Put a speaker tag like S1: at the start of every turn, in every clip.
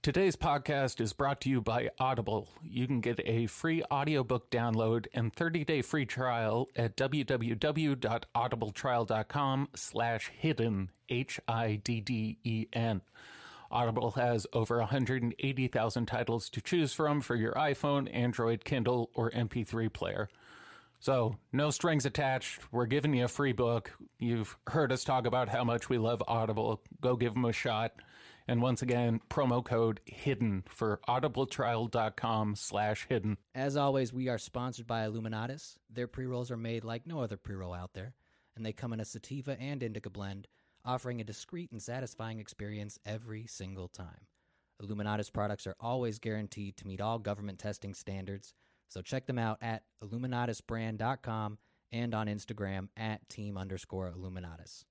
S1: Today's podcast is brought to you by Audible. You can get a free audiobook download and 30-day free trial at www.audibletrial.com slash hidden, H-I-D-D-E-N. E Audible has over 180,000 titles to choose from for your iPhone, Android, Kindle, or MP3 player. So, no strings attached. We're giving you a free book. You've heard us talk about how much we love Audible. Go give them a shot. And once again, promo code HIDDEN for audibletrial.com slash hidden.
S2: As always, we are sponsored by Illuminatus. Their pre rolls are made like no other pre roll out there, and they come in a sativa and indica blend, offering a discreet and satisfying experience every single time. Illuminatus products are always guaranteed to meet all government testing standards, so check them out at illuminatusbrand.com and on Instagram at team underscore Illuminatus.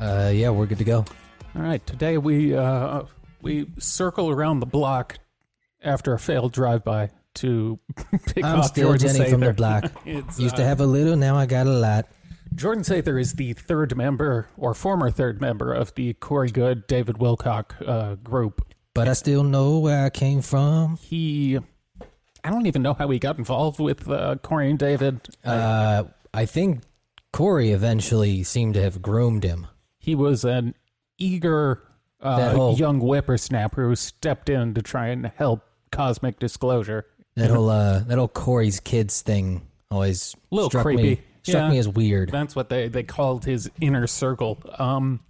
S2: Uh, yeah, we're good to go.
S1: All right, today we uh, we circle around the block after a failed drive-by to pick
S2: I'm
S1: off
S2: still
S1: Jordan
S2: Jenny from the
S1: Sather.
S2: block.
S1: It's,
S2: Used
S1: uh,
S2: to have a little, now I got a lot.
S1: Jordan Sather is the third member or former third member of the Corey Good David Wilcock uh, group.
S2: But I still know where I came from.
S1: He, I don't even know how he got involved with uh, Corey and David.
S2: Uh, I think Corey eventually seemed to have groomed him.
S1: He was an eager uh,
S2: That whole-
S1: young whippersnapper who stepped in to try and help cosmic disclosure.
S2: That whole uh, that old Corey's kids thing always
S1: Little
S2: struck me
S1: creepy.
S2: struck
S1: Yeah.
S2: me as weird.
S1: That's what they, they called his inner circle. Um,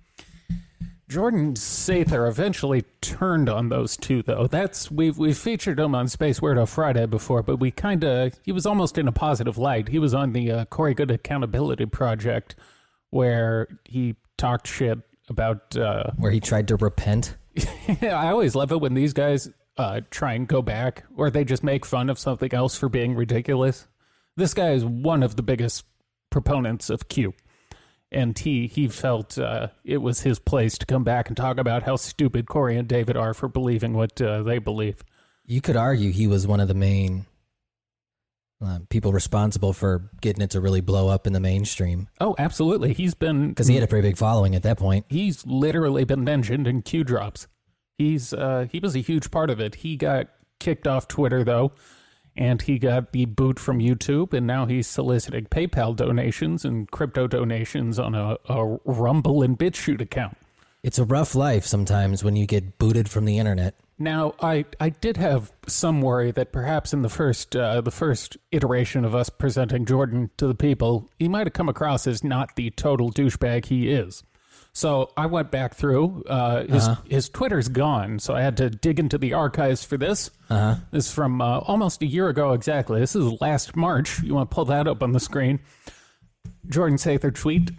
S1: Jordan Sather eventually turned on those two, though. That's we've we've featured him on Space Weirdo Friday before, but we kind of he was almost in a positive light. He was on the uh, Corey Good Accountability Project, where he talked shit about. Uh,
S2: Where he tried to repent.
S1: I always love it when these guys uh, try and go back, or they just make fun of something else for being ridiculous. This guy is one of the biggest proponents of Q, and he he felt uh, it was his place to come back and talk about how stupid Corey and David are for believing what uh, they believe.
S2: You could argue he was one of the main uh, people responsible for getting it to really blow up in the mainstream
S1: Oh, absolutely. He's been
S2: because he had a pretty big following at that point.
S1: he's literally been mentioned in Q drops. He's uh, he was a huge part of it. He got kicked off Twitter though, and he got the boot from YouTube, and now he's soliciting PayPal donations and crypto donations on a, a Rumble and BitChute account.
S2: It's a rough life sometimes when you get booted from the internet.
S1: Now, I, I did have some worry that perhaps in the first uh, the first iteration of us presenting Jordan to the people, he might have come across as not the total douchebag he is. So I went back through. Uh, his his Twitter's gone, so I had to dig into the archives for this. Uh-huh. This is from uh, almost a year ago exactly. This is last March. You want to pull that up on the screen? Jordan Sather tweet: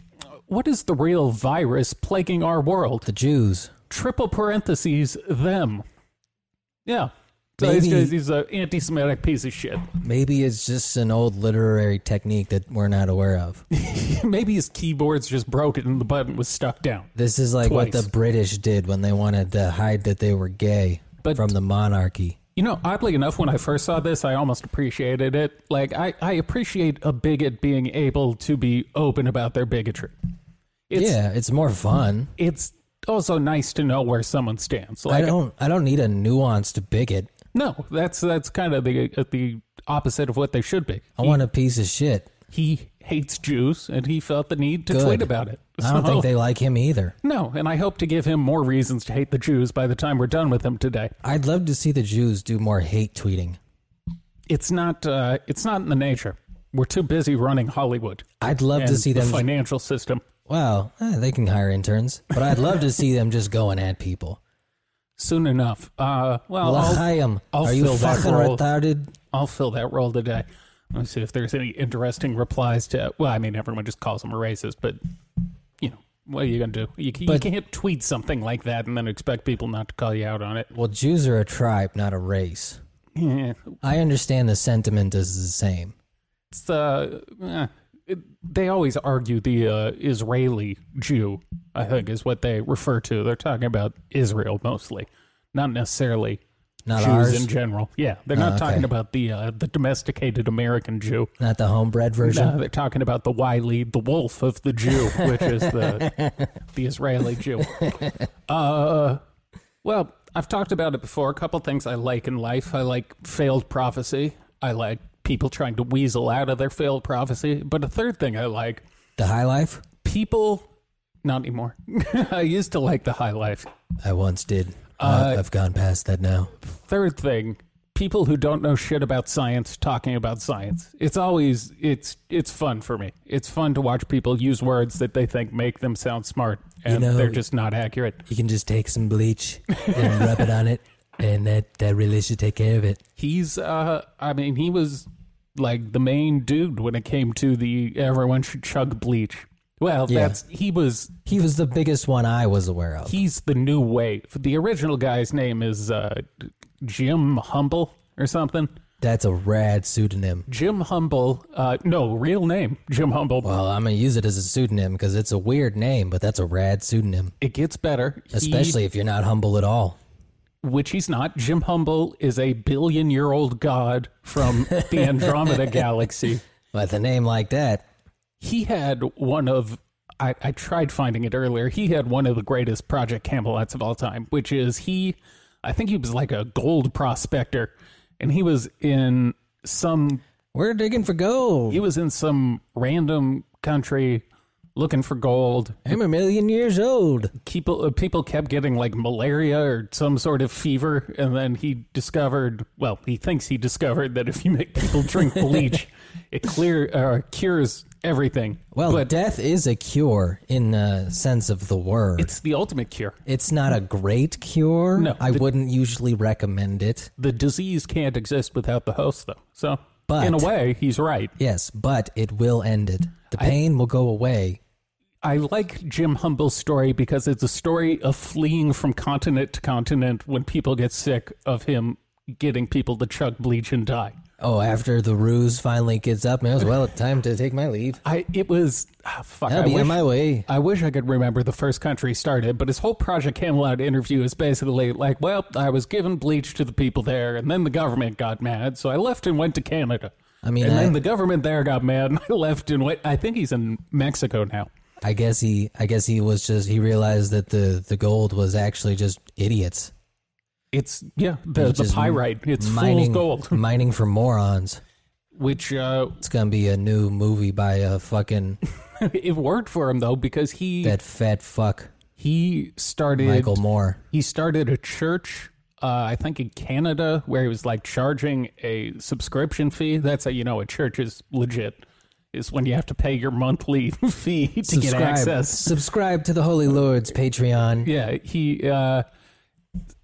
S1: What is the real virus plaguing our world?
S2: The Jews.
S1: triple parentheses them. Yeah. So he's,
S2: Maybe-
S1: just, he's an uh, anti-Semitic piece of shit.
S2: Maybe it's just an old literary technique that we're not aware of.
S1: Maybe his keyboard's just broken and the button was stuck down.
S2: This is like what
S1: Twice.
S2: the British did when they wanted to hide that they were gay
S1: But-
S2: from the monarchy.
S1: You know, oddly enough, when I first saw this, I almost appreciated it. Like, I, I appreciate a bigot being able to be open about their bigotry. It's,
S2: yeah, it's more fun.
S1: It's also nice to know where someone stands.
S2: I
S1: Like,
S2: don't I don't need a nuanced bigot.
S1: no, that's that's kind of the uh, the opposite of what they should be.
S2: I want a piece of shit.
S1: He hates Jews, and he felt the need to
S2: Good.
S1: tweet about it.
S2: I don't
S1: So-
S2: think they like him either.
S1: No, and I hope to give him more reasons to hate the Jews by the time we're done with him today.
S2: I'd love to see the Jews do more hate tweeting.
S1: It's not uh, it's not in the nature. We're too busy running Hollywood
S2: I'd love
S1: and
S2: to see
S1: the
S2: them.
S1: financial system.
S2: well, eh, they can hire interns, but I'd love to see them just going at people.
S1: soon enough. Uh, well, I'll,
S2: L'chaim.
S1: I'll
S2: Are you
S1: fill that
S2: fucking
S1: role.
S2: retarded?
S1: I'll fill that role today. Let me see if there's any interesting replies to. Well, I mean, everyone just calls him a racist, but you know, what are you gonna do? You, you
S2: But-
S1: can't tweet something like that and then expect people not to call you out on it.
S2: Well, Jews are a tribe, not a race.
S1: Yeah,
S2: I understand the sentiment is the same.
S1: it's uh, eh, it, they always argue the uh, Israeli Jew. I think is what they refer to. They're talking about Israel mostly, not necessarily
S2: Not
S1: Jews
S2: ours. Oh,
S1: in general. Yeah, they're not talking about the uh, the domesticated American Jew.
S2: Not the homebred version.
S1: No, they're talking about the wily, the wolf of the Jew, which is the the Israeli Jew. Uh, well, I've talked about it before. A couple things I like in life. I like failed prophecy. I like people trying to weasel out of their failed prophecy. But a third thing I like
S2: The high life?
S1: people. Not anymore. I used to like the high life.
S2: I once did. Uh, I've gone past that now.
S1: Third thing. People who don't know shit about science talking about science. It's always it's it's fun for me. It's fun to watch people use words that they think make them sound smart and
S2: know-
S1: they're just not accurate.
S2: You can just take some bleach and rub it on it, and that, that really should take care of it.
S1: he's uh i mean he was like the main dude when it came to the everyone should chug bleach well
S2: Yeah.
S1: that's he was
S2: He was the biggest one I was aware of.
S1: he's the new wave the original guy's name is uh jim humble or something
S2: That's a rad pseudonym.
S1: jim humble uh no real name jim humble
S2: Well, I'm going to use it as a pseudonym because it's a weird name, but that's a rad pseudonym,
S1: it gets better He-
S2: especially if you're not humble at all.
S1: which he's not jim humble is a billion year old god from the andromeda galaxy
S2: With a name like that,
S1: he had one of I, I tried finding it earlier. He had one of the greatest Project Camelots of all time, which is he I think he was like a gold prospector and he was in some
S2: we're digging for gold.
S1: he was in some random country looking for gold.
S2: I'm a million years old.
S1: People uh, people kept getting like malaria or some sort of fever and then he discovered, well, he thinks he discovered that if you make people drink bleach, it clear uh, cures everything.
S2: Well,
S1: but
S2: death is a cure in the sense of the word. It's,
S1: it's the ultimate cure.
S2: not a great cure.
S1: No,
S2: I
S1: the-
S2: wouldn't usually recommend it.
S1: the disease can't exist without the host, though. So,
S2: But-
S1: in a way, he's right.
S2: Yes, but it will end it. The pain will go away.
S1: I like Jim Humble's story because it's a story of fleeing from continent to continent when people get sick of him getting people to chug bleach and die.
S2: Oh, after the ruse finally gets up, man, it was well time to take my leave.
S1: I it was ah, fuck.
S2: I'll
S1: I
S2: be
S1: wish,
S2: on my way.
S1: I wish I could remember the first country he started, but his whole Project Camelot interview is basically like, well, I was giving bleach to the people there, and then the government got mad, so I left and went to Canada.
S2: I mean,
S1: and
S2: I,
S1: then the government there got mad, and I left and went. I think he's in Mexico now.
S2: I guess he, I guess he was just he realized that the the gold was actually just idiots
S1: It's yeah, the,
S2: Which
S1: the
S2: is
S1: pyrite. It's full
S2: mining
S1: of gold.
S2: mining for morons.
S1: Which uh,
S2: It's gonna be a new movie by a fucking
S1: it worked for him though because he
S2: that fat fuck
S1: he started
S2: Michael Moore.
S1: he started a church. Uh, I think in Canada where he was like charging a subscription fee. That's how you know a church is legit. Is when you have to pay your monthly fee to get access.
S2: Subscribe to the Holy Lord's Patreon.
S1: Yeah, he uh,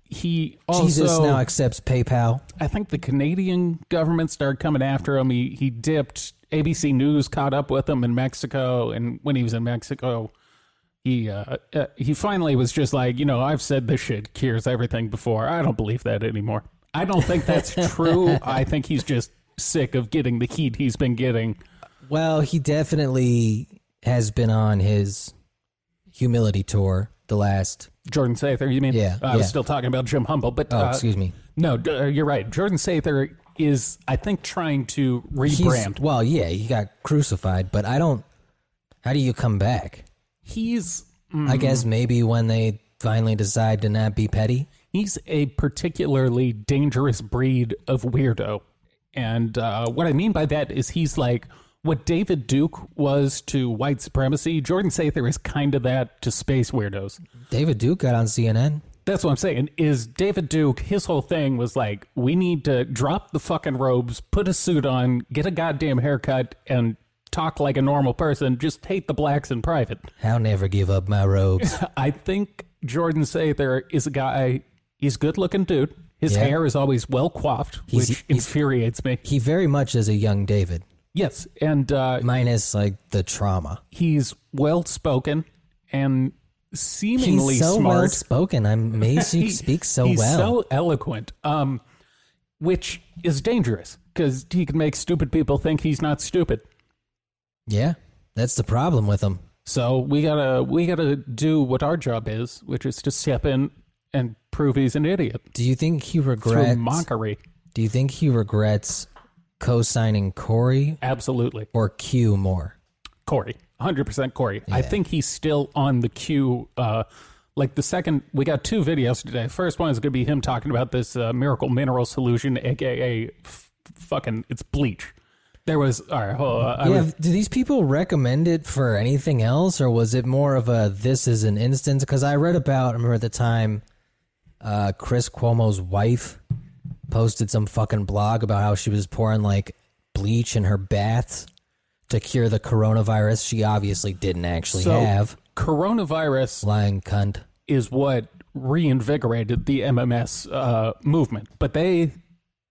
S1: he also
S2: Jesus now accepts PayPal.
S1: I think the Canadian government started coming after him. He he dipped. ABC News caught up with him in Mexico, and when he was in Mexico, he uh, uh, he finally was just like, you know, I've said this shit cures everything before. I don't believe that anymore. I don't think that's true. I think he's just sick of getting the heat he's been getting.
S2: Well, he definitely has been on his humility tour the last.
S1: Jordan Sather, you mean?
S2: Yeah,
S1: I was
S2: yeah.
S1: still talking about Jim Humble, but
S2: Oh,
S1: uh,
S2: excuse me.
S1: no, d- uh, you're right. Jordan Sather is, I think, trying to
S2: He's-
S1: rebrand.
S2: Well, yeah, he got crucified, but I don't. How do you come back?
S1: He's
S2: I guess maybe when they finally decide to not be petty.
S1: He's a particularly dangerous breed of weirdo. And uh, what I mean by that is he's like what David Duke was to white supremacy, Jordan Sather is kind of that to space weirdos.
S2: David Duke got on CNN.
S1: That's what I'm saying. Is David Duke, his whole thing was like, we need to drop the fucking robes, put a suit on, get a goddamn haircut, and talk like a normal person. Just hate the blacks in private.
S2: I'll never give up my robes.
S1: I think Jordan Sather is a guy. He's a good looking dude. His
S2: Yeah.
S1: hair is always well coiffed,
S2: He's-
S1: which
S2: he's-
S1: infuriates me.
S2: He very much is a young David,
S1: Yes, and uh,
S2: minus like the trauma.
S1: he's well spoken and seemingly
S2: He's so
S1: smart.
S2: well spoken. I'm amazed he,
S1: He-
S2: speaks so
S1: he's
S2: well.
S1: so eloquent, um, which is dangerous because he can make stupid people think he's not stupid.
S2: yeah, that's the problem with him.
S1: So we gotta we gotta do what our job is, which is to step in and prove he's an idiot
S2: Do you think he
S1: through
S2: regrets?
S1: mockery.
S2: do you think he regrets co-signing Corey
S1: Absolutely,
S2: or Q more?
S1: Corey, hundred percent Corey. I think he's still on the queue. Uh, like the second, we got two videos today. First one is gonna be him talking about this uh, miracle mineral solution, aka f- fucking it's bleach. There was all right. Hold on, I
S2: yeah,
S1: was-
S2: do these people recommend it for anything else, or was it more of a this is an instance? Because I read about, I remember at the time, uh, Chris Cuomo's wife posted some fucking blog about how she was pouring like bleach in her baths to cure the coronavirus. She obviously didn't actually
S1: So-
S2: have.
S1: coronavirus
S2: Lying cunt.
S1: is what reinvigorated the MMS uh, movement. But they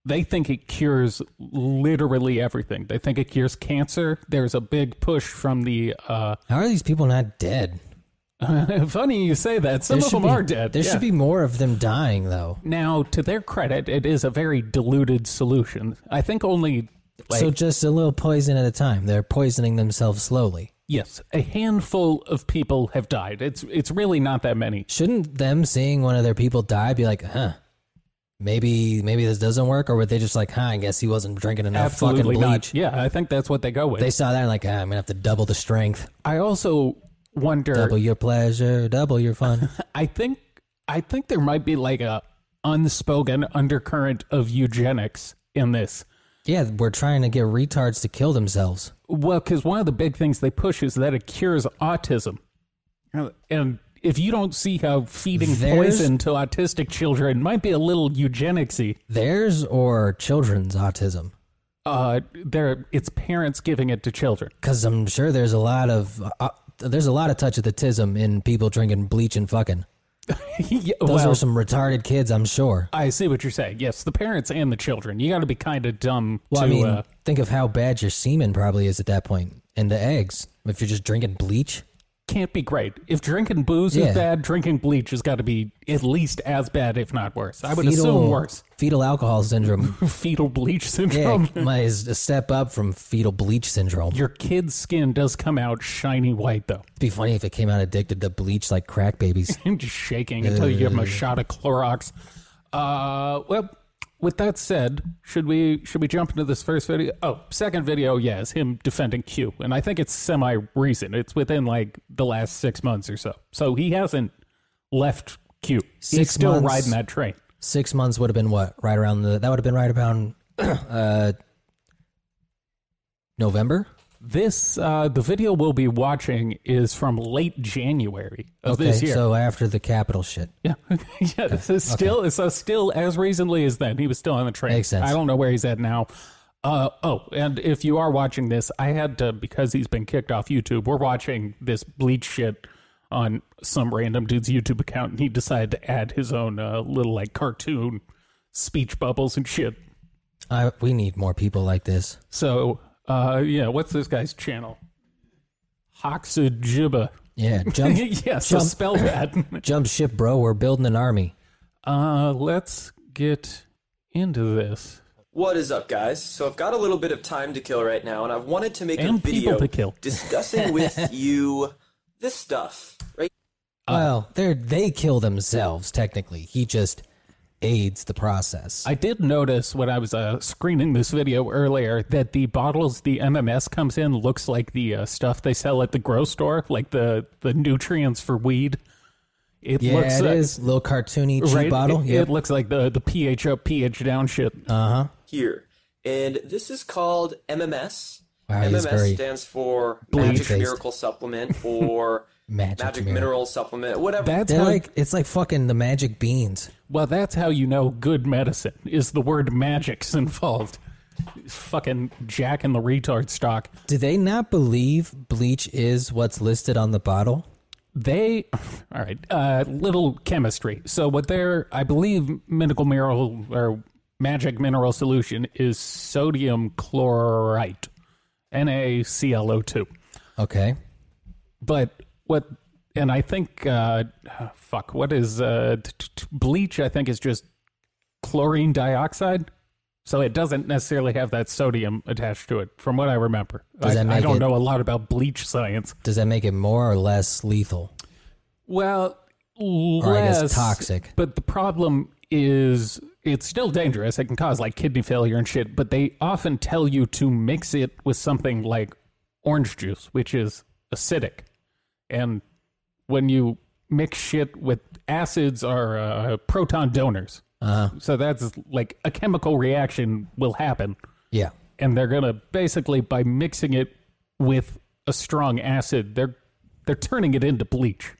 S1: they think it cures literally everything. They think it cures cancer. There's a big push from the. Uh,
S2: How are these people not dead?
S1: funny you say that. Some
S2: There
S1: of
S2: should
S1: them
S2: be-
S1: are dead.
S2: There
S1: yeah.
S2: should be more of them dying, though.
S1: Now, to their credit, it is a very diluted solution. I think only like
S2: so just a little poison at a time. They're poisoning themselves slowly.
S1: yes, a handful of people have died. It's it's really not that many.
S2: shouldn't them seeing one of their people die be like, huh? Maybe maybe this doesn't work, or were they just like, huh? I guess he wasn't drinking enough
S1: Absolutely
S2: fucking
S1: not.
S2: bleach.
S1: Yeah, I think that's what they go with.
S2: They saw that and like, ah, I'm gonna have to double the strength,
S1: I also wonder
S2: double your pleasure, double your fun.
S1: I think I think there might be like a unspoken undercurrent of eugenics in this.
S2: yeah, we're trying to get retards to kill themselves.
S1: Well, because one of the big things they push is that it cures autism, and if you don't see how feeding
S2: There's-
S1: poison to autistic children might be a little eugenicsy,
S2: Theirs or children's autism,
S1: uh, there it's parents giving it to children.
S2: because I'm sure there's a lot of uh, there's a lot of touch of the tism in people drinking bleach and fucking.
S1: Yeah,
S2: Those
S1: well,
S2: are some retarded kids, I'm sure.
S1: I see what you're saying. Yes, the parents and the children. You got to be kind of dumb
S2: Well,
S1: to.
S2: I mean,
S1: uh,
S2: think of how bad your semen probably is at that point, and the eggs. If you're just drinking bleach,
S1: can't be great. If drinking booze
S2: Yeah.
S1: is bad, drinking bleach has got to be at least as bad, if not worse. I would assume worse.
S2: Fetal alcohol syndrome.
S1: Fetal bleach
S2: yeah,
S1: syndrome.
S2: my, is a step up from fetal bleach syndrome.
S1: Your kid's skin does come out shiny white, though.
S2: It'd be funny if it came out addicted to bleach like crack babies.
S1: I'm just shaking until you give him a shot of Clorox. Uh, well, with that said, should we should we jump into this first video? Oh, second video, yeah, is him defending Q, and I think it's semi recent. It's within like the last six months or so. So he hasn't left Q. He's
S2: Six
S1: still
S2: months.
S1: riding that train.
S2: Six months would have been what? Right around the. That would have been right around uh, November.
S1: This uh, the video we'll be watching is from late January of
S2: Okay,
S1: this year.
S2: so after the capital shit.
S1: yeah, yeah. This is still so still as recently as then. He was still on the train.
S2: Makes sense.
S1: I don't know where he's at now. Uh, oh, and if you are watching this, I had to because he's been kicked off YouTube. We're watching this bleach shit on some random dude's YouTube account, and he decided to add his own uh, little like cartoon speech bubbles and shit.
S2: I, we need more people like this.
S1: So uh, yeah, what's this guy's channel? Hoxajiba.
S2: Yeah, jump,
S1: yeah, so
S2: jump.
S1: spell that.
S2: jump ship, bro. We're building an army.
S1: Uh, let's get into this.
S3: What is up, guys? So I've got a little bit of time to kill right now, and I've wanted to make a
S1: And people
S3: video
S1: to kill.
S3: discussing with you this stuff. Right
S1: Uh,
S2: well, they they kill themselves technically. He just aids the process.
S1: I did notice when I was uh, screening this video earlier that the bottles the MMS comes in looks like the uh, stuff they sell at the grocery store, like the the nutrients for weed. It
S2: yeah,
S1: looks
S2: it
S1: uh,
S2: is little cartoony cheap
S1: right.
S2: bottle.
S1: It,
S2: yep. Uh,
S1: it looks like the the pH up, pH down shit.
S3: here, and this is called MMS.
S2: Wow, he's
S3: MMS
S2: very
S3: stands for Magic
S2: bleep-faced.
S3: Miracle Supplement or
S2: Magic
S3: Magic
S2: Miracle.
S3: Mineral Supplement, whatever.
S1: That's
S2: They're
S1: how
S2: like it's like fucking the magic beans.
S1: Well, that's how you know good medicine is the word magic's involved. Fucking Jack and the retard stock.
S2: Do they not believe bleach is what's listed on the bottle?
S1: they all right uh little chemistry so what their i believe medical mineral or magic mineral solution is sodium chlorite naclo2
S2: Okay.
S1: but what and i think uh fuck what is uh t- t- t- bleach i think is just chlorine dioxide so it doesn't necessarily have that sodium attached to it from what i remember
S2: Does
S1: I,
S2: that
S1: I
S2: make
S1: don't
S2: it-
S1: know a lot about bleach science
S2: Does that make it more or less lethal?
S1: Well, less
S2: I guess toxic.
S1: But the problem is, it's still dangerous. It can cause like kidney failure and shit. But they often tell you to mix it with something like orange juice, which is acidic. And when you mix shit with acids, are uh, proton donors.
S2: Uh huh.
S1: So that's like a chemical reaction will happen
S2: Yeah.
S1: and they're gonna basically by mixing it with a strong acid, they're they're turning it into bleach.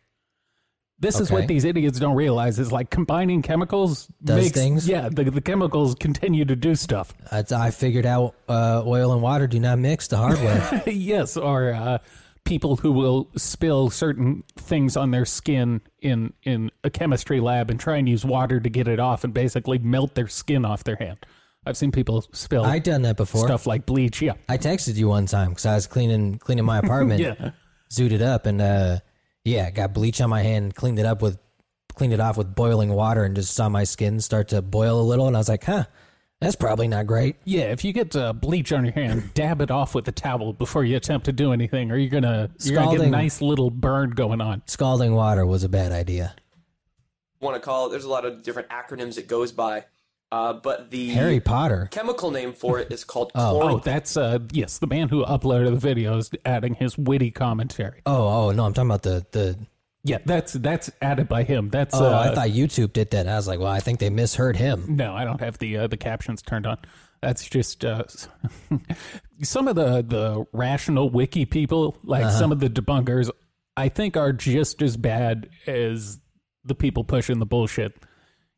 S1: This is
S2: Okay.
S1: what these idiots don't realize is like combining chemicals
S2: Does things?
S1: Yeah, the, the chemicals continue to do stuff.
S2: I, I figured out uh, oil and water do not mix the hard way.
S1: yes, or uh, people who will spill certain things on their skin in in a chemistry lab and try and use water to get it off and basically melt their skin off their hand. I've seen people spill
S2: I done that before.
S1: stuff like bleach. Yeah.
S2: I texted you one time because I was cleaning cleaning my apartment,
S1: Yeah.
S2: zooted up, and uh, yeah, got bleach on my hand, cleaned it up with cleaned it off with boiling water, and just saw my skin start to boil a little, and I was like, huh, that's probably not great.
S1: Yeah, if you get uh, bleach on your hand, dab it off with a towel before you attempt to do anything, or you're gonna you're gonna get a
S2: Scalding.
S1: nice little burn going on.
S2: Scalding water was a bad idea.
S3: want to call it. There's a lot of different acronyms it goes by, uh, but the
S2: Harry Potter.
S3: chemical name for it is called
S1: Oh,
S3: chlorine.
S1: that's uh yes, the man who uploaded the video is adding his witty commentary.
S2: Oh, oh no, I'm talking about the the.
S1: Yeah, that's that's added by him. That's
S2: Oh,
S1: uh,
S2: I thought YouTube did that. I was like, well, I think they misheard him.
S1: No, I don't have the uh, the captions turned on. That's just uh, some of the the rational wiki people, like some of the debunkers, I think are just as bad as the people pushing the bullshit.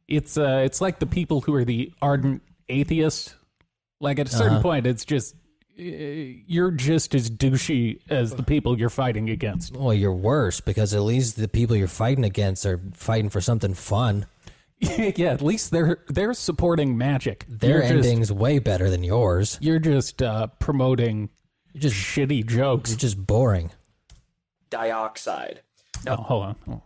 S1: It's uh, it's like the people who are the ardent atheists. Like at a certain point, it's just uh, you're just as douchey as the people you're fighting against.
S2: Well, you're worse because at least the people you're fighting against are fighting for something fun.
S1: yeah, at least they're they're supporting magic.
S2: Their
S1: You're just-
S2: ending's way better than yours.
S1: You're just uh, promoting
S2: just-
S1: shitty jokes.
S2: It's just boring.
S3: dioxide.
S1: Oh, hold on. Oh,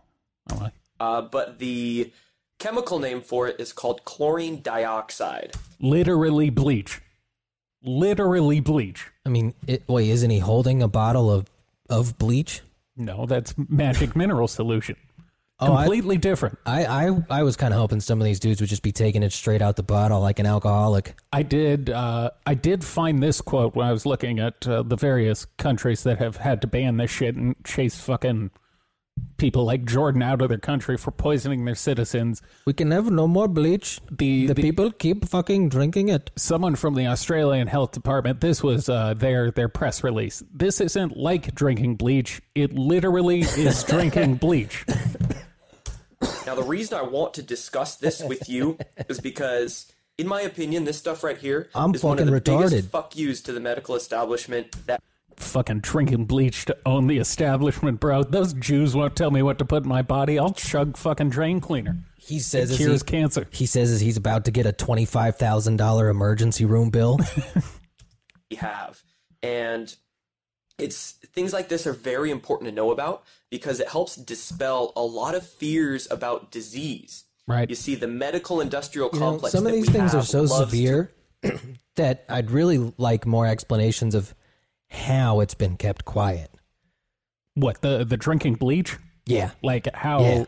S1: hold on.
S3: Uh, but the chemical name for it is called chlorine dioxide.
S1: Literally bleach. Literally bleach.
S2: I mean, it, wait, isn't he holding a bottle of of bleach?
S1: No, that's magic mineral solution.
S2: Oh, I-
S1: Completely different.
S2: I I, I was kind of hoping some of these dudes would just be taking it straight out the bottle like an alcoholic.
S1: I did. Uh, I did find this quote when I was looking at uh, the various countries that have had to ban this shit and chase fucking people like Jordan out of their country for poisoning their citizens.
S2: We can have no more bleach.
S1: The the,
S2: people keep fucking drinking it.
S1: someone from the Australian Health Department. This was uh, their their press release. This isn't like drinking bleach. It literally is drinking bleach.
S3: Now, the reason I want to discuss this with you is because, in my opinion, this stuff right here is
S2: I'm
S3: one of the
S2: fucking
S3: biggest
S2: retarded.
S3: fuck yous to the medical establishment that
S1: Fucking drinking bleach to own the establishment, bro. Those Jews won't tell me what to put in my body. I'll chug fucking drain cleaner.
S2: He says as he,
S1: Cures cancer.
S2: he says as he's about to get a twenty five thousand dollar emergency room bill.
S3: we have. And it's things like this are very important to know about because it helps dispel a lot of fears about disease.
S1: Right.
S3: You see, the medical industrial
S2: You know,
S3: complex.
S2: some of
S3: that
S2: these
S3: we
S2: things are
S3: have
S2: so
S3: loves to-
S2: severe that I'd really like more explanations of how it's been kept quiet.
S1: What the the drinking bleach?
S2: Yeah.
S1: Like how
S2: Yeah.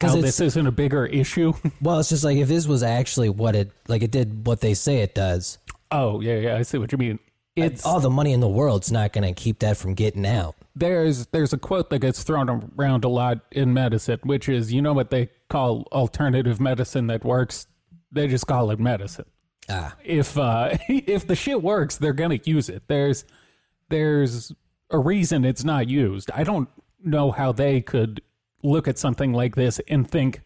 S2: 'Cause
S1: how
S2: it's-
S1: this isn't a bigger issue?
S2: Well, it's just like if this was actually what it like it did what they say it does.
S1: oh yeah, yeah. I see what you mean. It's
S2: all the money in the world's not going to keep that from getting out.
S1: there's there's a quote that gets thrown around a lot in medicine, which is you know what they call alternative medicine that works. They just call it medicine.
S2: Ah.
S1: If uh, if the shit works, they're gonna use it. There's there's a reason it's not used. I don't know how they could look at something like this and think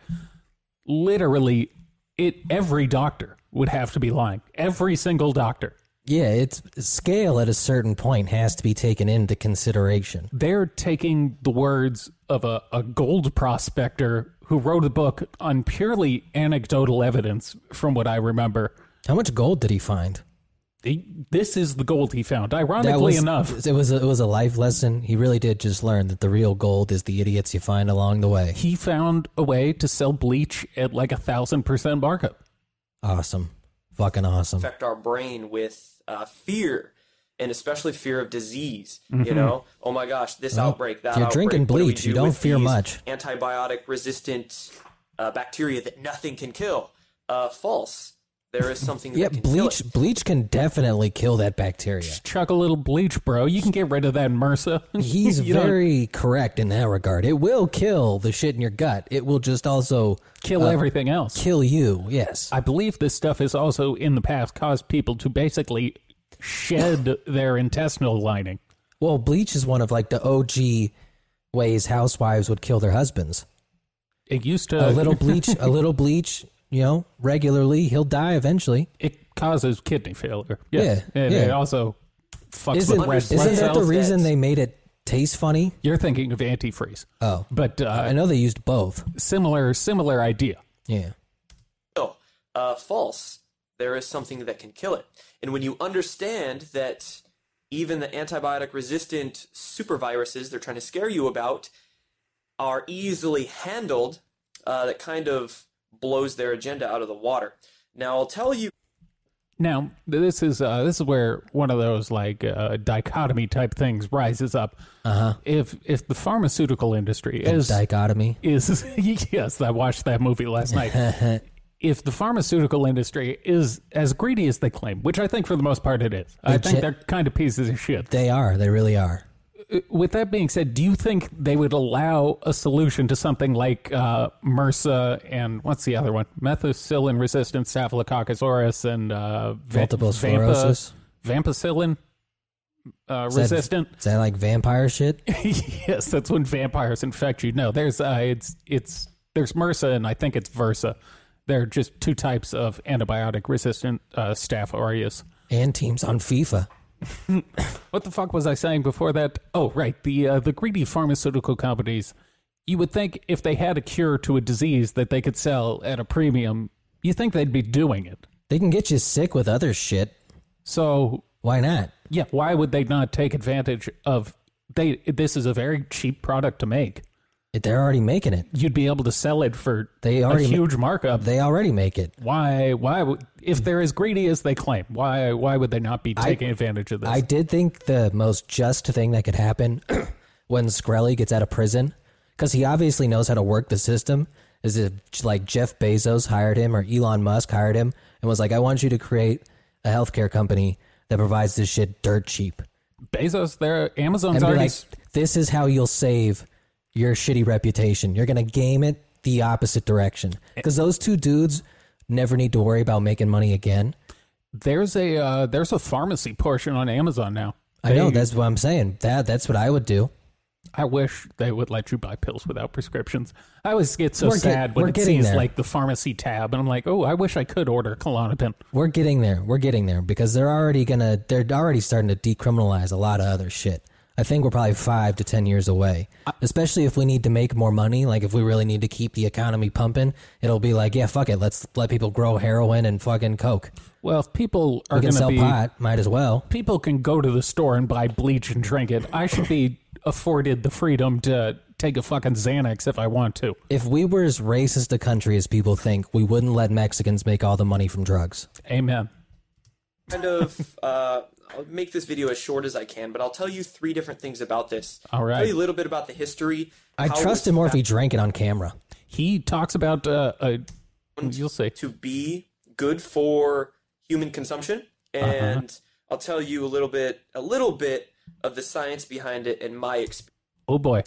S1: literally it. Every doctor would have to be lying. Every single doctor.
S2: Yeah, it's scale at a certain point has to be taken into consideration.
S1: They're taking the words of a, a gold prospector who wrote a book on purely anecdotal evidence, from what I remember.
S2: How much gold did he find?
S1: He- this is the gold he found. Ironically
S2: That was
S1: enough,
S2: It was a, it was a life lesson. He really did just learn that the real gold is the idiots you find along the way.
S1: he found a way to sell bleach at like a thousand percent markup.
S2: Awesome, fucking awesome.
S3: affect our brain with uh, fear and especially fear of disease you know oh my gosh this
S2: Well,
S3: outbreak that
S2: if Mm-hmm. you're
S3: outbreak,
S2: drinking
S3: what do we
S2: bleach,
S3: do
S2: you don't
S3: with
S2: fear
S3: these
S2: much.
S3: antibiotic resistant uh, bacteria that nothing can kill uh, false there is something
S2: Yeah,
S3: that can kill
S2: bleach
S3: it.
S2: bleach can definitely kill that bacteria.
S1: Chuck a little bleach, bro. You can get rid of that MRSA.
S2: He's
S1: You don't
S2: very correct in that regard. It will kill the shit in your gut. It will just also
S1: kill
S2: Uh,
S1: everything else.
S2: kill you. Yes.
S1: I believe this stuff has also in the past caused people to basically shed their intestinal lining.
S2: Well, bleach is one of like the OG ways housewives would kill their husbands.
S1: It used to
S2: A little bleach, a little bleach, you know, regularly, he'll die eventually.
S1: it causes kidney failure. Yes.
S2: Yeah,
S1: and it
S2: yeah.
S1: also fucks
S2: Isn't,
S1: with red
S3: understand-
S1: blood
S2: isn't that the
S1: cells.
S2: reason they made it taste funny?
S1: You're thinking of antifreeze.
S2: Oh.
S1: But
S2: I
S1: uh,
S2: know they used both.
S1: similar similar idea.
S2: Yeah.
S3: No, uh, false. There is something that can kill it. And when you understand that even the antibiotic resistant superviruses they're trying to scare you about are easily handled, uh, that kind of blows their agenda out of the water. Now, I'll tell you
S1: Now, this is uh, this is where one of those like uh, dichotomy type things rises up. Uh-huh. If if the pharmaceutical industry is
S2: Dichotomy.
S1: is yes, I watched that movie last night. if the pharmaceutical industry is as greedy as they claim, which I think for the most part it is, I think
S2: Legit-
S1: they're kind of pieces of shit.
S2: They are. They really are.
S1: With that being said, do you think they would allow a solution to something like uh, MRSA and what's the other one? Methicillin resistant Staphylococcus aureus and uh, va-
S2: Multiple
S1: vampa-
S2: sclerosis?
S1: Vampicillin uh,
S2: Is that-
S1: resistant.
S2: Is that like vampire shit?
S1: yes, that's when vampires infect you. No, there's uh, it's it's there's MRSA and I think it's E Versa. They're just two types of antibiotic resistant uh, staph aureus.
S2: And teams on FIFA.
S1: What the fuck was I saying before that? Oh, right, the uh, the greedy pharmaceutical companies. You would think if they had a cure to a disease that they could sell at a premium, you think they'd be doing it.
S2: They can get you sick with other shit.
S1: So
S2: Why not?
S1: yeah, why would they not take advantage of they? This is a very cheap product to make.
S2: If They're already making it.
S1: You'd be able to sell it for
S2: They
S1: a
S2: already ma-
S1: huge markup.
S2: They already make it.
S1: why why would- if they're as greedy as they claim why why would they not be taking advantage of this
S2: I did think the most just thing that could happen when Skrelly gets out of prison, because he obviously knows how to work the system, is if like Jeff Bezos hired him or Elon Musk hired him and was like, "I want you to create a healthcare company that provides this shit dirt cheap,"
S1: bezos there amazon's
S2: and be
S1: already
S2: like, "This is how you'll save your shitty reputation. You're gonna game it the opposite direction because those two dudes never need to worry about making money again."
S1: there's a uh, there's a pharmacy portion on amazon now
S2: I know that's what I'm saying. That that's what I would do.
S1: I wish they would let you buy pills without prescriptions. I always get so
S2: We're get-
S1: sad when
S2: we're
S1: it
S2: getting
S1: sees
S2: there.
S1: like the pharmacy tab, and I'm like, oh, I wish I could order Klonopin.
S2: We're getting there. We're getting there because they're already gonna. They're already starting to decriminalize a lot of other shit. I think we're probably five to ten years away. Especially if we need to make more money, like if we really need to keep the economy pumping, it'll be like, yeah, fuck it, let's let people grow heroin and fucking coke.
S1: Well, if people are
S2: We can
S1: going to
S2: sell
S1: be
S2: pot, might as well.
S1: people can go to the store and buy bleach and drink it. I should be afforded the freedom to take a fucking Xanax if I want to.
S2: If we were as racist a country as people think, we wouldn't let Mexicans make all the money from drugs.
S1: Amen.
S3: kind of uh, I'll make this video as short as I can, but I'll tell you three different things about this.
S1: All right.
S3: Tell you a little bit about the history.
S2: I
S3: how
S2: trust
S3: it
S2: him more
S3: was
S2: if he drank it on camera.
S1: He talks about uh, uh you'll see.
S3: to be good for human consumption
S2: Uh-huh.
S3: and i'll tell you a little bit a little bit of the science behind it and my experience
S1: Oh boy.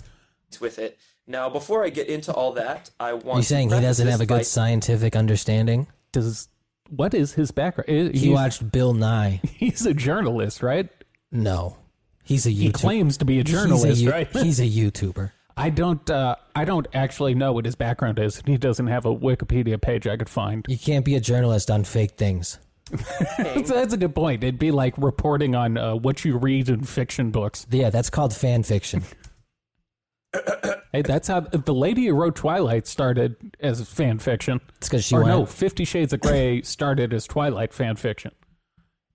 S3: with it now before i get into all that i
S2: Are
S3: want
S2: you saying
S3: to
S2: he
S3: preface
S2: doesn't
S3: this
S2: have a
S3: by-
S2: good scientific understanding?
S1: Does what is his background? He
S2: He
S1: he's,
S2: watched Bill Nye.
S1: he's a journalist, right?
S2: No, he's a YouTuber.
S1: He claims to be a journalist,
S2: he's a, Yo-
S1: right?
S2: He's a YouTuber.
S1: I don't uh, I don't actually know what his background is. He doesn't have a Wikipedia page I could find.
S2: You can't be a journalist on fake things.
S1: That's, that's a good point. It'd be like reporting on uh, what you read in fiction books.
S2: Yeah, that's called fan fiction.
S1: Hey, that's how the lady who wrote Twilight started as fan fiction.
S2: It's because she
S1: or
S2: wanted
S1: no, Fifty Shades of Grey started as Twilight fan fiction.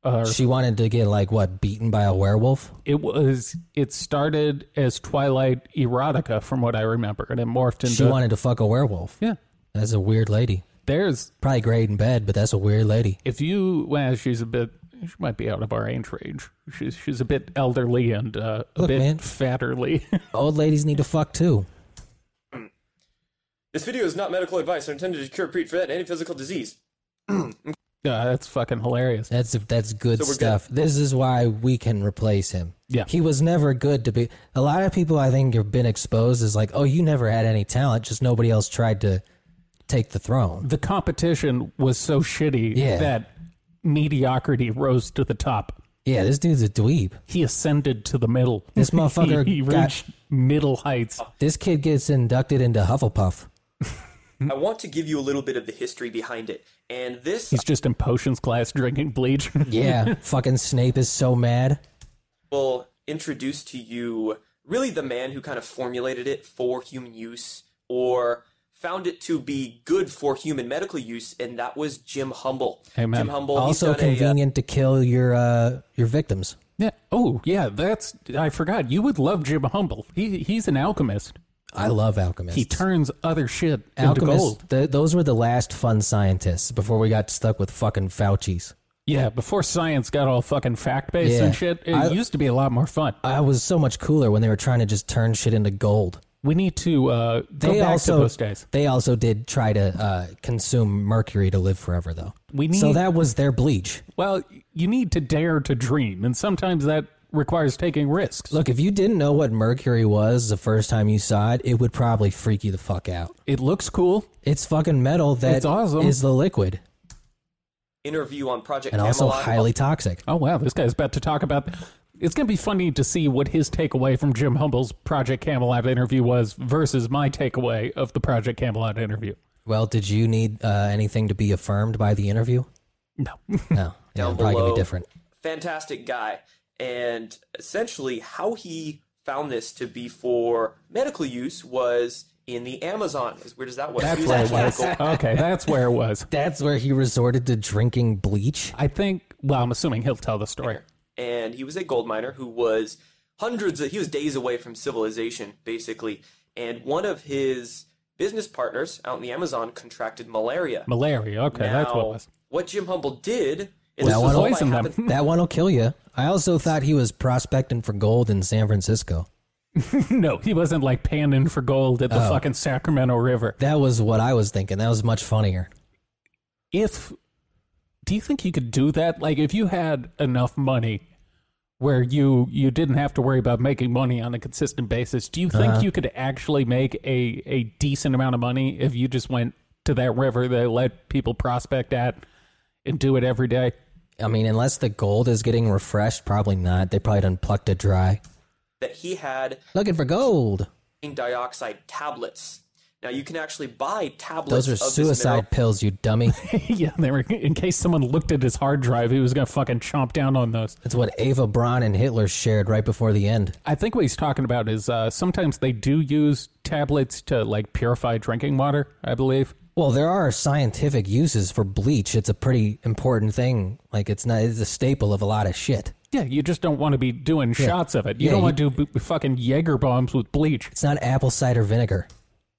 S1: Or
S2: she wanted to get like what beaten by a werewolf.
S1: it was it started as Twilight erotica, from what I remember, and uh, it morphed into
S2: She wanted to fuck a werewolf.
S1: yeah.
S2: That's a weird lady.
S1: There's
S2: Probably great in bed, but that's a weird lady.
S1: if you well, she's a bit she might be out of our age range. She's she's a bit elderly and uh, a
S2: Look,
S1: bit
S2: man.
S1: fatterly.
S2: Old ladies need to fuck too.
S3: This video is not medical advice or intended to cure, prevent any physical disease.
S1: yeah, that's fucking hilarious.
S2: That's that's good
S3: So we're good.
S2: stuff. This is why we can replace him.
S1: Yeah.
S2: he was never good to be. A lot of people I think have been exposed as like, oh, you never had any talent, just nobody else tried to take the throne.
S1: The competition was so shitty
S2: Yeah.
S1: that mediocrity rose to the top.
S2: Yeah, this dude's a dweeb.
S1: He ascended to the middle.
S2: This motherfucker
S1: he, he
S2: got-
S1: reached middle heights.
S2: This kid gets inducted into Hufflepuff. Hmm?
S3: I want to give you a little bit of the history behind it. And this,
S1: He's just in potions class drinking bleach.
S2: Yeah, fucking Snape is so mad.
S3: will introduce to you really the man who kind of formulated it for human use or found it to be good for human medical use, and that was Jim Humble.
S1: Amen.
S3: Jim Humble. he's
S2: also
S3: done a, uh,
S2: convenient to kill your uh, your victims.
S1: yeah. Oh, yeah. That's I forgot. You would love Jim Humble. He he's an alchemist.
S2: I love alchemists.
S1: He turns other shit into gold.
S2: alchemists. th those were the last fun scientists before we got stuck with fucking Fauci's.
S1: Yeah, before science got all fucking fact based
S2: Yeah.
S1: and shit, it
S2: I-
S1: used to be a lot more fun.
S2: I was so much cooler when they were trying to just turn shit into gold.
S1: We need to uh, go
S2: They
S1: back
S2: also
S1: to those days.
S2: they also did try to uh, consume mercury to live forever, though.
S1: We need
S2: so that was their bleach.
S1: well, you need to dare to dream, and sometimes that requires taking risks.
S2: Look, if you didn't know what mercury was the first time you saw it, it would probably freak you the fuck out.
S1: It looks cool.
S2: It's fucking metal that is
S1: It's awesome.
S2: the liquid
S3: interview on Project
S2: and also
S3: Camelot.
S2: highly toxic.
S1: Oh wow, this guy's about to talk about. It's gonna be funny to see what his takeaway from Jim Humble's Project Camelot interview was versus my takeaway of the Project Camelot interview.
S2: Well, did you need uh, anything to be affirmed by the interview?
S1: No,
S2: No, yeah,
S3: Down
S2: probably gonna
S3: below.
S2: be different.
S3: fantastic guy. And essentially, how he found this to be for medical use was in the Amazon. As weird as that was, He was actually medical.
S1: okay, that's where it was.
S2: That's where he resorted to drinking bleach.
S1: I think. Well, I'm assuming he'll tell the story.
S3: and he was a gold miner who was hundreds of he was days away from civilization basically and one of his business partners out in the amazon contracted malaria
S1: Malaria. Okay, that's what it
S3: Now,
S1: was.
S3: what jim humble did and
S1: Was
S3: this was all
S1: poison
S3: by
S1: them.
S3: happen-
S2: That one will kill you. I also thought he was prospecting for gold in San Francisco.
S1: No, he wasn't like panning for gold at the fucking Sacramento River.
S2: That was what I was thinking. That was much funnier.
S1: If do you think you could do that? Like if you had enough money where you you didn't have to worry about making money on a consistent basis, do you think you could actually make a a decent amount of money if you just went to that river they let people prospect at and do it every day?
S2: I mean, unless the gold is getting refreshed, probably not. They probably done plucked it dry.
S3: that he had
S2: Looking for gold.
S3: zinc dioxide tablets now you can actually buy tablets
S2: Those are
S3: of this
S2: suicide
S3: mineral.
S2: pills, you dummy.
S1: yeah, they were, in case someone looked at his hard drive, he was gonna fucking chomp down on those.
S2: That's what Eva Braun and Hitler shared right before the end.
S1: I think what he's talking about is uh, sometimes they do use tablets to like purify drinking water. I believe.
S2: Well, there are scientific uses for bleach. It's a pretty important thing. Like it's not it's a staple of a lot of shit.
S1: Yeah, you just don't want to be doing shots of it. You
S2: Yeah,
S1: don't
S2: you-
S1: want to do b- b- fucking Jaeger bombs with bleach.
S2: It's not apple cider vinegar.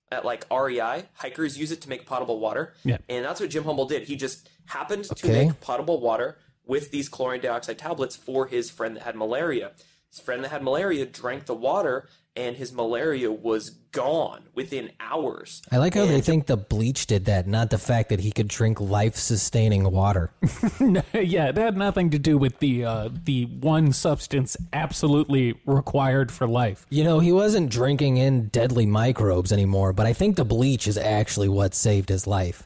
S3: at like rei hikers use it to make potable water
S1: Yeah.
S3: and that's what jim humble did he just happened to
S2: Okay.
S3: make potable water with these chlorine dioxide tablets for his friend that had malaria. His friend that had malaria drank the water, and his malaria was gone within hours.
S2: I like how they think the bleach did that, not the fact that he could drink life sustaining water.
S1: yeah, it had nothing to do with the uh, the one substance absolutely required for life.
S2: You know, he wasn't drinking in deadly microbes anymore, but I think the bleach is actually what saved his life.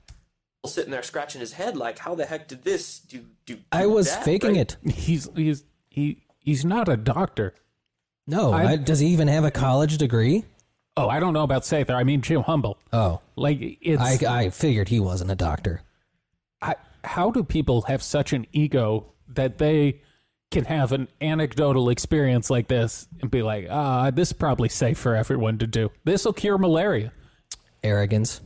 S3: Sitting there scratching his head, like, how the heck did this do? do, do
S2: I was
S3: that,
S2: faking
S3: right?
S2: it.
S1: He's he's he he's not a doctor.
S2: No,
S1: I-
S2: I, does he even have a college degree?
S1: Oh, I don't know about Sather. I mean Jim Humble.
S2: Oh,
S1: Like it's
S2: I, I figured he wasn't a doctor.
S1: I, how do people have such an ego that they can have an anecdotal experience like this and be like, ah, this is probably safe for everyone to do. This will cure malaria.
S2: Arrogance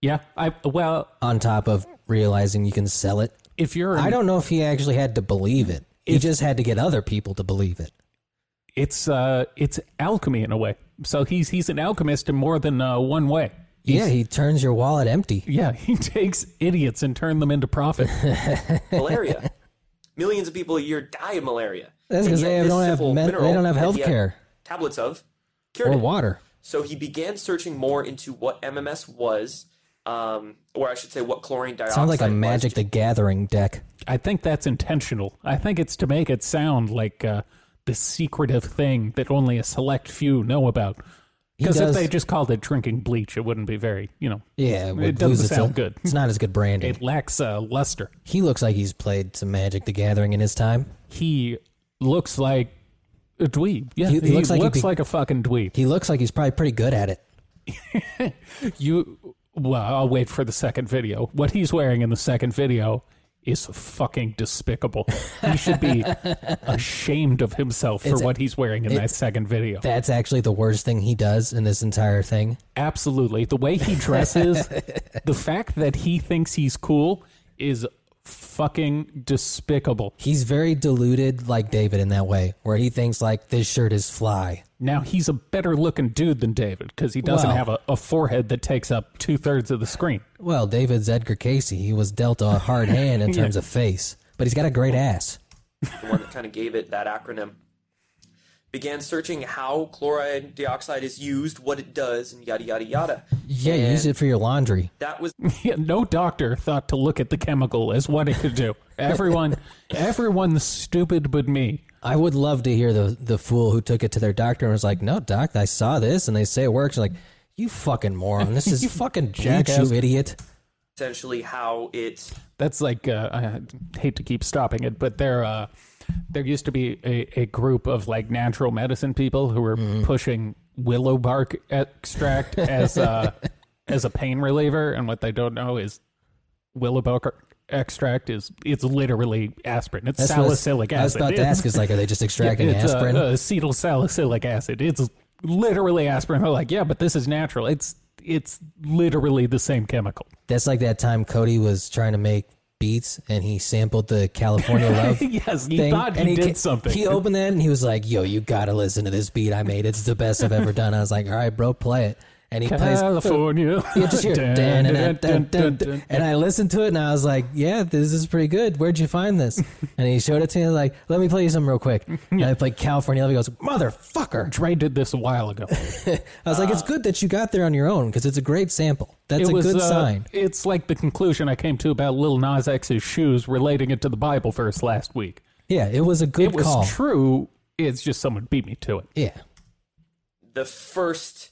S1: Yeah, I well,
S2: on top of realizing you can sell it.
S1: if you're, an-
S2: I don't know if he actually had to believe it. He
S1: If-
S2: just had to get other people to believe it.
S1: it's uh, it's alchemy in a way. So he's he's an alchemist in more than uh, one way.
S2: yeah, he turns your wallet empty.
S1: Yeah, he takes idiots and turn them into profit.
S3: malaria. Millions of people a year die of malaria.
S2: That's
S3: And
S2: because
S3: yet
S2: they have-
S3: this
S2: don't have
S3: simple
S2: med- they
S3: mineral
S2: don't have
S3: that he had
S2: healthcare.
S3: Tablets of cured
S2: Or
S3: it.
S2: water.
S3: So he began searching more into what MMS was, um, or I should say, what chlorine dioxide
S2: Sounds like a
S3: was.
S2: Magic the Gathering deck.
S1: I think that's intentional. I think it's to make it sound like uh, the secretive thing that only a select few know about.
S2: He
S1: Because if
S2: does-
S1: they just called it drinking bleach, it wouldn't be very, you know,
S2: Yeah,
S1: It
S2: would
S1: doesn't
S2: lose its-
S1: sound good.
S2: It's not as good branding.
S1: it lacks uh, luster.
S2: he looks like he's played some Magic the Gathering in his time.
S1: He looks like a dweeb. Yeah,
S2: He-
S1: he,
S2: he
S1: looks,
S2: looks like
S1: like,
S2: he'd be-
S1: a fucking dweeb.
S2: He looks like he's probably pretty good at it.
S1: You, well, I'll wait for the second video. What he's wearing in the second video is fucking despicable. he should be ashamed of himself for what he's wearing in that second video.
S2: That's actually the worst thing he does in this entire thing.
S1: Absolutely. The way he dresses, the fact that he thinks he's cool is fucking despicable.
S2: He's very deluded like David in that way, where he thinks like this shirt is fly.
S1: Now, he's a better looking dude than David because he doesn't
S2: Well-
S1: have a, a forehead that takes up two thirds of the screen.
S2: Well, David's Edgar Casey. He was dealt a hard hand in terms of face, but he's got a great ass.
S3: the one that kind of gave it that acronym. Began searching how chlorine dioxide is used, what it does, and yada yada yada.
S2: Yeah,
S3: And
S2: use it for your laundry.
S3: That was
S1: Yeah, no doctor thought to look at the chemical as what it could do. Everyone, everyone's stupid but me.
S2: I would love to hear the the fool who took it to their doctor and was like, "No, doc, I saw this, and they say it works." like, you fucking moron! This is fucking bleach,
S1: jackass.
S2: you idiot!
S3: essentially how it
S1: That's like uh, I hate to keep stopping it, but there uh, there used to be a, a group of like natural medicine people who were
S2: Mm-hmm.
S1: pushing willow bark extract as a as a pain reliever, and what they don't know is willow bark extract is it's literally aspirin. It's
S2: That's what I was-
S1: salicylic acid.
S2: I was about to
S1: It's-
S2: ask, is like, are they just extracting
S1: it's, uh,
S2: aspirin?
S1: uh, acetyl salicylic acid. It's literally aspirin. They're like, yeah, but this is natural. It's it's literally the same chemical.
S2: That's like that time Cody was trying to make beats and he sampled the California Love.
S1: Yes, he
S2: thing,
S1: thought he
S2: and
S1: did
S2: ca-
S1: something.
S2: He opened that and he was like, "Yo, you gotta listen to this beat I made. It's the best I've ever done." I was like, "All right, bro, play it." And he plays.
S1: California.
S2: Yeah, just hear it.
S1: Dun,
S2: Dun, dun,
S1: dun,
S2: dun,
S1: dun,
S2: dun, dun. And I listened to it and I was like, yeah, this is pretty good. Where'd you find this? And he showed it to me like, let me play you some real quick. And I played California Love. He goes, motherfucker.
S1: Dre did this a while ago. It's
S2: I was like, it's good that you got there on your own because it's a great sample. That's a good sign.
S1: uh, It's like the conclusion I came to about Lil Nas X's shoes, relating it to the Bible verse last week.
S2: Yeah, it was a good
S1: It was
S2: call.
S1: true. It's just someone beat me to it.
S2: yeah.
S3: the first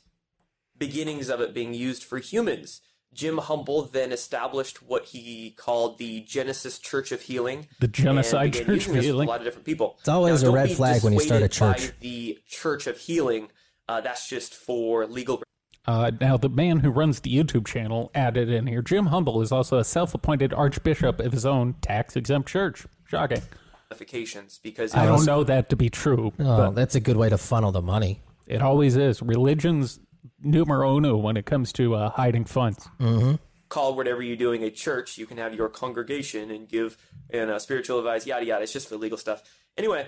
S3: beginnings of it being used for humans. Jim Humble then established what he called the Genesis Church of Healing.
S1: The genocide
S3: and began
S1: church
S3: using
S1: of
S3: this with
S1: healing.
S3: A lot of different people.
S2: It's always a
S3: don't
S2: red
S3: be
S2: flag when you start a
S3: dissuaded
S2: church.
S3: By the Church of Healing. Uh, that's just for legal
S1: Uh, now, the man who runs the YouTube channel added in here Jim Humble is also a self appointed archbishop of his own tax exempt church. Shocking.
S3: ramifications because
S1: I
S3: it
S1: don't
S3: was-
S1: know that to be true,
S2: Oh,
S1: but
S2: that's a good way to funnel the money.
S1: it always is. Religion's numero uno when it comes to uh, hiding funds.
S3: call whatever you're doing a church. You can have your congregation and give and uh, spiritual advice, yada yada. It's just for legal stuff. Anyway,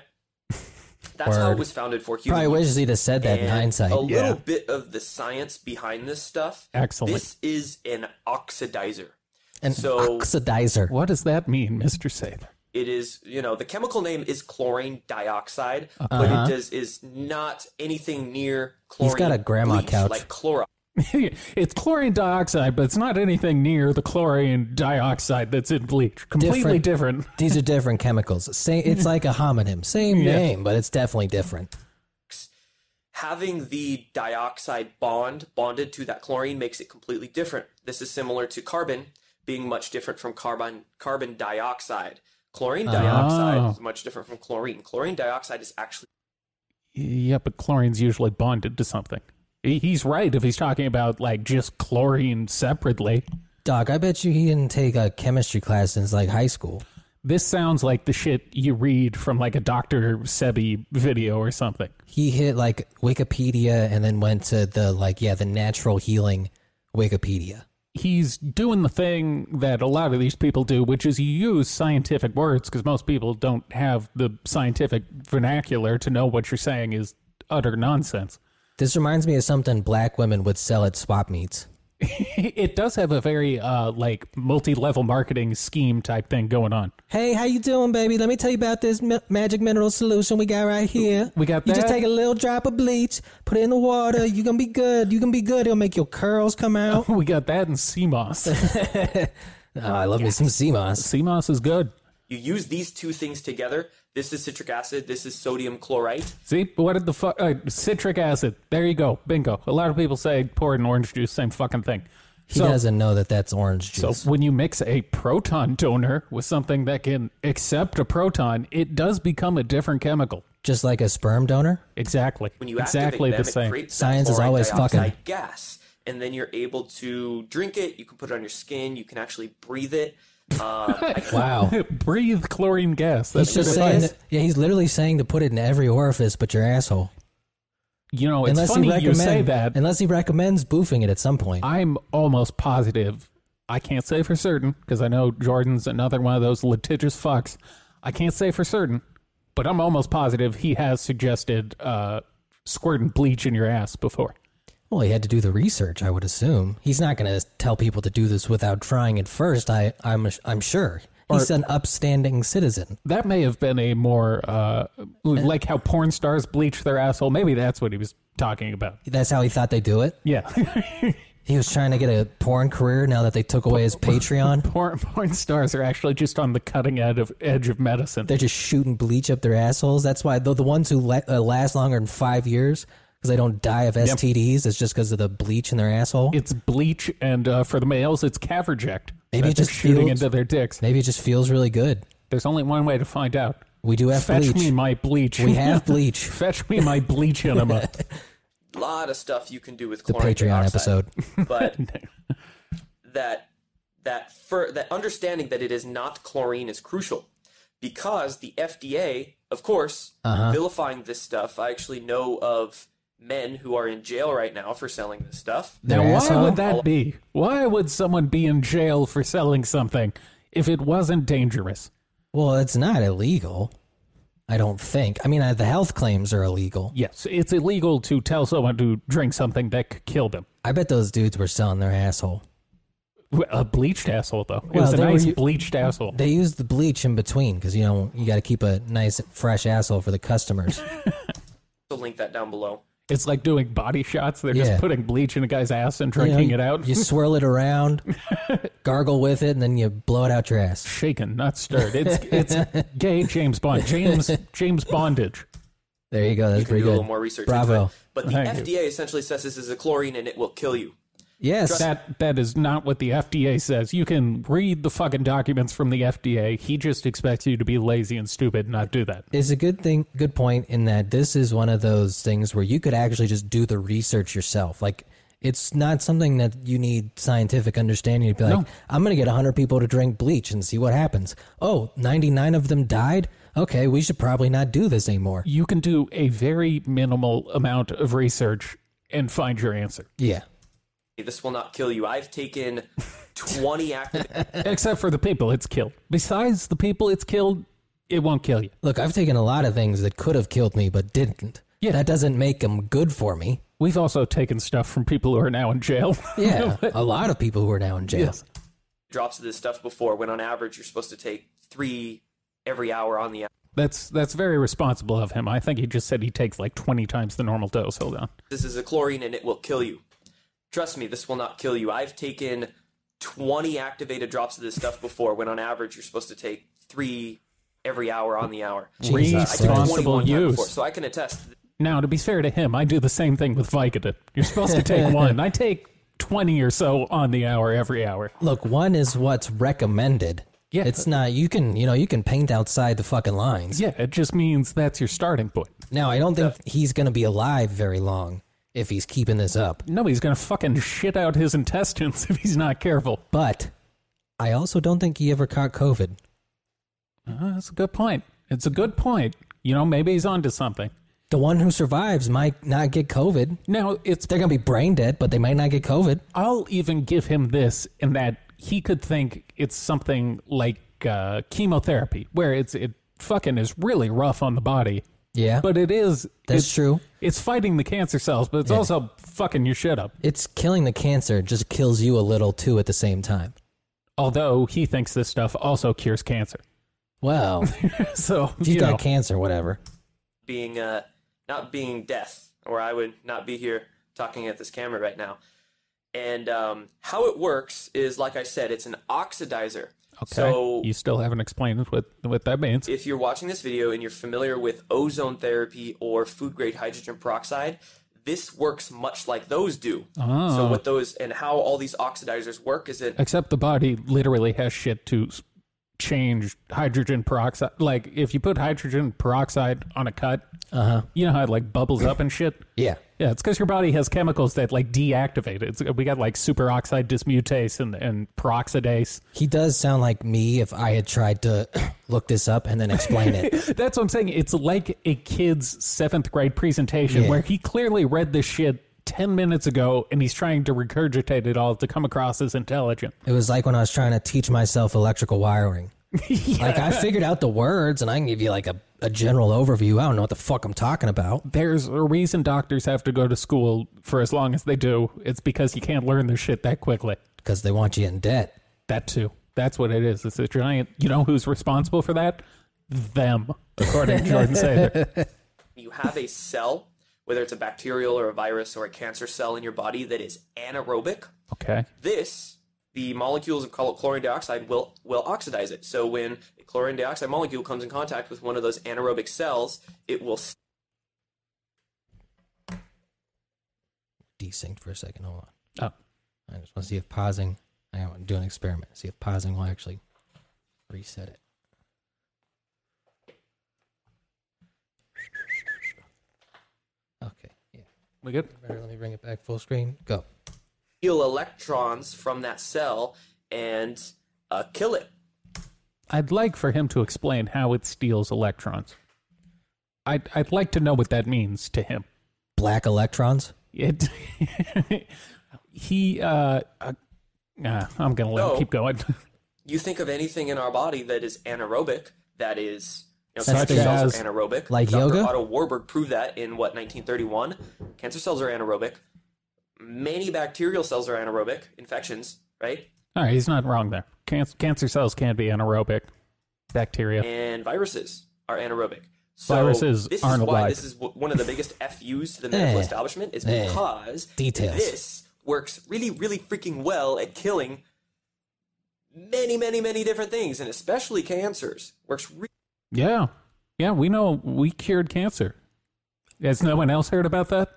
S3: that's how
S2: Word.
S3: it was founded for human.
S2: Probably
S3: use.
S2: wishes he'd have said that in
S3: And
S2: hindsight.
S3: A
S1: Oh,
S3: little bit of the science behind this stuff.
S1: Excellent.
S3: This is an oxidizer.
S2: An
S3: so-
S2: oxidizer.
S1: What does that mean, Mr. Sather?
S3: It is, you know, the chemical name is chlorine dioxide, but it does is not anything near chlorine.
S2: Uh-huh. got a grandma
S3: bleach,
S2: couch.
S3: like chloride.
S1: it's chlorine dioxide, but it's not anything near the chlorine dioxide that's in bleach. Completely different.
S2: These are different chemicals. Same, it's like a homonym. Same name, but it's definitely different.
S3: having the dioxide bond bonded to that chlorine makes it completely different. This is similar to carbon being much different from carbon carbon dioxide. Chlorine
S1: Oh.
S3: dioxide is much different from chlorine. Chlorine dioxide is actually
S1: Yeah, but chlorine's usually bonded to something. He- He's right if he's talking about like just chlorine separately.
S2: Doc, I bet you he didn't take a chemistry class since like high school.
S1: This sounds like the shit you read from like a Dr. Sebi video or something.
S2: He hit like Wikipedia and then went to the like yeah, the natural healing Wikipedia.
S1: He's doing the thing that a lot of these people do, which is you use scientific words because most people don't have the scientific vernacular to know what you're saying is utter nonsense.
S2: This reminds me of something black women would sell at swap meets.
S1: it does have a very uh, like multi-level marketing scheme type thing going on.
S2: Hey, how you doing, baby? Let me tell you about this mi- magic mineral solution we got right here.
S1: We got
S2: You just
S1: that?
S2: take a little drop of bleach, put it in the water. You're gonna be good. You're gonna be good. It'll make your curls come out.
S1: We got that in CMOS.
S2: Oh, I love me some CMOS.
S1: CMOS is good.
S3: You use these two things together. This is citric acid. This is sodium chlorite.
S1: See, what did the fuck? Uh, citric acid. There you go. Bingo. A lot of people say pour it in orange juice, same fucking thing.
S2: He doesn't know that that's orange
S1: So
S2: juice.
S1: when you mix a proton donor with something that can accept a proton, it does become a different chemical.
S2: just like a sperm donor.
S1: Exactly.
S3: When you
S1: exactly
S3: activate them,
S1: the
S3: it
S1: same.
S3: creates that
S2: Science is
S3: chlorine
S2: always
S3: dioxide
S2: fucking-
S3: gas, and then you're able to drink it. You can put it on your skin. You can actually breathe it. Um, I-
S2: Wow.
S1: Breathe chlorine gas. That's
S2: He's just
S1: just
S2: saying
S3: is.
S2: that- yeah, he's literally saying to put it in every orifice but your asshole.
S1: you know. It's funny you say that.
S2: Unless he recommends boofing it at some point.
S1: I'm almost positive. I can't say for certain because I know Jordan's another one of those litigious fucks. I can't say for certain, but I'm almost positive he has suggested uh, squirting bleach in your ass before.
S2: Well, he had to do the research, I would assume. He's not going to tell people to do this without trying it first. I, I'm, I'm sure. He's an upstanding citizen.
S1: That may have been a more uh, like how porn stars bleach their asshole. Maybe that's what he was talking about.
S2: That's how he thought they do it.
S1: Yeah,
S2: He was trying to get a porn career now that they took away his Patreon.
S1: porn porn stars are actually just on the cutting edge of edge of medicine.
S2: They're just shooting bleach up their assholes. That's why the, the ones who la- uh, last longer than five years because they don't die of STDs It's just because of the bleach in their asshole.
S1: It's bleach, and uh, for the males, it's caverject.
S2: Maybe
S1: that
S2: it
S1: they're
S2: just
S1: shooting
S2: feels-
S1: into their dicks.
S2: Maybe it just feels really good.
S1: There's only one way to find out.
S2: We do have
S1: Fetch
S2: bleach.
S1: me my bleach.
S2: we have bleach.
S1: Fetch me my bleach enema.
S3: a lot of stuff you can do with
S2: The
S3: chlorine
S2: Patreon
S3: dioxide.
S2: episode.
S3: but that that fir- that understanding that it is not chlorine is crucial because the FDA, of course,
S2: Uh-huh.
S3: vilifying this stuff. I actually know of men who are in jail right now for selling this stuff.
S1: now,
S2: Their
S1: why
S2: asshole?
S1: would that be? Why would someone be in jail for selling something if it wasn't dangerous?
S2: Well, it's not illegal. I don't think. I mean, I, the health claims are illegal.
S1: Yes, it's illegal to tell someone to drink something that could kill them.
S2: I bet those dudes were selling their asshole.
S1: W- A bleached asshole, though. It
S2: Well,
S1: was a
S2: they were
S1: nice
S2: u-
S1: bleached asshole.
S2: They used the bleach in between because you know you got to keep a nice fresh asshole for the customers.
S3: So link that down below.
S1: It's like doing body shots. They're
S2: Yeah.
S1: just putting bleach in a guy's ass and
S2: You know,
S1: drinking
S2: you-
S1: it out.
S2: You swirl it around, gargle with it, and then you blow it out your ass.
S1: Shaken, not stirred. It's it's gay James Bond. James James Bondage.
S2: There you go. That's
S3: You can
S2: pretty
S3: do a
S2: good.
S3: little more research. into
S2: Bravo.
S3: it. But the
S1: Thank you.
S3: FDA essentially says this is a chlorine and it will kill you.
S2: Yes.
S1: That that is not what the FDA says. You can read the fucking documents from the FDA. He just expects you to be lazy and stupid and not do that.
S2: It's a good thing, good point in that this is one of those things where you could actually just do the research yourself. Like, it's not something that you need scientific understanding to be like, I'm going to get 100 people to drink bleach and see what happens. Oh, 99 of them died? Okay, we should probably not do this anymore.
S1: You can do a very minimal amount of research and find your answer.
S2: Yeah.
S3: This will not kill you. I've taken twenty active
S1: Except for the people it's killed. Besides the people it's killed, it won't kill you.
S2: Look, I've taken a lot of things that could have killed me but didn't.
S1: Yeah.
S2: That doesn't make them good for me.
S1: We've also taken stuff from people who are now in jail.
S2: Yeah. a lot of people who are now in jail.
S1: Yes.
S3: drops of this stuff before. When on average you're supposed to take three every hour on the
S1: That's that's very responsible of him. I think he just said he takes like twenty times the normal dose. Hold on.
S3: This is a chlorine and it will kill you. Trust me, this will not kill you. I've taken 20 activated drops of this stuff before when on average you're supposed to take 3 every hour on the hour. I
S2: Jesus
S3: took
S2: Christ.
S3: 21
S1: Responsible
S3: times
S1: use.
S3: before, so I can attest.
S1: Now, to be fair to him, I do the same thing with Vicodin. You're supposed to take one. I take 20 or so on the hour every hour.
S2: Look, one is what's recommended.
S1: Yeah.
S2: It's not, you can, you know, you can paint outside the fucking lines.
S1: Yeah, it just means that's your starting point.
S2: Now, I don't think he's going to be alive very long if he's keeping this up.
S1: No, he's going to fucking shit out his intestines if he's not careful.
S2: But I also don't think he ever caught COVID.
S1: Uh, that's a good point. It's a good point. You know, maybe he's onto something.
S2: The one who survives might not get COVID.
S1: Now, it's
S2: They're going to be brain dead, but they might not get COVID.
S1: I'll even give him this in that he could think it's something like uh, chemotherapy, where it's it fucking is really rough on the body,
S2: Yeah.
S1: but it is
S2: That's
S1: it's-
S2: true.
S1: It's fighting the cancer cells, but it's also fucking your shit up.
S2: it's killing the cancer, it just kills you a little too at the same time.
S1: Although he thinks this stuff also cures cancer,
S2: Well,
S1: so
S2: if you
S1: you
S2: got
S1: know,
S2: cancer, whatever.
S3: being uh, not being death, or I would not be here talking at this camera right now. And um, how it works is, like I said, it's an oxidizer.
S1: okay,
S3: So
S1: you still haven't explained what what that means.
S3: if you're watching this video and you're familiar with ozone therapy or food grade hydrogen peroxide, this works much like those do.
S1: Ah.
S3: So what those and how all these oxidizers work is that
S1: Except the body literally has shit to s- change hydrogen peroxide. Like if you put hydrogen peroxide on a cut, uh-huh. you know how it like bubbles up and shit.
S2: Yeah.
S1: Yeah, it's because your body has chemicals that like deactivate it. It's, we got like superoxide dismutase and, and peroxidase.
S2: He does sound like me if I had tried to look this up and then explain it.
S1: That's what I'm saying. It's like a kid's seventh grade presentation
S2: Yeah.
S1: where he clearly read this shit 10 minutes ago and he's trying to regurgitate it all to come across as intelligent.
S2: It was like when I was trying to teach myself electrical wiring. Like I figured out the words and I can give you like a, a general overview. I don't know what the fuck I'm talking about.
S1: There's a reason doctors have to go to school for as long as they do. It's because you can't learn this shit that quickly.
S2: Because they want you in debt.
S1: That too. That's what it is. It's a giant. You know who's responsible for that? Them, according to Jordan Sather.
S3: you have a cell, whether it's a bacterial or a virus or a cancer cell in your body that is anaerobic.
S1: Okay.
S3: This, the molecules of chlor- chlorine dioxide will, will oxidize it. So when a chlorine dioxide molecule comes in contact with one of those anaerobic cells, it will
S2: Desynced for a second. Hold
S1: Oh,
S2: on. I just want to see if pausing. I want to do an experiment. See if pausing will actually reset it. Okay. Yeah.
S1: we good?
S2: Better let me bring it back full screen. Go.
S3: steal electrons from that cell and uh, kill it.
S1: I'd like for him to explain how it steals electrons. I'd, I'd like to know what that means to him.
S2: Black electrons.
S1: It. he. Uh, uh, nah, I'm gonna let
S3: No.
S1: him keep going.
S3: You think of anything in our body that is anaerobic, that is, you know,
S2: Such
S3: cancer cells
S1: as-
S3: are anaerobic.
S2: like
S3: Dr.
S2: yoga?
S3: Otto Warburg proved that in what 1931. Cancer cells are anaerobic. Many bacterial cells are anaerobic. Infections, right?
S1: All right, he's not wrong there. Cancer, cancer cells can be anaerobic bacteria.
S3: and viruses are anaerobic. So
S1: Viruses
S3: this
S1: aren't
S3: is why
S1: alive.
S3: this is w- one of the biggest FUs to the medical
S2: Eh.
S3: establishment is
S2: Eh.
S3: because
S2: Details.
S3: this works really, really freaking well at killing many, many, many different things, and especially cancers. Works re-
S1: Yeah, yeah, we know we cured cancer. Has no one else heard about that?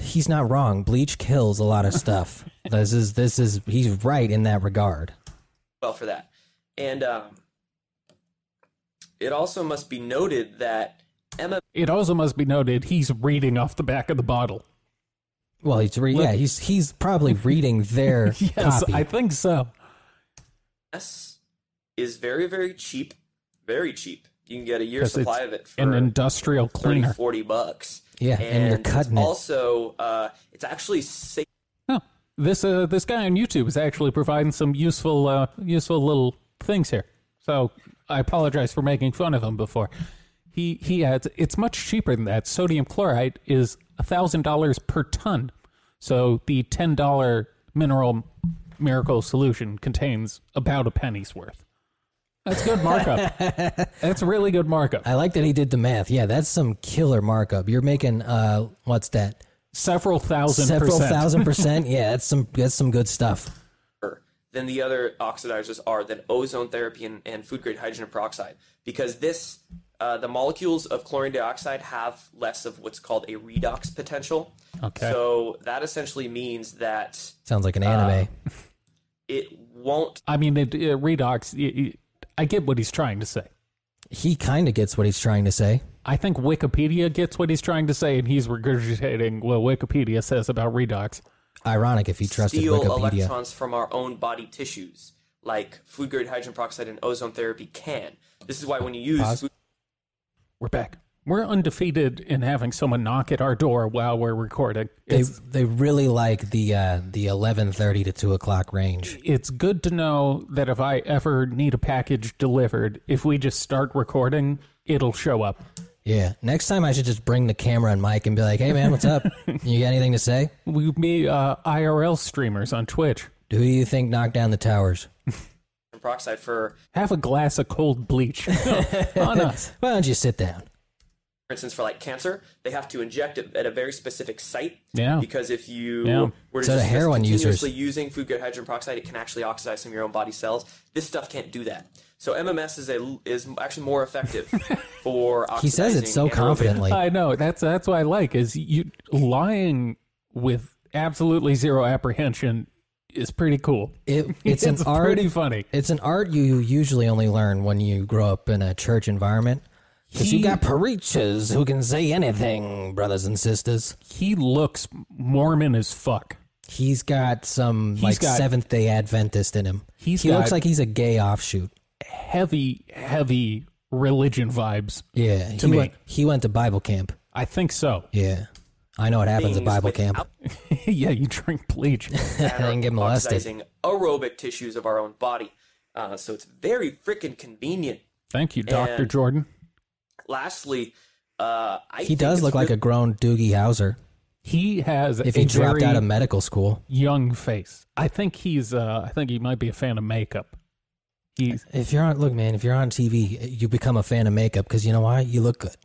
S2: He's not wrong. Bleach kills a lot of stuff. this is this is he's right in that regard.
S3: well for that. And um, it also must be noted that Emma
S1: It also must be noted he's reading off the back of the bottle.
S2: Well, he's re-
S1: Look-
S2: yeah, he's he's probably reading their
S1: Yes,
S2: copy.
S1: I think so.
S3: S is very, very cheap. Very cheap. You can get a year's
S1: 'Cause it's
S3: supply of it for
S1: An industrial
S3: 30,
S1: cleaner.
S3: 40 bucks.
S2: Yeah, and you're
S3: it's
S2: cutting it.
S3: Also, uh, it's actually safe
S1: Oh, this uh, this guy on YouTube is actually providing some useful uh, useful little things here. So I apologize for making fun of him before. He he adds it's much cheaper than that. Sodium chloride is thousand dollars per ton. So the ten dollar mineral miracle solution contains about a penny's worth. That's good markup. That's really good markup.
S2: I like that he did the math. Yeah, that's some killer markup. You're making uh what's that?
S1: Several thousand
S2: Several
S1: percent.
S2: thousand percent. Yeah, that's some that's some good stuff.
S3: than the other oxidizers are than ozone therapy and, and food grade hydrogen peroxide because this uh, the molecules of chlorine dioxide have less of what's called a redox potential.
S1: Okay.
S3: So that essentially means that
S2: Sounds like an anime.
S1: Uh,
S3: it won't
S1: I mean, it, it redox. y y I I get what he's trying to say.
S2: he kind of gets what he's trying to say.
S1: I think Wikipedia gets what he's trying to say, and he's regurgitating what Wikipedia says about redox.
S2: Ironic if he trusted
S3: steal
S2: Wikipedia.
S3: electrons from our own body tissues, like food grade hydrogen peroxide and ozone therapy can. This is why when you use
S2: Pause.
S3: food,
S1: We're back. We're undefeated in having someone knock at our door while we're recording.
S2: They
S1: It's,
S2: they really like the uh, the eleven thirty to two o'clock range.
S1: it's good to know that if I ever need a package delivered, if we just start recording, it'll show up.
S2: Yeah. Next time I should just bring the camera and mic and be like, "Hey man, what's up? you got anything to say?
S1: We be uh, IRL streamers on Twitch.
S2: Who do you think knocked down the towers?
S3: hydrogen peroxide for,
S1: Have a glass of cold bleach on us.
S2: Why don't you sit down?"
S3: for instance, for like cancer, they have to inject it at a very specific site.
S1: Yeah.
S3: Because if you
S1: Yeah.
S3: were to
S2: So the
S3: just
S2: heroin users-
S3: continuously using food grade hydrogen peroxide, it can actually oxidize some of your own body cells. This stuff can't do that. So MMS is a is actually more effective for.
S2: He says it
S3: oxidizing
S2: so
S3: anaerobic-
S2: confidently.
S1: I know that's that's what I like is you lying with absolutely zero apprehension is pretty cool.
S2: It, it's an art.
S1: pretty funny.
S2: It's an art you usually only learn when you grow up in a church environment. Because you
S1: He-
S2: got preachers who can say anything, brothers and sisters.
S1: He looks Mormon as fuck.
S2: He's got some like
S1: got-
S2: Seventh Day Adventist in him.
S1: He's
S2: he looks
S1: got-
S2: like he's a gay offshoot.
S1: Heavy, heavy religion vibes.
S2: Yeah,
S1: To
S2: he
S1: me.
S2: went. He went to Bible camp.
S1: I think so.
S2: Yeah, I know what happens at
S3: Things
S2: Bible camp.
S3: without
S1: yeah, you drink bleach.
S2: I didn't get molested.
S3: oxidizing aerobic tissues of our own body. Uh, so it's very freaking convenient.
S1: Thank you, Doctor
S3: And-
S1: Jordan.
S3: Lastly, uh, I
S2: He
S3: think
S2: does
S3: it's
S2: look like a
S3: really-
S2: grown Doogie Howser
S1: He has
S2: if
S1: a
S2: he dropped
S1: very
S2: out of medical school.
S1: young face. I think he's. Uh, I think he might be a fan of makeup. He's
S2: If you're on, look, man, if you're on TV, you become a fan of makeup because you know why? You look good.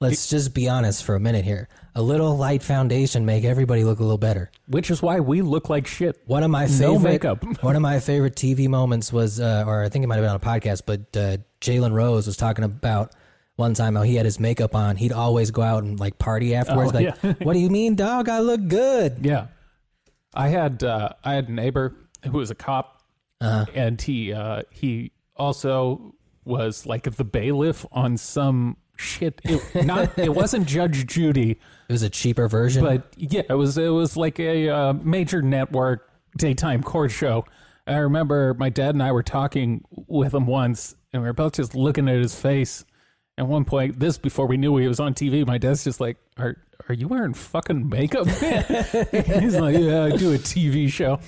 S2: Let's just be honest for a minute here. A little light foundation make everybody look a little better.
S1: which is why we look like shit.
S2: One of my
S1: No
S2: favorite,
S1: makeup.
S2: one of my favorite TV moments was, uh, or I think it might have been on a podcast, but uh, Jalen Rose was talking about one time how he had his makeup on. He'd always go out and like party afterwards.
S1: Oh,
S2: like,
S1: yeah.
S2: what do you mean, dog? I look good.
S1: Yeah, I had uh, I had a neighbor who was a cop, and he uh, he also was like the bailiff on some shit. It, not it wasn't Judge Judy,
S2: It was a cheaper version.
S1: but yeah, it was it was like a uh, major network daytime court show. I remember my dad and I were talking with him once, and we were both just looking at his face. At one point, this before we knew he was on TV, my dad's just like, "Are are you wearing fucking makeup?" He's like, "Yeah, I do a TV show."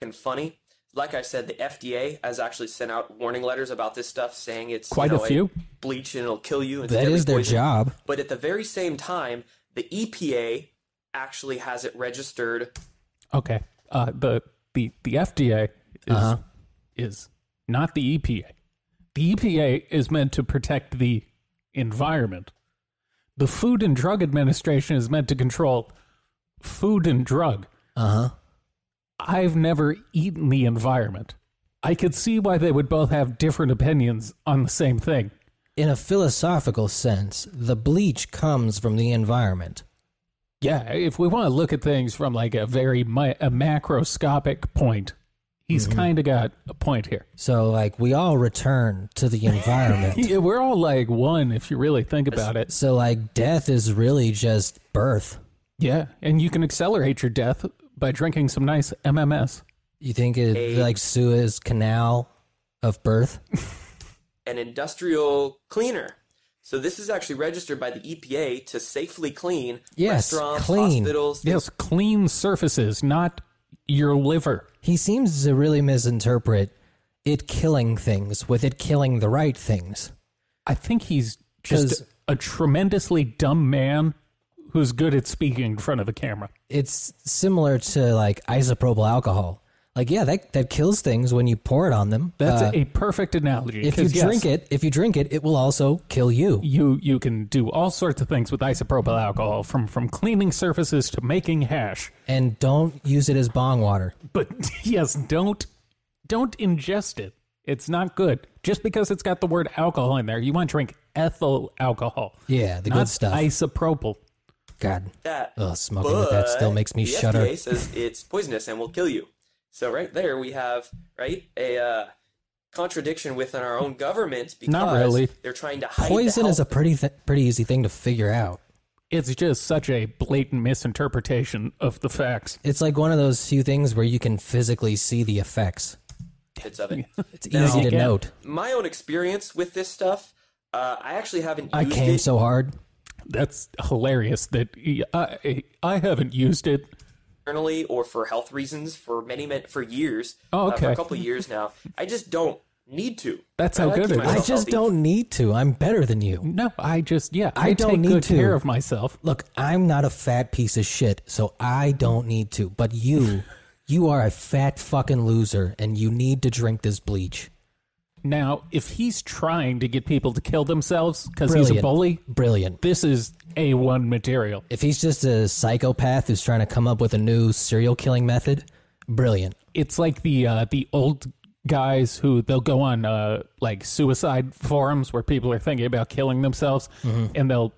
S3: and funny. Like I said, the FDA has actually sent out warning letters about this stuff, saying it's you
S1: Quite a
S3: know,
S1: few.
S3: bleach and it'll kill you. and it's
S2: that
S3: deadly
S2: is their
S3: poison.
S2: job.
S3: But at the very same time, the EPA actually has it registered
S1: Okay, uh, the the the FDA is is not the EPA. The EPA is meant to protect the environment. The Food and Drug Administration is meant to control food and drug.
S2: Uh huh.
S1: I've never eaten the environment. I could see why they would both have different opinions on the same thing.
S2: In a philosophical sense, the bleach comes from the environment.
S1: Yeah, if we want to look at things from like a very mi- a macroscopic point, he's kind of got a point here.
S2: So, like, we all return to the environment.
S1: Yeah, we're all like one if you really think about it.
S2: so, like, death is really just birth.
S1: Yeah, and you can accelerate your death by drinking some nice MMS.
S2: You think it like Suez Canal of birth?
S3: an industrial cleaner. So this is actually registered by the EPA to safely clean
S2: Yes,
S3: restaurants,
S2: clean.
S3: hospitals,
S1: Yes, clean surfaces, not your liver.
S2: He seems to really misinterpret it killing things with it killing the right things.
S1: I think he's just
S2: 'Cause-
S1: a tremendously dumb man who's good at speaking in front of a camera.
S2: It's similar to like isopropyl alcohol. Like, yeah, that, that kills things when you pour it on them.
S1: That's
S2: Uh,
S1: a perfect analogy.
S2: if you
S1: 'cause, yes,
S2: drink it, if you drink it, it will also kill you.
S1: you you can do all sorts of things with isopropyl alcohol, from from cleaning surfaces to making hash.
S2: and don't use it as bong water.
S1: But yes, don't don't ingest it. It's not good. Just because it's got the word alcohol in there, you want to drink ethyl alcohol.
S2: Yeah, the
S1: not
S2: good stuff.
S1: Isopropyl.
S2: God,
S3: that.
S2: Ugh, smoking with that still
S3: but
S2: makes me
S3: the
S2: shudder.
S3: FDA says it's poisonous and will kill you. So right there we have right a uh, contradiction within our own government because
S1: Not really.
S3: they're trying to hide the
S2: Poison is a
S3: health-
S2: pretty th- pretty easy thing to figure out.
S1: It's just such a blatant misinterpretation of the facts.
S2: It's like one of those few things where you can physically see the effects.
S3: bits of it.
S2: It's easy to
S1: Again,
S2: note.
S3: My own experience with this stuff, uh, I actually haven't. Used
S2: I came
S3: it.
S2: so hard.
S1: That's hilarious. That I, I haven't used it.
S3: internally or for health reasons for many, many for years. uh,
S1: Oh,
S3: for
S1: okay.
S3: a couple of years now. I just don't need to.
S1: That's
S3: I
S1: how
S3: like
S1: good
S3: keep
S1: it is.
S2: I
S3: myself
S2: just
S3: healthy.
S2: don't need to. I'm better than you.
S1: No, I just yeah.
S2: I don't
S1: take
S2: need
S1: good
S2: to.
S1: care of myself.
S2: Look, I'm not a fat piece of shit, so I don't need to. But you, you are a fat fucking loser, and you need to drink this bleach.
S1: Now, if he's trying to get people to kill themselves because he's a
S2: Brilliant.
S1: bully,
S2: Brilliant.
S1: this is a one material.
S2: If he's just a psychopath who's trying to come up with a new serial killing method, brilliant.
S1: It's like the uh, the old guys who they'll go on uh, like suicide forums where people are thinking about killing themselves, and they'll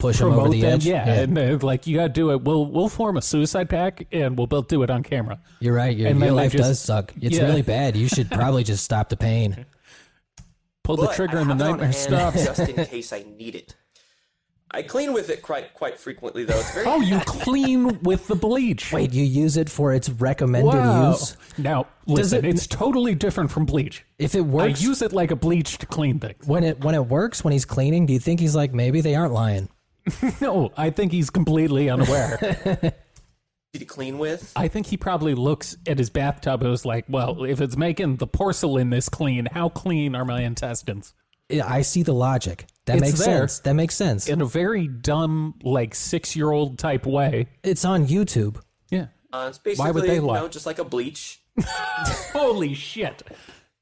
S2: Push him Mm-hmm. over
S1: promote
S2: the
S1: them.
S2: edge.
S1: Yeah, and they're like you got to do it. We'll we'll form a suicide pack and we'll both do it on camera.
S2: You're right. Your,
S1: And
S2: your
S1: then they
S2: life
S1: just-
S2: does suck. It's
S1: yeah.
S2: really bad. You should probably just stop the pain.
S1: Pull the
S3: But
S1: trigger
S3: I
S1: and the
S3: have it on
S1: nightmare
S3: hand
S1: stops.
S3: Just in case I need it. I clean with it quite quite frequently though. It's very
S1: oh, you clean with the bleach.
S2: Wait, you use it for its recommended
S1: Wow.
S2: use?
S1: Now, listen,
S2: it-
S1: it's totally different from bleach.
S2: If it
S1: I
S2: works,
S1: use it like a bleach to clean things.
S2: when it when it works, when he's cleaning, do you think he's like maybe they aren't lying?
S1: No, I think he's completely unaware.
S3: easy to clean with.
S1: I think he probably looks at his bathtub and was like, well, if it's making the porcelain this clean, how clean are my intestines?
S2: I I see the logic. That
S1: It's
S2: makes
S1: there.
S2: sense. That makes sense.
S1: In a very dumb, like six year old type way.
S2: it's on YouTube.
S1: Yeah.
S3: Uh, it's basically
S1: Why would they lie?
S3: You know, just like a bleach.
S1: Holy shit.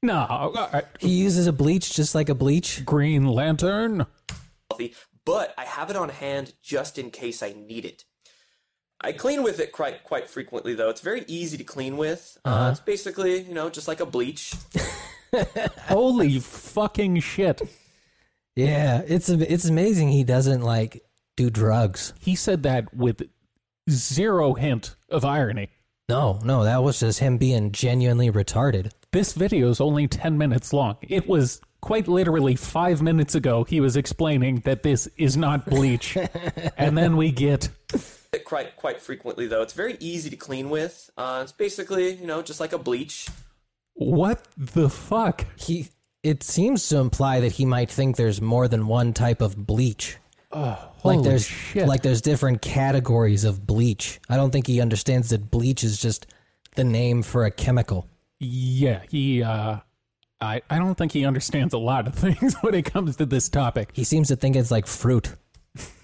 S1: No. all right.
S2: He uses a bleach just like a bleach.
S1: Green Lantern.
S3: healthy, but I have it on hand just in case I need it. I clean with it quite quite frequently though. It's very easy to clean with. uh
S1: Uh-huh.
S3: it's basically you know just like a bleach.
S1: Holy fucking shit.
S2: Yeah, it's a, it's amazing he doesn't like do drugs.
S1: He said that with zero hint of irony.
S2: No, no, that was just him being genuinely retarded.
S1: This video is only 10 minutes long. It was quite literally five minutes ago he was explaining that this is not bleach. and then we get
S3: It quite quite frequently though. It's very easy to clean with. uh it's basically you know just like a bleach.
S1: what the fuck?
S2: He it seems to imply that he might think there's more than one type of bleach.
S1: Holy
S2: like there's
S1: shit.
S2: like there's different categories of bleach. I don't think he understands that bleach is just the name for a chemical.
S1: yeah, he, uh, I, I don't think he understands a lot of things when it comes to this topic.
S2: He seems to think it's like fruit.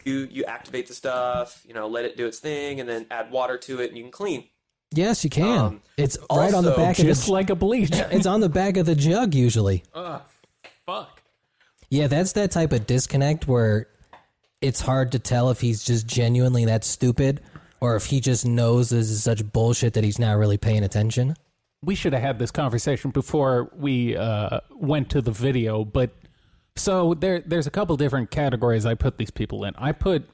S3: You you activate the stuff. You know let it do its thing and then add water to it and you can clean.
S2: Yes, you can.
S3: Um,
S2: it's right on the
S3: also,
S2: back of
S1: Just
S2: the,
S1: like a bleach.
S2: it's on the back of the jug usually.
S1: fuck.
S2: Yeah, that's that type of disconnect where it's hard to tell if he's just genuinely that stupid or if he just knows this is such bullshit that he's not really paying attention.
S1: we should have had this conversation before we uh, went to the video, but so there there's a couple different categories I put these people in. I put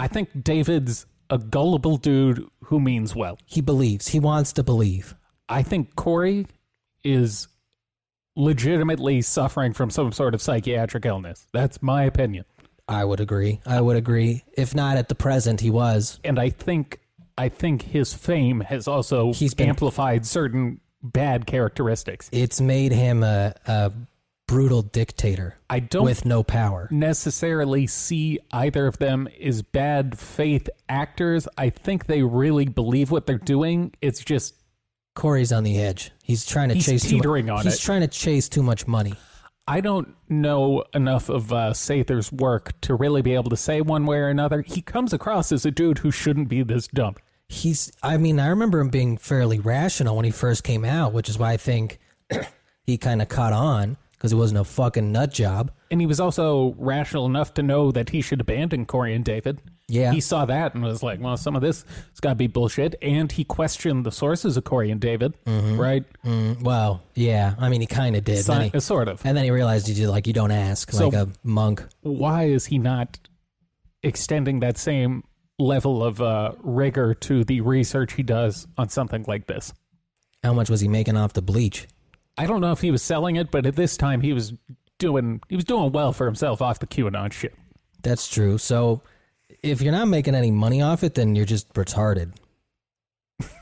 S1: I think David's a gullible dude who means well.
S2: He believes. He wants to believe.
S1: I think Corey is legitimately suffering from some sort of psychiatric illness. That's my opinion.
S2: I would agree. I would agree. If not at the present, he was.
S1: And I think I think his fame has also
S2: He's been-
S1: amplified certain bad characteristics.
S2: It's made him a, a brutal dictator
S1: I don't
S2: with no power.
S1: necessarily see either of them as bad faith actors. I think they really believe what they're doing. It's just
S2: Corey's on the edge. He's trying to
S1: He's
S2: chase too mu-
S1: teetering on
S2: He's
S1: it.
S2: trying to chase too much money.
S1: I don't know enough of uh, Sather's work to really be able to say one way or another. He comes across as a dude who shouldn't be this dumb.
S2: he's i mean i remember him being fairly rational when he first came out which is why i think he kind of caught on because he wasn't a fucking nut job
S1: And he was also rational enough to know that he should abandon Corey and David.
S2: Yeah.
S1: He saw that and was like, well, some of this has got to be bullshit. And he questioned the sources of Corey and David, right?
S2: Mm-hmm.
S1: Mm.
S2: well yeah i mean he kind of did
S1: Si-
S2: and, then
S1: sort of.
S2: he, and then he realized you do like you don't ask like a monk
S1: why is he not extending that same level of uh, rigor to the research he does on something like this?
S2: how much was he making off the bleach
S1: I don't know if he was selling it, but at this time he was doing he was doing well for himself off the QAnon shit.
S2: That's true. So if you're not making any money off it, then you're just retarded.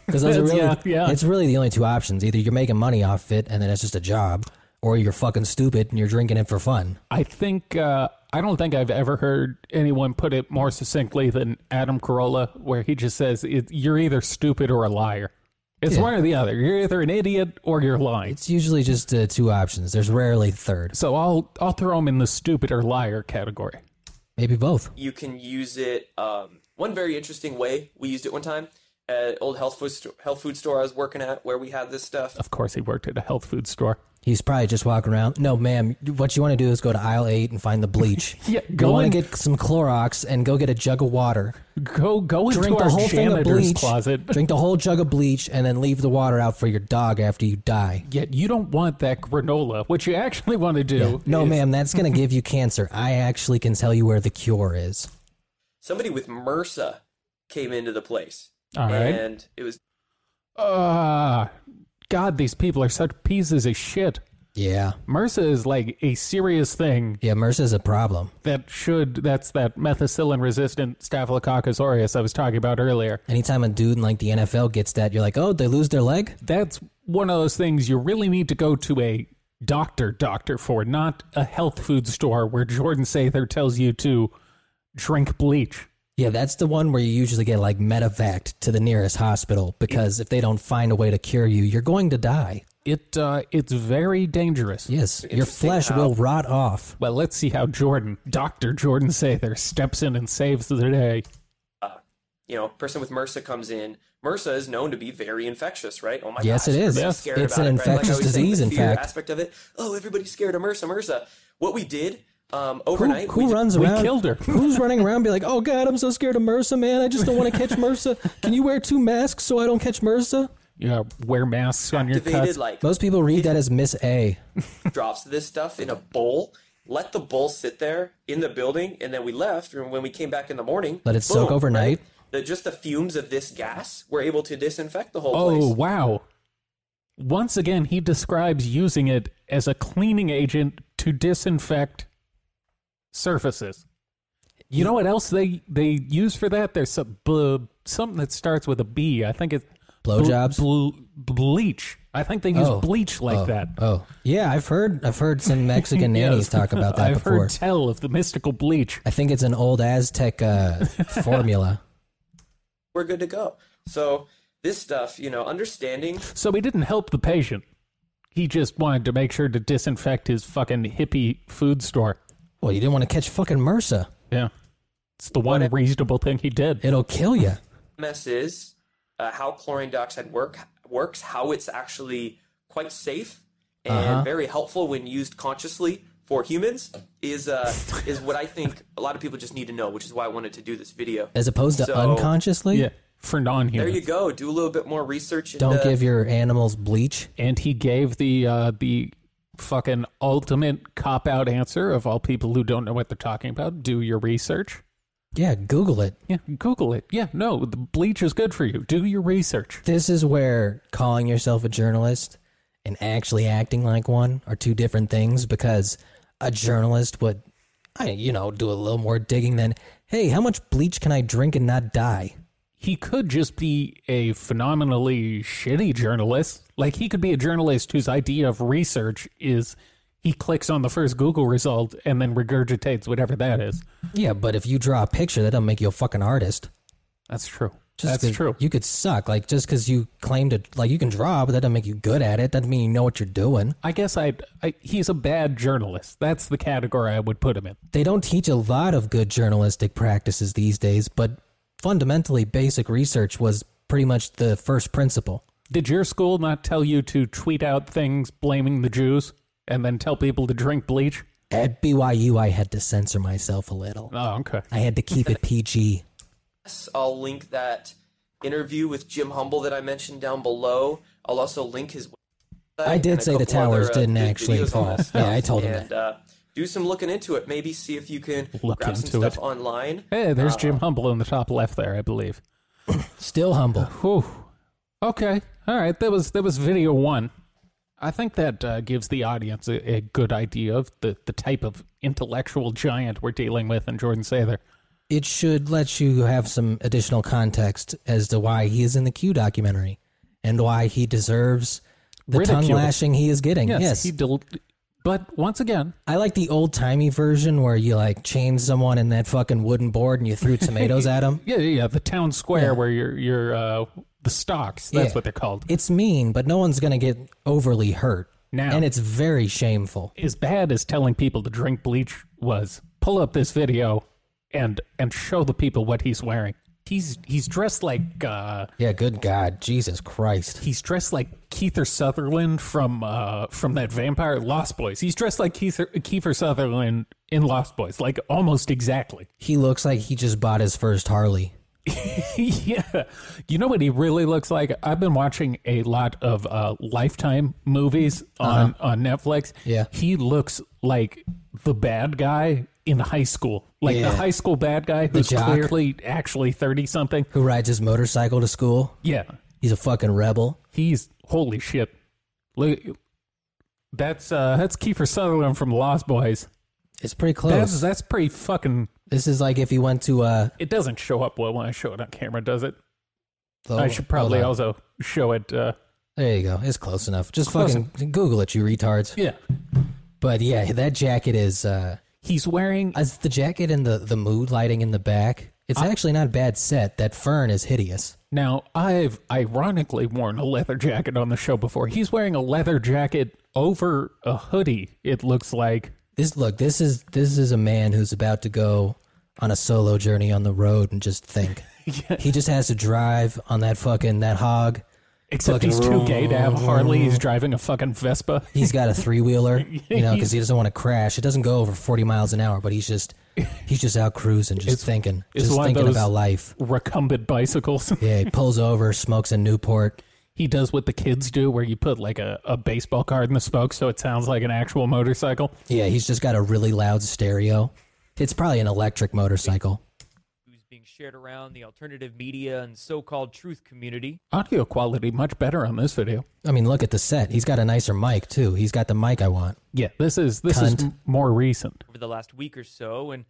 S2: Because those are
S1: That's-
S2: really,
S1: yeah, yeah.
S2: it's really the only two options. Either you're making money off it, and then it's just a job, or you're fucking stupid and you're drinking it for fun.
S1: I think uh, I don't think I've ever heard anyone put it more succinctly than Adam Carolla, where he just says, it, "You're either stupid or a liar. It's
S2: Yeah.
S1: one or the other. You're either an idiot or you're lying."
S2: It's usually just uh, two options. There's rarely a third,
S1: so I'll I'll throw him in the stupid or liar category.
S2: maybe both.
S3: you can use it um, one very interesting way we used it one time at old health food sto- health food store I was working at where we had this stuff.
S1: Of course, he worked at a health food store.
S2: He's probably just walking around. No, ma'am. What you want to do is go to aisle eight and find the bleach.
S1: Yeah,
S2: you
S1: go
S2: want
S1: in-
S2: to get some Clorox and go get a jug of water.
S1: Go go into
S2: Drink
S1: our
S2: the whole thing of
S1: janitor's
S2: bleach.
S1: closet.
S2: Drink the whole jug of bleach and then leave the water out for your dog after you die.
S1: Yet you don't want that granola. What you actually want to do?
S2: No,
S1: is-
S2: ma'am, that's going to give you cancer. I actually can tell you where the cure is.
S3: Somebody with MRSA came into the place.
S1: All right.
S3: And it was
S1: Ah, God, these people are such pieces of shit.
S2: Yeah.
S1: MRSA is like a serious thing
S2: Yeah, MRSA is a problem.
S1: that should. That's that methicillin resistant Staphylococcus aureus I was talking about earlier.
S2: Anytime a dude in like the NFL gets that, you're like, oh, they lose their leg?
S1: That's one of those things you really need to go to a doctor doctor for, not a health food store where Jordan Sather tells you to drink bleach.
S2: Yeah, that's the one where you usually get like medevaced to the nearest hospital because if they don't find a way to cure you, you're going to die.
S1: It uh, it's very dangerous.
S2: Yes, your
S3: Interesting
S2: flesh
S3: how-
S2: will rot off.
S1: Well, let's see how Jordan, Dr. Jordan Sather, steps in and saves the day.
S3: you know, person with MRSA comes in. MRSA is known to be very infectious, right? Oh my
S2: Yes,
S3: gosh,
S2: it is.
S3: everybody's
S1: Yes.
S3: scared
S2: It's
S3: about
S2: an
S3: it, right? Like I
S2: infectious
S3: was saying,
S2: disease,
S3: the
S2: in
S3: fear
S2: fact.
S3: aspect of it. Oh, everybody's scared of MRSA, MRSA. What we did um,
S2: Who,
S3: overnight,
S2: who
S3: we
S2: runs
S1: we
S2: around?
S1: killed her.
S2: Who's running around be like, oh, God, I'm so scared of MRSA, man. I just don't want to catch MRSA. Can you wear two masks so I don't catch MRSA?
S1: You know, wear masks on your
S3: activated
S1: cuts.
S3: like
S2: Most people read that as Miss A.
S3: drops this stuff in a bowl. Let the bowl sit there in the building, and then we left. And when we came back in the morning,
S2: Let it soak overnight.
S3: right? The, just the fumes of this gas were able to disinfect the whole
S1: oh,
S3: place.
S1: wow. Once again, he describes using it as a cleaning agent to disinfect surfaces. You know what else they, they use for that? There's some, bl- something that starts with a B. I think it's
S2: Blowjobs?
S1: Bl- bl- bleach. I think they use
S2: Oh.
S1: bleach like
S2: oh,
S1: that.
S2: Oh, yeah, I've heard I've heard some Mexican nannies
S1: Yes.
S2: talk about that
S1: I've
S2: before.
S1: heard tell of the mystical bleach.
S2: I think it's an old Aztec uh, formula.
S3: We're good to go. So this stuff, you know, understanding
S1: So he didn't help the patient. He just wanted to make sure to disinfect his fucking hippie food store.
S2: Well, you didn't want to catch fucking MRSA.
S1: Yeah. It's the one reasonable thing he did.
S2: It'll kill you.
S3: mess is, uh, how chlorine dioxide work works, how it's actually quite safe and
S2: Uh-huh.
S3: very helpful when used consciously for humans is uh, is what I think a lot of people just need to know, which is why I wanted to do this video.
S2: As opposed to
S3: So-
S2: unconsciously,
S1: Yeah. For non
S3: There you
S1: humans.
S3: go. Do a little bit more research. And,
S2: don't
S3: uh,
S2: give your animals bleach.
S1: And he gave the uh, the fucking ultimate cop out answer of all people who don't know what they're talking about. Do your research.
S2: Yeah, Google it.
S1: Yeah, Google it. Yeah, no, the bleach is good for you. Do your research.
S2: This is where calling yourself a journalist and actually acting like one are two different things because a journalist would, I, you know, do a little more digging than, hey, how much bleach can I drink and not die?
S1: he could just be a phenomenally shitty journalist. Like he could be a journalist whose idea of research is he clicks on the first Google result and then regurgitates whatever that is.
S2: Yeah, but if you draw a picture, that doesn't make you a fucking artist.
S1: That's true.
S2: Just 'cause
S1: That's true.
S2: You could suck. Like just because you claim to like you can draw, but that doesn't make you good at it. Doesn't mean you know what you're doing.
S1: I guess I'd, I he's a bad journalist. That's the category I would put him in.
S2: They don't teach a lot of good journalistic practices these days, but fundamentally, basic research was pretty much the first principle.
S1: Did your school not tell you to tweet out things blaming the Jews and then tell people to drink bleach?
S2: At BYU, I had to censor myself a little.
S1: Oh, okay.
S2: I had to keep it PG.
S3: Yes, I'll link that interview with Jim Humble that I mentioned down below. I'll also link his. website
S2: I did
S3: and a
S2: say the
S3: couple other,
S2: towers
S3: uh,
S2: didn't
S3: good
S2: actually
S3: videos on
S2: fall.
S3: that stuff.
S2: Yeah, I told him
S3: And, Uh, do some looking into it. Maybe see if you can
S1: Look
S3: grab some
S1: into
S3: stuff
S1: it.
S3: online.
S1: Hey, there's Jim Humble in the top left there, I believe.
S2: Still humble.
S1: Whew. Okay. All right. That was that was video one. I think that uh, gives the audience a, a good idea of the, the type of intellectual giant we're dealing with in Jordan Sather.
S2: It should let you have some additional context as to why he is in the Q documentary and why he deserves the tongue
S1: Ridicule.
S2: lashing he is getting. Yes.
S1: he del- but once again,
S2: I like the old timey version where you like chained someone in that fucking wooden board and you threw tomatoes at him.
S1: yeah, yeah, yeah, the town square where you're, you're uh, the stocks, that's
S2: Yeah.
S1: what they're called.
S2: It's mean, but no one's going to get overly hurt.
S1: Now.
S2: And it's very shameful.
S1: as bad as telling people to drink bleach was, pull up this video and and show the people what he's wearing. He's he's dressed like uh,
S2: Yeah, good God. Jesus Christ.
S1: he's dressed like Keither Sutherland from uh, from that vampire Lost Boys. He's dressed like Keither, Kiefer Sutherland in Lost Boys, like almost exactly.
S2: He looks like he just bought his first Harley.
S1: yeah, you know what he really looks like. I've been watching a lot of uh, Lifetime movies on on Netflix.
S2: Uh-huh. Yeah.
S1: he looks like the bad guy in high school, like
S2: Yeah.
S1: the high school bad guy who's
S2: jock.
S1: clearly actually thirty something.
S2: who rides his motorcycle to school.
S1: Yeah,
S2: He's a fucking rebel.
S1: he's holy shit. Look, that's uh, that's Kiefer Sutherland from Lost Boys.
S2: It's pretty close.
S1: That's that's pretty fucking.
S2: this is like if he went to uh,
S1: It doesn't show up well when I show it on camera, does it?
S2: the-
S1: I should probably
S2: Oh, hold on.
S1: also show it. Uh,
S2: There you go. It's close enough. Just
S1: Close
S2: fucking Google it, you retards.
S1: yeah,
S2: But yeah, that jacket is. Uh,
S1: he's wearing
S2: as the jacket and the the mood lighting in the back. It's actually not a bad set. That fern is hideous.
S1: Now, I've ironically worn a leather jacket on the show before. He's wearing a leather jacket over a hoodie, it looks like.
S2: This look. This is this is a man who's about to go on a solo journey on the road and just think. He just has to drive on that fucking that hog.
S1: Except he's too gay to have a Harley. He's driving a fucking Vespa.
S2: he's got a three wheeler, you know, because he doesn't want to crash. It doesn't go over forty miles an hour, but he's just he's just out cruising, just thinking,
S1: it's
S2: just
S1: one of
S2: thinking
S1: those-
S2: about life.
S1: Recumbent bicycles.
S2: Yeah, he pulls over, smokes a Newport.
S1: he does what the kids do, where you put like a, a baseball card in the spokes so it sounds like an actual motorcycle.
S2: Yeah, he's just got a really loud stereo. It's probably an electric motorcycle.
S4: who's being shared around the alternative media and so-called truth community.
S1: Audio quality much better on this video.
S2: I mean, look at the set. He's got a nicer mic too. He's got the mic I want.
S1: Yeah, this is this is
S2: Cunt.
S1: m- more recent.
S4: over the last week or so, and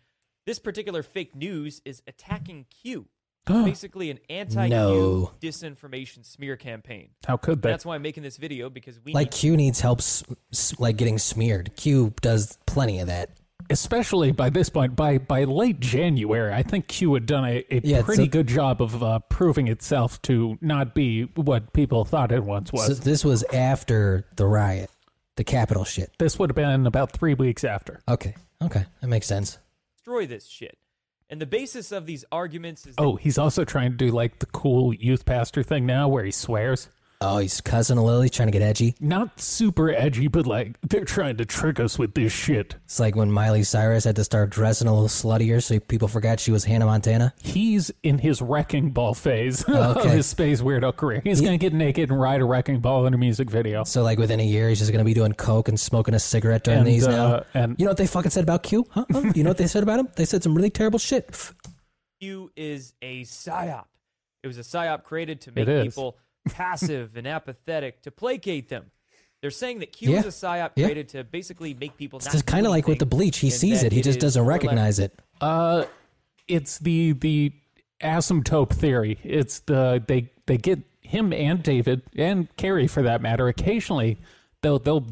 S4: this particular fake news is attacking Q. It's basically an anti-Q
S2: No.
S4: disinformation smear campaign.
S1: How could they?
S4: That's why I'm making this video because we
S2: Like
S4: need
S2: Q needs help, s- s- like getting smeared. Q does plenty of that.
S1: especially by this point, by by late January, I think Q had done a, a
S2: Yeah,
S1: pretty
S2: so-
S1: good job of uh, proving itself to not be what people thought it once was.
S2: So this was after the riot, the Capitol shit.
S1: this would have been about three weeks after.
S2: Okay, okay, that makes sense.
S4: destroy this shit. And the basis of these arguments is that
S1: Oh, he's also trying to do like the cool youth pastor thing now, where he swears.
S2: Oh, he's cussing a little. He's trying to get edgy.
S1: Not super edgy, but like they're trying to trick us with this shit.
S2: It's like when Miley Cyrus had to start dressing a little sluttier so people forgot she was Hannah Montana.
S1: He's in his wrecking ball phase of
S2: Okay.
S1: his space weirdo career. He's gonna get naked and ride a wrecking ball in a music video.
S2: So like within a year, he's just gonna be doing coke and smoking a cigarette during
S1: And,
S2: these
S1: uh,
S2: now.
S1: and-
S2: you know what they fucking said about Q? Huh? Huh? you know what they said about him? They said some really terrible shit.
S4: Q is a psyop. It was a psyop created to make
S1: is.
S4: people passive and apathetic to placate them. They're saying that Q
S2: Yeah.
S4: is a psyop
S2: Yeah.
S4: created to basically make people.
S2: It's kind of like with the bleach. He sees it. He just doesn't recognize it.
S1: Uh, it's the the asymptote theory. It's the they they get him and David and Carrie for that matter. Occasionally, they'll they'll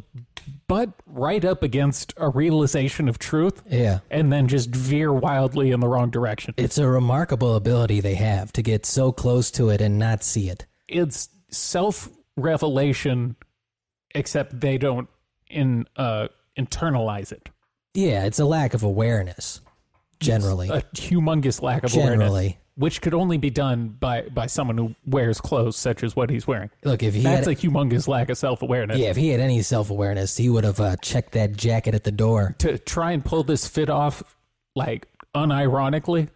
S1: butt right up against a realization of truth,
S2: Yeah.
S1: and then just veer wildly in the wrong direction.
S2: It's a remarkable ability they have to get so close to it and not see it.
S1: It's self revelation, except they don't in uh internalize it.
S2: Yeah, it's a lack of awareness generally.
S1: A humongous lack of awareness,
S2: Generally.
S1: which could only be done by by someone who wears clothes such as what he's wearing.
S2: Look, if he had,
S1: That's a humongous lack of self awareness.
S2: yeah, if he had any self awareness, he would have uh, checked that jacket at the door.
S1: To try and pull this fit off, like unironically,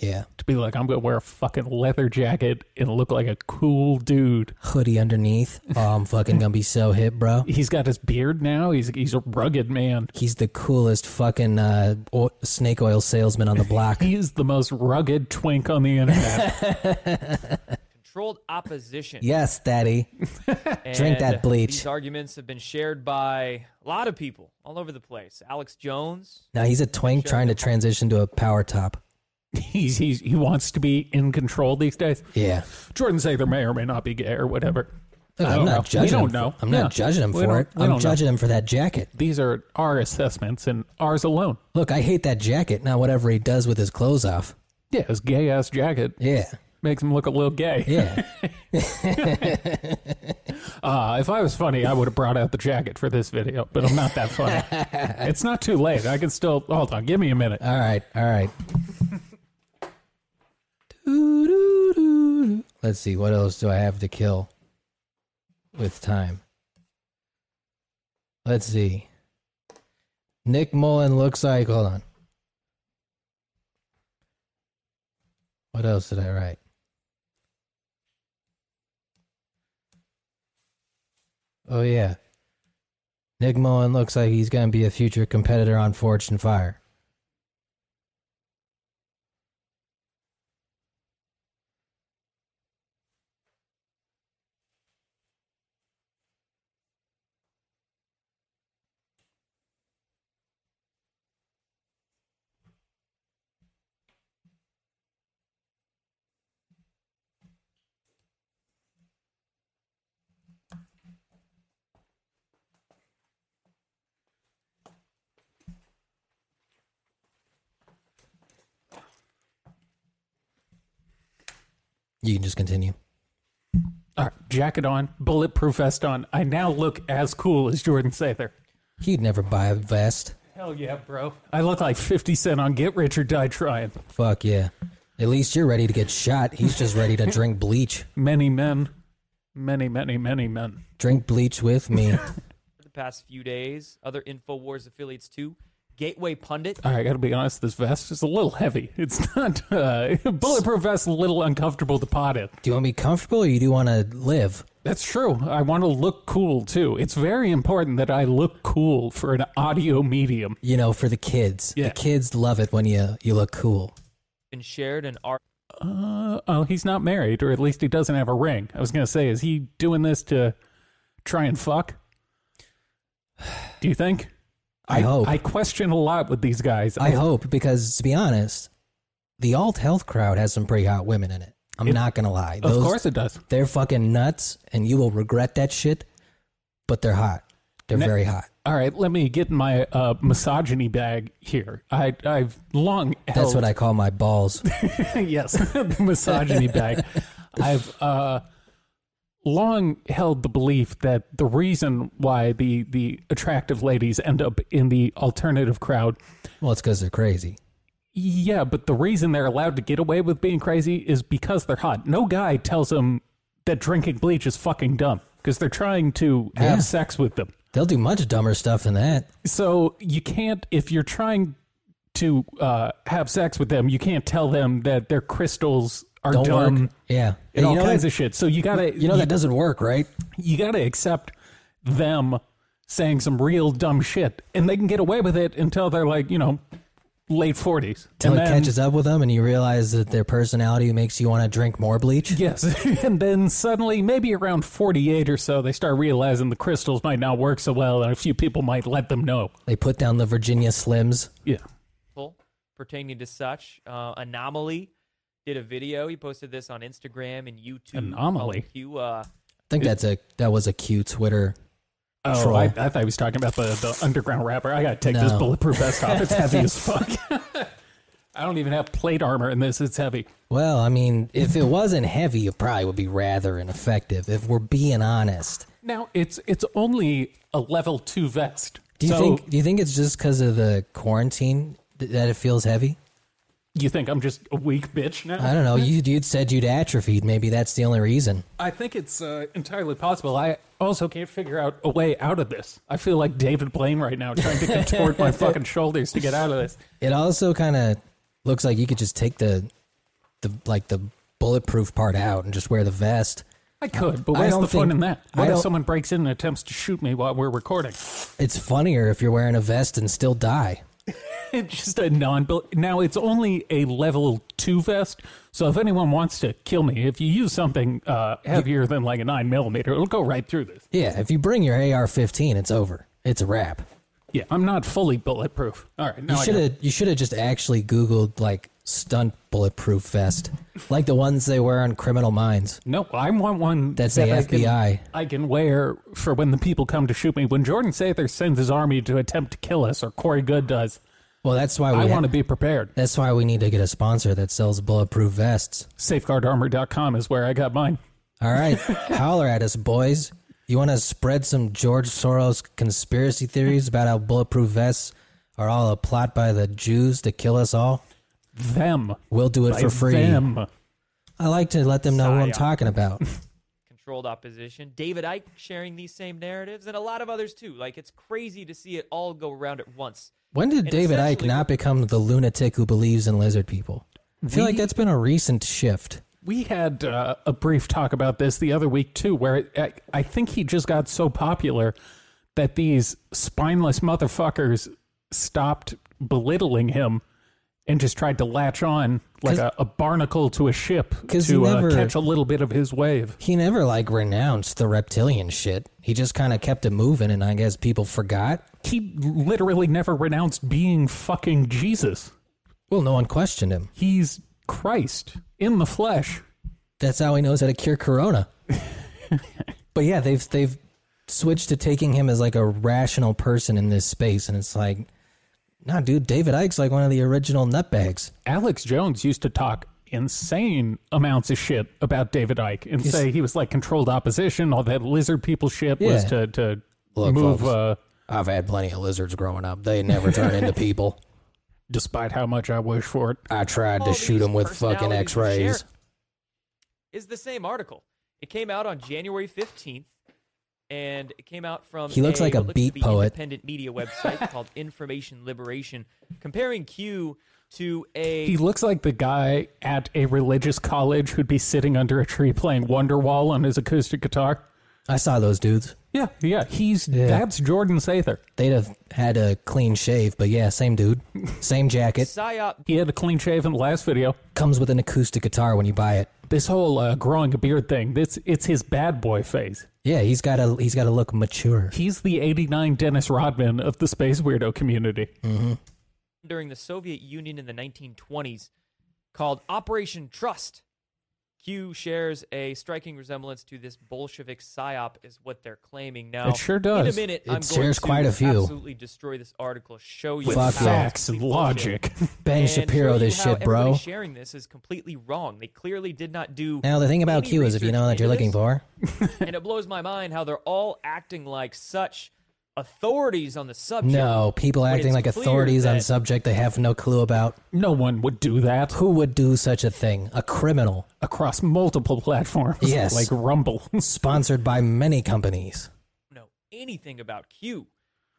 S2: Yeah.
S1: to be like, I'm going to wear a fucking leather jacket and look like a cool dude.
S2: hoodie underneath. Oh, I'm fucking gonna be so hip, bro.
S1: He's got his beard now. He's, he's a rugged man.
S2: He's the coolest fucking uh, o- snake oil salesman on the block.
S1: He's the most rugged twink on the internet.
S4: controlled opposition.
S2: Yes, Daddy. Drink
S4: And
S2: that
S4: uh,
S2: bleach.
S4: These arguments have been shared by a lot of people all over the place. Alex Jones,
S2: Now he's a twink trying to transition to a power top.
S1: He's, he's, he wants to be in control these days.
S2: Yeah.
S1: Jordan Sather may or may not be gay or whatever.
S2: Look,
S1: I
S2: I'm
S1: don't
S2: not
S1: know.
S2: judging.
S1: We don't
S2: him for-
S1: know.
S2: I'm
S1: Yeah.
S2: not judging him
S1: We
S2: for
S1: don't-
S2: it.
S1: we don't
S2: I'm
S1: know.
S2: judging him for that jacket.
S1: These are our assessments and ours alone.
S2: Look, I hate that jacket. Now whatever he does with his clothes off.
S1: Yeah, his gay ass jacket
S2: Yeah.
S1: makes him look a little gay.
S2: Yeah.
S1: Uh, if I was funny, I would have brought out the jacket for this video, but I'm not that funny. it's not too late. I can still hold on. Give me a minute.
S2: all right. All right. Doo-doo-doo. Let's see. What else do I have to kill with time? Let's see. Nick Mullen looks like. Hold on. What else did I write? Oh, yeah. Nick Mullen looks like he's going to be a future competitor on Forged and Fire. You can just continue.
S1: All right, jacket on, bulletproof vest on. I now look as cool as Jordan Sather.
S2: He'd never buy a vest.
S1: Hell yeah, bro. I look like 50 Cent on Get Rich or Die Trying.
S2: Fuck yeah. At least you're ready to get shot. He's just ready to drink bleach.
S1: Many men. Many, many, many men.
S2: Drink bleach with me.
S4: for the past few days, other InfoWars affiliates too. Gateway Pundit,
S1: All right, I gotta be honest, this vest is a little heavy. It's not, uh, bulletproof vest, a little uncomfortable to pot in.
S2: Do you want to be comfortable or you do want to live?
S1: That's true. I want to look cool too. It's very important that I look cool for an audio medium.
S2: You know, for the kids.
S1: Yeah.
S2: The kids love it when you you look cool.
S4: been shared an art
S1: Uh, oh, he's not married, or at least he doesn't have a ring. I was gonna say, is he doing this to try and fuck? Do you think?
S2: I hope.
S1: I question a lot with these guys.
S2: I hope because to be honest, the alt health crowd has some pretty hot women in it. I'm not gonna lie.
S1: of course it does.
S2: they're fucking nuts, and you will regret that shit. But they're hot. They're
S1: Ne-
S2: very hot.
S1: All right, let me get in my uh, misogyny bag here. I I've long held
S2: That's what I call my balls.
S1: yes, the misogyny bag. I've uh, long held the belief that the reason why the the attractive ladies end up in the alternative crowd,
S2: well, it's because they're crazy.
S1: yeah, but the reason they're allowed to get away with being crazy is because they're hot. No guy tells them that drinking bleach is fucking dumb because they're trying to have
S2: Yeah.
S1: sex with them.
S2: They'll do much dumber stuff than that.
S1: So you can't if you're trying to uh, have sex with them, you can't tell them that their crystals are
S2: Don't
S1: dumb.
S2: work. Yeah.
S1: and
S2: you
S1: all
S2: know
S1: kinds
S2: that,
S1: of shit. So you gotta
S2: you know that doesn't work, right?
S1: you gotta accept them saying some real dumb shit, and they can get away with it until they're like you know late forties.
S2: Till it catches up with them and you realize that their personality makes you want to drink more bleach.
S1: Yes, and then suddenly, maybe around forty-eight or so, they start realizing the crystals might not work so well, and a few people might let them know.
S2: They put down the Virginia Slims.
S1: Yeah,
S4: article pertaining to such. Uh, Anomaly did a video. He posted this on Instagram and YouTube.
S1: Anomaly?
S4: called Q, uh,
S2: I think that's a that was a cute Twitter.
S1: oh,
S2: Troll.
S1: I, I thought he was talking about the, the underground rapper. I gotta take this
S2: No.
S1: bulletproof vest off; it's heavy as fuck. I don't even have plate armor in this; it's heavy.
S2: Well, I mean, if it wasn't heavy, it probably would be rather ineffective. If we're being honest,
S1: Now it's it's only a level two vest.
S2: do you
S1: So-
S2: think do you think it's just because of the quarantine th- that it feels heavy?
S1: You think I'm just a weak bitch now?
S2: I don't know. You you'd said you'd atrophied. Maybe that's the only reason.
S1: I think it's uh, entirely possible. I also can't figure out a way out of this. I feel like David Blaine right now, trying to contort my fucking shoulders to get out of this.
S2: It also kind of looks like you could just take the the like the bulletproof part out and just wear the vest.
S1: I could, but
S2: I
S1: where's
S2: don't
S1: the fun
S2: think-
S1: in that?
S2: I
S1: What if
S2: don't-
S1: someone breaks in and attempts to shoot me while we're recording?
S2: It's funnier if you're wearing a vest and still die.
S1: just a non Now it's only a level two vest, so if anyone wants to kill me, if you use something uh, heavier than like a nine millimeter, it'll go right through this.
S2: Yeah, if you bring your AR-15, it's over. It's a wrap.
S1: Yeah, I'm not fully bulletproof. All right, now
S2: You
S1: I
S2: should
S1: got-
S2: have. You should have just actually Googled like stunt bulletproof vest, like the ones they wear on Criminal Minds.
S1: No, I want one
S2: That's
S1: that
S2: the
S1: I can-
S2: FBI.
S1: I can wear for when the people come to shoot me. When Jordan Sather sends his army to attempt to kill us, or Corey Good does,
S2: Well, that's why we.
S1: I
S2: ha-
S1: want to be prepared.
S2: that's why we need to get a sponsor that sells bulletproof vests.
S1: Safeguardarmor.com is where I got mine.
S2: All right, holler at us, boys. You want to spread some George Soros conspiracy theories about how bulletproof vests are all a plot by the Jews to kill us all?
S1: Them
S2: We'll do it
S1: By
S2: for free.
S1: Them.
S2: I like to let them know who I'm
S3: Psyop.
S2: talking about.
S3: controlled opposition, David Icke sharing these same narratives, and a lot of others too. Like it's crazy to see it all go around at once.
S2: When did
S3: And
S2: David Icke
S3: essentially-
S2: not become the lunatic who believes in lizard people? I feel like that's been a recent shift.
S1: We had uh, a brief talk about this the other week too, where it, I, I think he just got so popular that these spineless motherfuckers stopped belittling him and just tried to latch on like
S2: 'Cause-
S1: a, a barnacle to a ship
S2: 'cause he
S1: to uh,
S2: never-
S1: catch a little bit of his wave.
S2: He never like renounced the reptilian shit. He just kind of kept it moving, and I guess people forgot.
S1: He literally never renounced being fucking Jesus.
S2: Well, no one questioned him.
S1: He's Christ in the flesh.
S2: That's how he knows how to cure corona. but yeah, they've they've switched to taking him as like a rational person in this space, and it's like, nah, dude, David Icke's like one of the original nutbags.
S1: Alex Jones used to talk insane amounts of shit about David Ike and say he was like controlled opposition. All that lizard people shit was
S2: Yeah.
S1: to to
S2: Look,
S1: move.
S2: folks.
S1: Uh,
S2: I've had plenty of lizards growing up. They never turn into people.
S1: despite how much I wish for it,
S2: I tried
S3: All
S2: to shoot
S3: these
S2: him with fucking
S3: personalities we share
S2: X-rays.
S3: Is the same article. It came out on January fifteenth, and it came out from.
S2: He looks like a
S3: what looks to
S2: beat
S3: be
S2: poet.
S3: Independent media website called Information Liberation, comparing Q to a
S1: he looks like the guy at a religious college who'd be sitting under a tree playing Wonderwall on his acoustic guitar.
S2: I saw those dudes.
S1: Yeah, yeah, he's
S2: Yeah.
S1: that's Jordan Sather.
S2: They'd have had a clean shave, but yeah, same dude, same jacket.
S3: psyop
S1: He had a clean shave in the last video.
S2: Comes with an acoustic guitar when you buy it.
S1: This whole uh, growing a beard thing, this it's his bad boy phase.
S2: Yeah, he's got to he's got to look mature.
S1: He's the 89 Dennis Rodman of the space weirdo community.
S3: during the Soviet Union in the 1920s called Operation Trust. Q shares a striking resemblance to this Bolshevik psyop, is what they're claiming now.
S1: It sure
S3: In
S1: does.
S3: a minute,
S2: It
S3: I'm going
S2: shares
S3: to
S2: quite a few.
S3: absolutely destroy this article, show you
S1: with
S2: Fuck
S3: how
S2: yeah.
S1: facts and
S3: complete bullshit.
S1: logic.
S2: Ben
S3: And show
S2: Shapiro,
S3: you
S2: this
S3: how
S2: shit, bro.
S3: everybody Sharing this is completely wrong. They clearly did not do.
S2: Now the thing about
S3: any
S2: Q is, if you
S3: research
S2: know what you're
S3: into
S2: looking
S3: this,
S2: for,
S3: and it blows my mind how they're all acting like such authorities on the subject.
S2: no people
S3: when
S2: acting
S3: it's
S2: like
S3: clear
S2: authorities on
S3: that-
S2: subject they have no clue about.
S1: no one would do that
S2: Who would do such a thing? A criminal
S1: across multiple platforms.
S2: Yes.
S1: Like Rumble.
S2: sponsored by many companies.
S3: know anything about Q.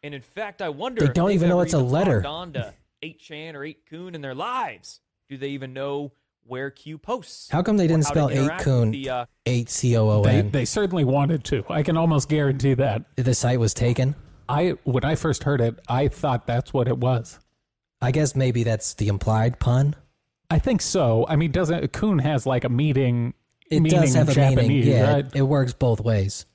S3: And in fact, I wonder
S2: They
S3: if
S2: don't
S3: they've
S2: even know
S3: ever
S2: it's a
S3: even
S2: letter.
S3: logged on to 8chan or 8kun in their lives. Do they even know where Q posts?
S2: How come they
S3: Or
S2: didn't
S3: how to
S2: spell eight
S3: interact with
S2: coon
S3: The, uh,
S2: eight c o o
S1: They,
S2: n?
S1: they certainly wanted to. I can almost guarantee that.
S2: The site was taken.
S1: I when I first heard it, I thought that's what it was.
S2: I guess maybe that's the implied pun.
S1: I think so. I mean, doesn't Kuhn has like a meeting?
S2: It
S1: meaning
S2: does have
S1: in
S2: a
S1: Japanese,
S2: meaning. Yeah,
S1: right?
S2: it, it works both ways.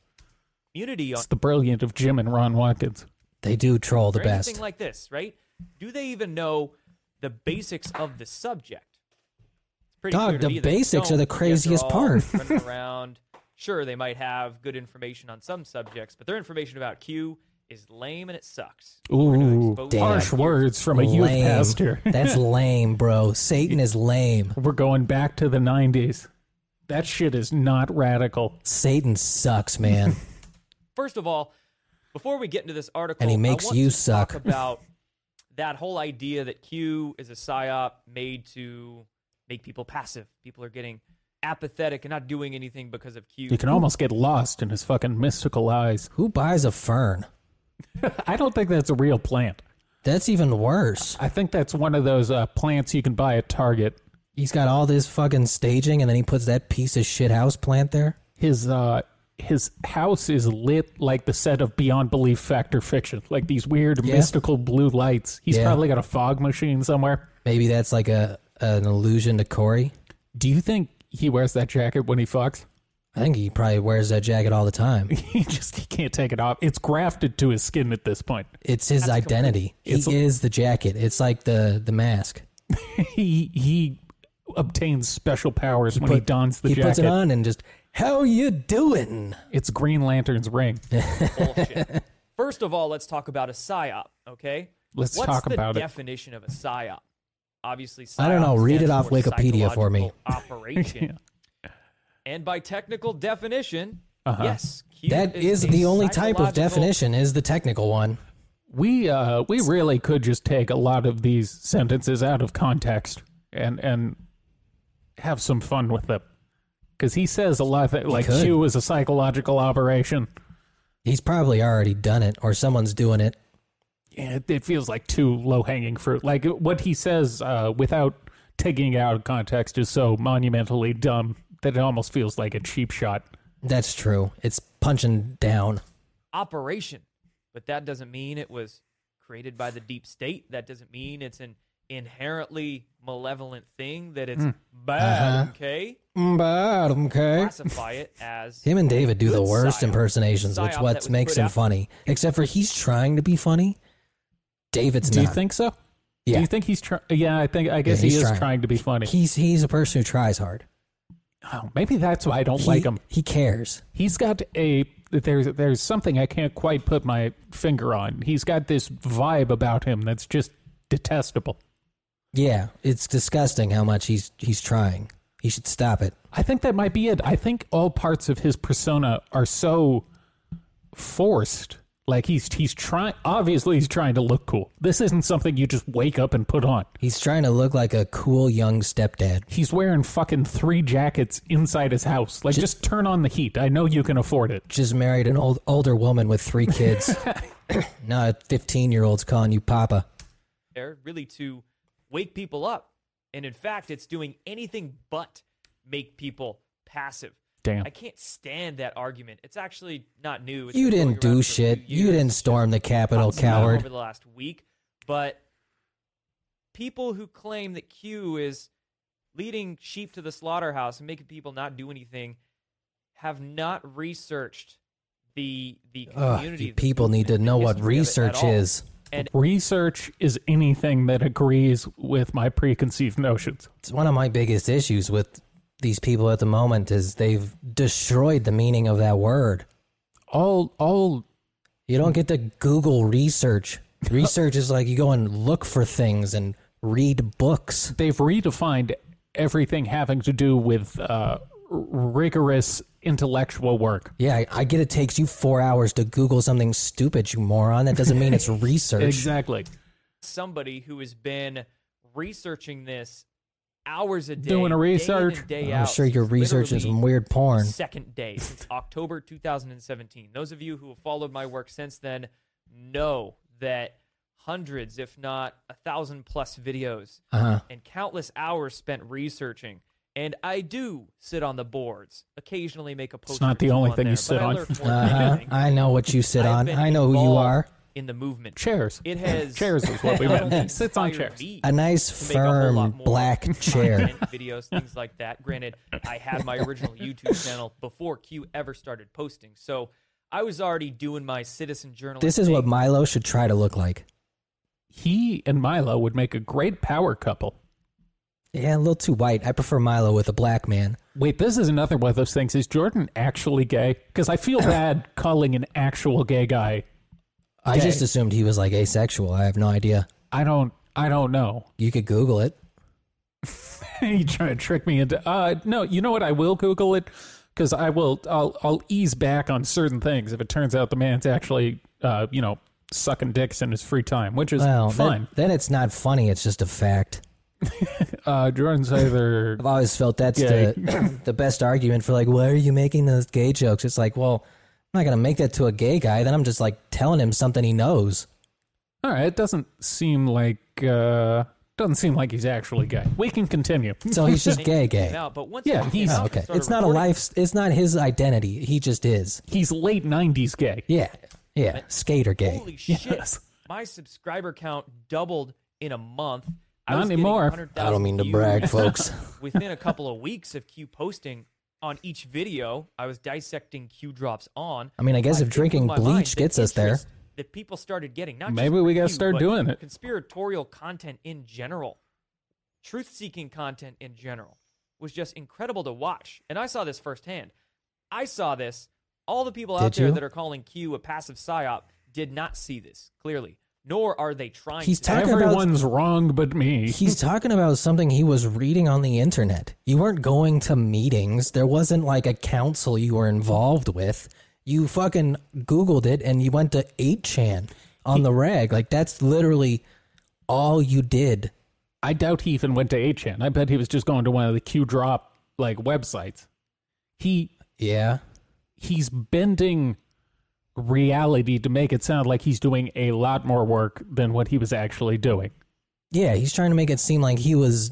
S3: community on
S1: It's the brilliant of Jim and Ron Watkins.
S2: They do troll the
S3: or
S2: best.
S3: anything like this, right? Do they even know the basics of the subject? It's pretty
S2: Dog,
S3: clear to
S2: the
S3: me that they
S2: basics are
S3: don't.
S2: the
S3: Yet they're
S2: craziest
S3: all
S2: part.
S3: running around. Sure, they might have good information on some subjects, but their information about Q is lame and it sucks. We're gonna
S1: Ooh,
S3: expose
S2: Damn.
S1: harsh words from a youth
S2: lame.
S1: pastor.
S2: That's lame, bro. Satan is lame.
S1: We're going back to the '90s. That shit is not radical.
S2: Satan sucks, man.
S3: First of all, before we get into this article,
S2: And he
S3: I
S2: makes
S3: want
S2: you
S3: to
S2: suck.
S3: Talk about that whole idea that Q is a psyop made to make people passive. People are getting apathetic and not doing anything because of Q.
S1: You can almost get lost in his fucking mystical eyes.
S2: Who buys a fern?
S1: I don't think that's a real plant.
S2: That's even worse.
S1: I think that's one of those uh, plants you can buy at Target.
S2: He's got all this fucking staging, and then he puts that piece of shit house plant there.
S1: His uh, his house is lit like the set of Beyond Belief Factor Fiction, like these weird
S2: Yeah.
S1: mystical blue lights. He's
S2: Yeah.
S1: probably got a fog machine somewhere.
S2: Maybe that's like a an allusion to Corey.
S1: Do you think he wears that jacket when he fucks?
S2: I think he probably wears that jacket all the time.
S1: He just he can't take it off. It's grafted to his skin at this point.
S2: It's his identity.
S1: It's a-
S2: he is the jacket. It's like the the mask.
S1: He he obtains special powers when he
S2: put-
S1: dons the
S2: he
S1: jacket.
S2: puts it on and just how you doing?
S1: It's Green Lantern's ring.
S3: Bullshit. First of all, let's talk about a psyop, okay?
S1: Let's
S3: What's
S1: talk
S3: the
S1: about it.
S3: definition of a psyop? Obviously, psyop
S2: I don't know. Read it
S3: stands
S2: off
S3: for
S2: Wikipedia for me.
S3: psychological Operation. And by technical definition, yes, Q
S2: Uh-huh. That is
S3: a
S2: the only type of
S3: psychological-
S2: definition is the technical one.
S1: We uh we really could just take a lot of these sentences out of context and and have some fun with them. Because he says a lot of that, like
S2: could.
S1: Q is a psychological operation.
S2: He's probably already done it or someone's doing it.
S1: Yeah, It, it feels like too low hanging fruit. Like what he says uh, without taking it out of context is so monumentally dumb that it almost feels like a cheap shot.
S2: That's true. It's punching down.
S3: operation. But that doesn't mean it was created by the deep state. That doesn't mean it's an inherently malevolent thing, that it's bad,
S2: Hmm. Uh-huh.
S3: okay?
S2: Bad, okay.
S3: Classify it as.
S2: Him and David do the
S3: Good
S2: worst
S3: psyop.
S2: impersonations,
S3: Psyop
S2: which
S3: that
S2: what
S3: was
S2: makes
S3: put
S2: him
S3: out-
S2: funny. Except for he's trying to be funny. David's
S1: Do you
S2: not.
S1: think so?
S2: Yeah.
S1: Do you think he's trying? Yeah, I think I guess
S2: Yeah,
S1: he
S2: he's
S1: is
S2: trying.
S1: trying. to be funny.
S2: he's he's a person who tries hard.
S1: oh, maybe that's why I don't
S2: He,
S1: like him.
S2: He cares.
S1: He's got a there's there's something I can't quite put my finger on. He's got this vibe about him that's just detestable.
S2: Yeah, it's disgusting how much he's he's trying. He should stop it.
S1: I think that might be it. I think all parts of his persona are so forced. Like he's he's trying obviously he's trying to look cool. This isn't something you just wake up and put on.
S2: He's trying to look like a cool young stepdad.
S1: He's wearing fucking three jackets inside his house. Like just turn on the heat. I know you can afford it.
S2: Just married an old older woman with three kids. now a fifteen year old's calling you papa.
S3: there really to wake people up. And in fact, it's doing anything but make people passive.
S1: Damn.
S3: I can't stand that argument. It's actually not new. It's
S2: You
S3: been going
S2: didn't
S3: around for
S2: do
S3: a few
S2: shit. You
S3: years.
S2: didn't storm the Capitol,
S3: Pops about
S2: coward.
S3: Over the last week, but people who claim that Q is leading sheep to the slaughterhouse and making people not do anything have not researched the the
S2: Ugh,
S3: community.
S2: you
S3: the
S2: people need to
S3: movement, the
S2: know what
S3: history of it at
S2: research
S3: all.
S2: is.
S3: And
S1: Research is anything that agrees with my preconceived notions.
S2: It's one of my biggest issues with these people at the moment is they've destroyed the meaning of that word.
S1: All all
S2: You don't get to Google research. Research is like you go and look for things and read books.
S1: they've redefined everything having to do with uh, r- rigorous intellectual work.
S2: Yeah, I, I get it takes you four hours to Google something stupid, you moron. That doesn't mean it's research.
S1: Exactly.
S3: somebody who has been researching this hours a day,
S1: Doing a
S3: day in
S1: research.
S3: and day
S2: I'm
S3: out,
S2: sure you're
S3: since
S2: researching
S3: literally
S2: some weird porn.
S3: second day since October 2017. Those of you who have followed my work since then know that hundreds, if not a thousand plus videos
S2: Uh huh.
S3: and countless hours spent researching. And I do sit on the boards, occasionally make a post.
S1: not
S3: or
S1: the
S3: two
S1: only
S3: on
S1: thing you
S3: there,
S1: sit
S3: but I
S1: on.
S3: learn more than
S2: Uh huh.
S3: anything.
S2: I know what you sit
S3: I've
S2: on.
S3: been
S2: I know who you
S3: involved
S2: are.
S3: In the movement.
S1: Chairs.
S3: It has
S1: Chairs is what we
S3: not
S1: meant.
S3: only
S1: He sits on
S3: inspired
S1: chairs.
S3: me
S2: A nice,
S3: to make a whole lot
S2: firm,
S3: more
S2: black chair.
S3: content, videos, things like that. Granted, I had my original YouTube channel before Q ever started posting, so I was already doing my citizen journalism.
S2: This is what Milo should try to look like.
S1: He and Milo would make a great power couple.
S2: Yeah, a little too white. I prefer Milo with a black man.
S1: Wait, this is another one of those things. Is Jordan actually gay? Because I feel bad calling an actual gay guy.
S2: I
S1: Okay.
S2: just assumed he was like asexual. I have no idea.
S1: I don't. I don't know.
S2: You could Google it.
S1: you trying to trick me into? Uh, no. You know what? I will Google it because I will. I'll. I'll ease back on certain things if it turns out the man's actually, uh, you know, sucking dicks in his free time, which is
S2: Well, then-
S1: fine.
S2: Then, it's not funny. It's just a fact.
S1: Uh, Jordan's either
S2: I've always felt that's
S1: Gay.
S2: the the best argument for like, why are you making those gay jokes? It's like, well, I'm not gonna make that to a gay guy. Then I'm just like telling him something he knows.
S1: All right, it doesn't seem like uh, Doesn't seem like he's actually gay. We can continue.
S2: So he's just gay,
S3: Came
S2: gay.
S3: out, but once
S1: Yeah,
S3: it came
S1: he's-
S3: out
S2: Oh,
S3: and
S2: okay.
S3: started
S2: It's not a
S3: recording-
S2: life. It's not his identity. He just is.
S1: he's late '90s gay.
S2: Yeah. Yeah. Skater gay.
S3: Holy
S1: Yes.
S3: shit! My subscriber count doubled in a month. I
S1: Not
S3: was getting
S1: anymore.
S3: 100,000
S2: I don't mean to brag,
S3: views
S2: folks.
S3: Within a couple of weeks of Q posting on each video, I was dissecting Q drops on.
S2: I mean, I guess if
S3: it blew
S2: drinking
S3: my mind
S2: bleach
S3: the
S2: gets us there.
S3: interest that people started getting. Not just
S1: Maybe we gotta
S3: Q,
S1: start
S3: but
S1: doing it.
S3: Conspiratorial content in general, truth-seeking content in general, was just incredible to watch, and I saw this firsthand. I saw this. All the people out
S2: Did
S3: there
S2: you?
S3: that are calling Q a passive psyop did not see this clearly, nor are they trying.
S2: He's
S3: to.
S2: Talk about-
S1: Everyone's wrong but me.
S2: He's talking about something he was reading on the internet. You weren't going to meetings. There wasn't like a council you were involved with. You fucking Googled it and you went to 8chan on the rag. Like, that's literally all you did.
S1: I doubt he even went to 8chan. I bet he was just going to one of the Q drop like websites. He
S2: Yeah.
S1: he's bending reality to make it sound like he's doing a lot more work than what he was actually doing.
S2: Yeah. He's trying to make it seem like he was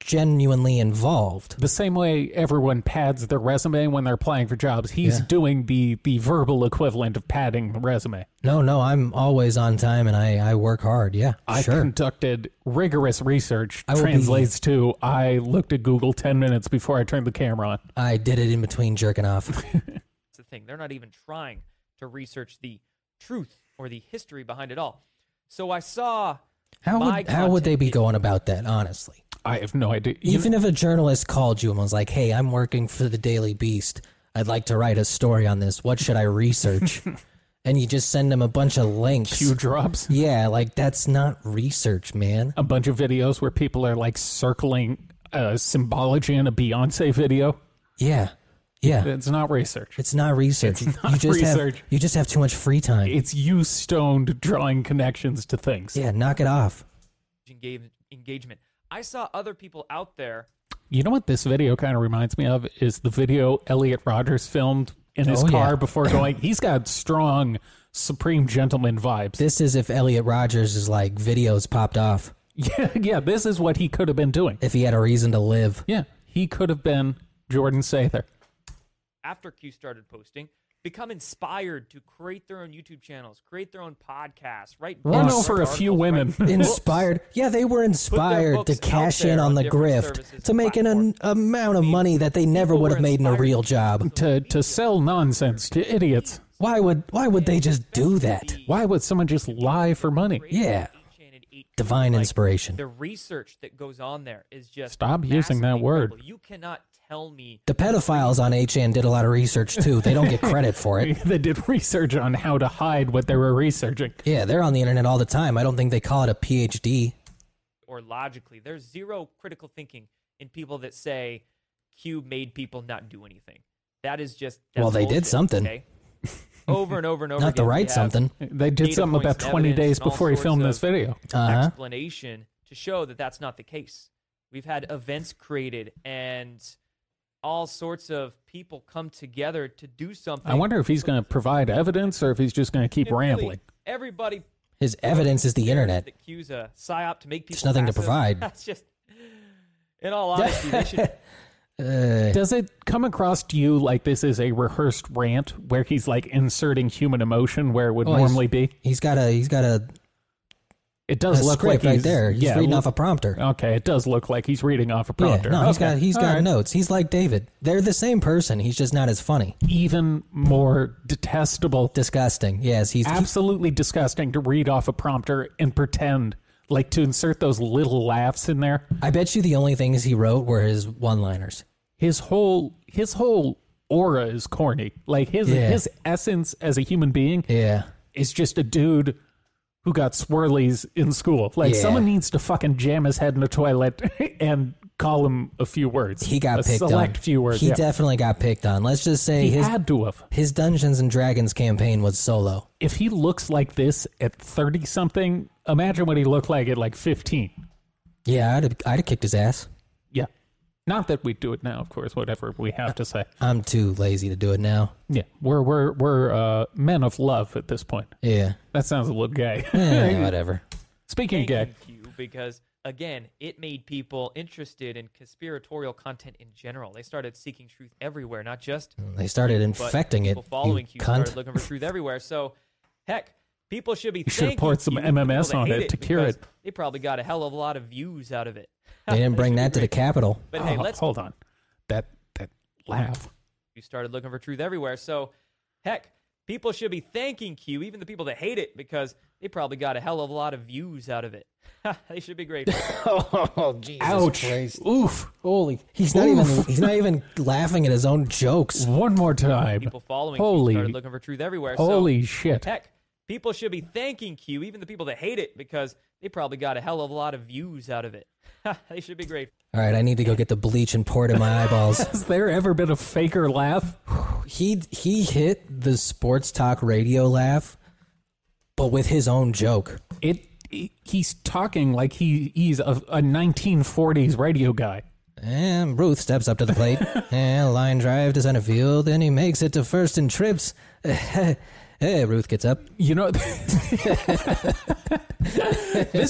S2: genuinely involved.
S1: The same way everyone pads their resume when they're applying for jobs, he's
S2: Yeah.
S1: doing the the verbal equivalent of padding the resume.
S2: No, no, I'm always on time and I, I work hard. Yeah.
S1: I
S2: sure.
S1: conducted rigorous research
S2: I will be-
S1: translates to I looked at Google 10 minutes before I turned the camera on.
S2: I did it in between jerking off.
S3: That's the thing. They're not even trying to research the truth or the history behind it all. So I saw
S2: How
S3: my
S2: would, how would they be
S3: content
S2: going about that, honestly?
S1: I have no idea. You-
S2: Even if a journalist called you and was like, "Hey, I'm working for the Daily Beast. I'd like to write a story on this. What should I research?" and you just send them a bunch of links.
S1: Q drops.
S2: Yeah, like that's not research, man.
S1: a bunch of videos where people are like circling uh, symbology in a Beyonce video.
S2: Yeah. Yeah.
S1: It's not research.
S2: It's not research.
S1: not
S2: you just
S1: research.
S2: have you just have too much free time.
S1: It's you stoned drawing connections to things.
S2: yeah, knock it off.
S3: engage- engagement. I saw other people out there
S1: You know what this video kind of reminds me of is the video Elliot Rodgers filmed in his
S2: Oh, yeah.
S1: car before going. He's got strong supreme gentleman vibes.
S2: This is if Elliot Rogers is like videos popped off
S1: yeah, yeah, this is what he could have been doing.
S2: if he had a reason to live.
S1: Yeah, he could have been Jordan Sather.
S3: after Q started posting become inspired to create their own YouTube channels, create their own podcasts, write
S1: Run
S3: blogs,
S1: over a
S3: write
S1: few
S3: articles,
S1: women.
S3: write-
S2: Inspired, yeah, they were inspired
S3: books
S2: to
S3: out
S2: cash
S3: there
S2: in
S3: on
S2: on the
S3: different
S2: grift
S3: services
S2: to
S3: and
S2: make an,
S3: platforms.
S2: amount of money that they never
S3: people
S2: would
S3: were
S2: have made in a
S3: inspired
S2: real
S3: to
S2: job.
S1: to to sell nonsense to idiots.
S2: Why would why would they just do that?
S1: Why would someone just lie for money?
S2: Yeah. Divine
S3: Divine
S2: inspiration.
S3: The research that goes on there is just
S1: Stop using
S3: massively
S1: that word.
S3: incredible. You cannot tell me
S2: The pedophiles on HN did a lot of research too. They don't get credit for it.
S1: they did research on how to hide what they were researching.
S2: Yeah, they're on the internet all the time. I don't think they call it a PhD.
S3: or logically. There's zero critical thinking in people that say Q made people not do anything. That is just that's
S2: Well, they did
S3: bullshit,
S2: something.
S3: okay? Over and over and over.
S2: Not
S3: again,
S2: to
S3: we
S2: write
S3: have
S2: something.
S1: They did
S3: Data
S1: something
S3: points
S1: about
S3: and
S1: 20
S3: evidence
S1: days
S3: and all
S1: before he
S3: sorts
S1: filmed
S3: of
S1: this video.
S2: Uh-huh.
S3: explanation to show that that's not the case. We've had events created and all sorts of people come together to do something.
S1: I wonder if he's going to provide evidence or if he's just going to keep
S3: And really,
S1: rambling.
S3: Everybody
S2: His evidence is the internet.
S3: that cues a psyop to make people.
S2: There's nothing to
S3: passive.
S2: provide.
S3: That's just, in all honesty, they should
S2: Uh,
S1: Does it come across to you like this is a rehearsed rant where he's like inserting human emotion where it would
S2: Well, oh, he's-
S1: normally be?
S2: he's got a he's got a,
S1: It
S2: a
S1: does look like
S2: script right
S1: he's-
S2: there. He's
S1: yeah,
S2: reading
S1: lo-
S2: off a prompter.
S1: Okay, it does look like he's reading off a
S2: Yeah,
S1: prompter.
S2: no, he's
S1: Okay,
S2: got he's
S1: all
S2: got
S1: right.
S2: notes. He's like David. They're the same person. He's just not as funny.
S1: even more detestable
S2: Disgusting. Yes, he's he-
S1: absolutely disgusting to read off a prompter and pretend like to insert those little laughs in there.
S2: I bet you the only things he wrote were his one-liners.
S1: His whole his whole aura is corny. Like his
S2: Yeah.
S1: his essence as a human being
S2: Yeah.
S1: is just a dude who got swirlies in school. Like
S2: Yeah.
S1: someone needs to fucking jam his head in a toilet and call him a few words.
S2: He got
S1: a
S2: picked on.
S1: select few words.
S2: He
S1: yeah.
S2: definitely got picked on. Let's just say
S1: he
S2: his
S1: had to have.
S2: his Dungeons and Dragons campaign was solo.
S1: If he looks like this at thirty something, imagine what he looked like at like fifteen.
S2: Yeah, I'd have, I'd have kicked his ass.
S1: Yeah. Not that we do it now, of course, whatever we have to say.
S2: I'm too lazy to do it now.
S1: Yeah. We're we're we're uh, men of love at this point.
S2: Yeah.
S1: That sounds a little gay.
S2: Eh, whatever.
S1: Speaking of
S3: thank
S1: gay.
S3: you because again, it made people interested in conspiratorial content in general. They started seeking truth everywhere, not just
S2: They started
S3: but
S2: infecting it.
S3: people Following
S2: you
S3: Q
S2: cunt.
S3: started looking for truth everywhere. So, heck, people should be.
S1: You should've
S3: thanking
S1: poured some
S3: Q, the people
S1: MMS
S3: that
S1: on
S3: hate
S1: it to cure
S3: because
S1: it.
S3: They probably got a hell of a lot of views out of it.
S2: They didn't bring
S3: should be
S2: that to the
S3: great.
S2: Capitol.
S3: But hey,
S1: Oh,
S3: let's.
S1: hold on. That that laugh.
S3: You started looking for truth everywhere. So, heck, people should be thanking Q, even the people that hate it, because they probably got a hell of a lot of views out of it. they should be grateful.
S2: Oh, Jesus
S1: Ouch. Oof.
S2: Holy, he's not even he's not even laughing at his own jokes.
S1: One more time.
S3: people following
S1: Holy-
S3: Q started looking for truth everywhere. so,
S1: Holy shit.
S3: Heck, people should be thanking Q, even the people that hate it, because they probably got a hell of a lot of views out of it. they should be grateful.
S2: All right, I need to go get the bleach and pour it in my eyeballs.
S1: Has there ever been a faker laugh?
S2: he he hit the sports talk radio laugh, but with his own joke.
S1: It, he- he's talking like he he's a, a 1940s radio guy.
S2: And Ruth steps up to the plate. and line drive to center field, and he makes it to first and trips. hey, Ruth gets up.
S1: You know, this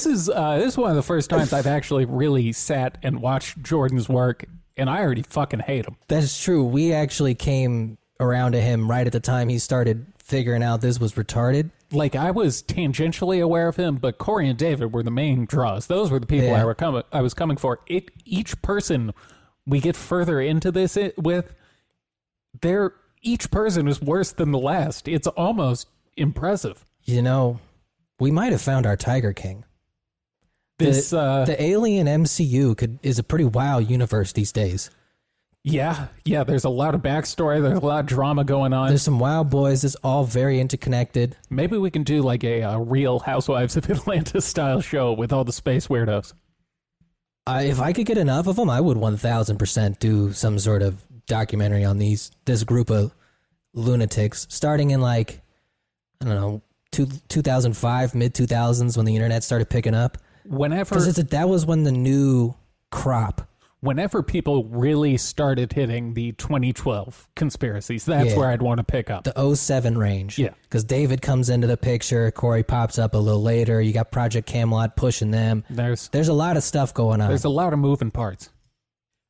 S1: is uh, this is one of the first times I've actually really sat and watched Jordan's work, and I already fucking hate him.
S2: That's true. We actually came around to him right at the time he started figuring out this was retarded.
S1: Like I was tangentially aware of him, but Corey and David were the main draws. Those were the people
S2: Yeah.
S1: I were coming. I was coming for. It each person we get further into this i with, they're each person is worse than the last. It's almost impressive.
S2: You know, we might have found our Tiger King.
S1: This
S2: the,
S1: uh,
S2: the Alien MCU could is a pretty wild universe these days.
S1: Yeah, yeah. There's a lot of backstory. There's a lot of drama going on.
S2: There's some wild boys. It's all very interconnected.
S1: Maybe we can do like a, uh real Housewives of Atlanta style show with all the space weirdos.
S2: I, if I could get enough of them, I would one thousand percent do some sort of documentary on these this group of lunatics, starting in like I don't know two two thousand five, mid two thousands when the internet started picking up.
S1: Whenever,
S2: Because that was when the new crop.
S1: whenever people really started hitting the 2012 conspiracies, that's
S2: Yeah.
S1: where I'd want to pick up.
S2: the 07 range.
S1: Yeah.
S2: Because David comes into the picture, Corey pops up a little later. You got Project Camelot pushing them.
S1: there's
S2: There's a lot of stuff going on.
S1: there's a lot of moving parts.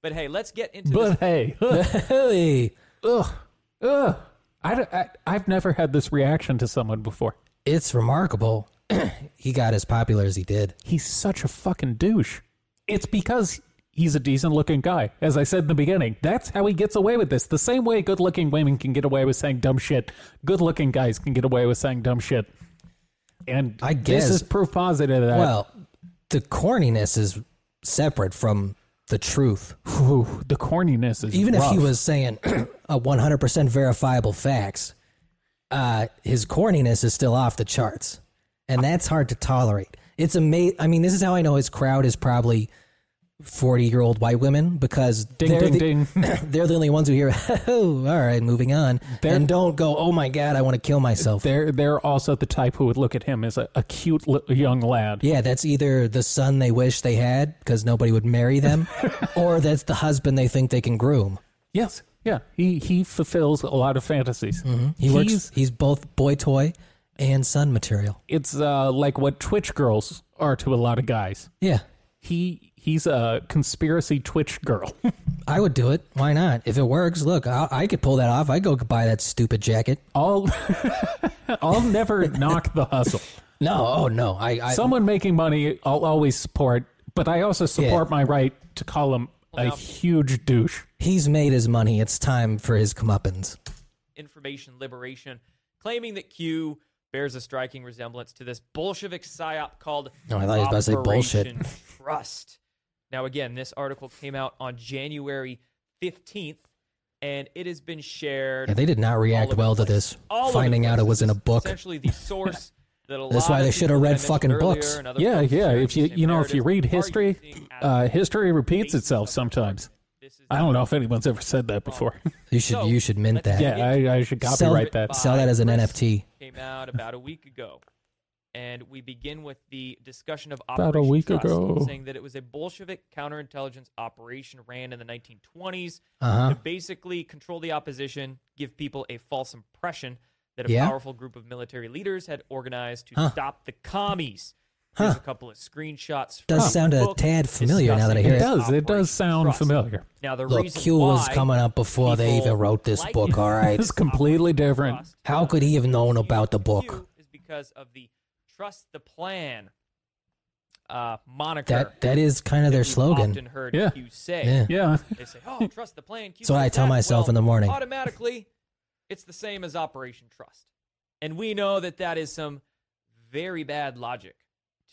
S3: But hey, let's get into this.
S1: But hey, ugh,
S2: Hey,
S1: ugh, ugh. I, d- I, I've never had this reaction to someone before.
S2: it's remarkable. he got as popular as he did.
S1: he's such a fucking douche. It's because he's a decent looking guy. As I said in the beginning, that's how he gets away with this. The same way good looking women can get away with saying dumb shit, good looking guys can get away with saying dumb shit. And
S2: I guess-
S1: this is proof positive that
S2: Well, the corniness is separate from the truth.
S1: whew, the corniness is
S2: Even if he
S1: rough.
S2: was saying a 100% verifiable facts, uh, his corniness is still off the charts. And that's hard to tolerate. It's amazing. I mean, this is how I know his crowd is probably 40 year old white women because
S1: ding
S2: they're
S1: ding
S2: the,
S1: ding.
S2: they're the only ones who hear, oh, all right, moving on,
S1: They're-
S2: and don't go, oh my God, I want to kill myself.
S1: They're they're also the type who would look at him as a, a cute li- young lad.
S2: Yeah, that's either the son they wish they had because nobody would marry them, or that's the husband they think they can groom.
S1: Yes, yeah. He he fulfills a lot of fantasies.
S2: He
S1: He's-
S2: works, he's both boy toy and son material.
S1: It's uh, like what Twitch girls are to a lot of guys.
S2: Yeah,
S1: he he's a conspiracy twitch girl
S2: I would do it. Why not? If it works, look, I, I could pull that off. I'd go buy that stupid jacket.
S1: i'll i'll never knock the hustle
S2: No, oh no, I, I
S1: someone making money i'll always support but i also support my right to call him a huge douche
S2: he's made his money. It's time for his comeuppance.
S3: information liberation, claiming that Q bears a striking resemblance to this Bolshevik psyop called
S2: No, I thought he was about to say bullshit.
S3: Operation Trust. Now, again, this article came out on January 15th, and it has been shared.
S2: Yeah, they did not
S3: all
S2: react
S3: over
S2: well to
S3: the place.
S2: this.
S3: All over the
S2: finding out it
S3: place.
S2: was
S3: This
S2: in a
S3: is
S2: book.
S3: Essentially, the source that a
S2: That's
S3: lot
S2: why
S3: of
S2: they
S3: people
S2: should have
S3: that I
S2: read
S3: mentioned
S2: fucking
S3: earlier
S2: books.
S3: and other
S1: yeah
S3: folks
S1: yeah
S3: shared
S1: if you
S3: these
S1: you know if you
S3: imperatives
S1: read
S3: are
S1: history
S3: using as
S1: uh history repeats
S3: basis
S1: itself
S3: of
S1: sometimes
S3: this is
S1: i don't know if anyone's ever said that before
S2: You should
S3: So,
S2: you should mint
S3: let's-
S2: that.
S1: yeah I, I should
S2: Sell-
S1: copyright that
S2: Sell that as an
S3: Chris
S2: NFT.
S3: Came out about a week ago, and we begin with the discussion of
S1: About a
S3: Operation
S1: week
S3: Trust,
S1: ago.
S3: saying that it was a Bolshevik counterintelligence operation ran in the 1920s
S2: Uh huh.
S3: to basically control the opposition, give people a false impression that a
S2: Yeah.
S3: powerful group of military leaders had organized to
S2: Huh.
S3: stop the commies. Here's a couple of screenshots.
S2: Does
S3: from
S2: sound
S3: the
S2: a
S3: book
S2: tad familiar now that I
S3: discussing
S1: It
S2: hear it.
S1: does. It does
S3: Operation
S1: sound
S3: Trust.
S1: familiar.
S3: Now the
S2: Look,
S3: reason
S2: Q was
S3: why
S2: coming up before they
S3: people
S2: even wrote this
S3: like
S2: book,
S3: it-
S2: all right?
S1: This is completely different.
S3: Trust
S2: How could he have known about the book?
S3: Q Is because of the trust the plan uh, moniker.
S2: That that is kind of their
S3: we've
S2: slogan.
S3: Often heard
S1: Yeah.
S3: Q say.
S2: Yeah.
S1: Yeah.
S3: They say, "Oh, trust the plan." Q
S2: So I
S3: says
S2: tell
S3: that.
S2: myself
S3: Well,
S2: in the morning.
S3: Automatically, it's the same as Operation Trust, and we know that that is some very bad logic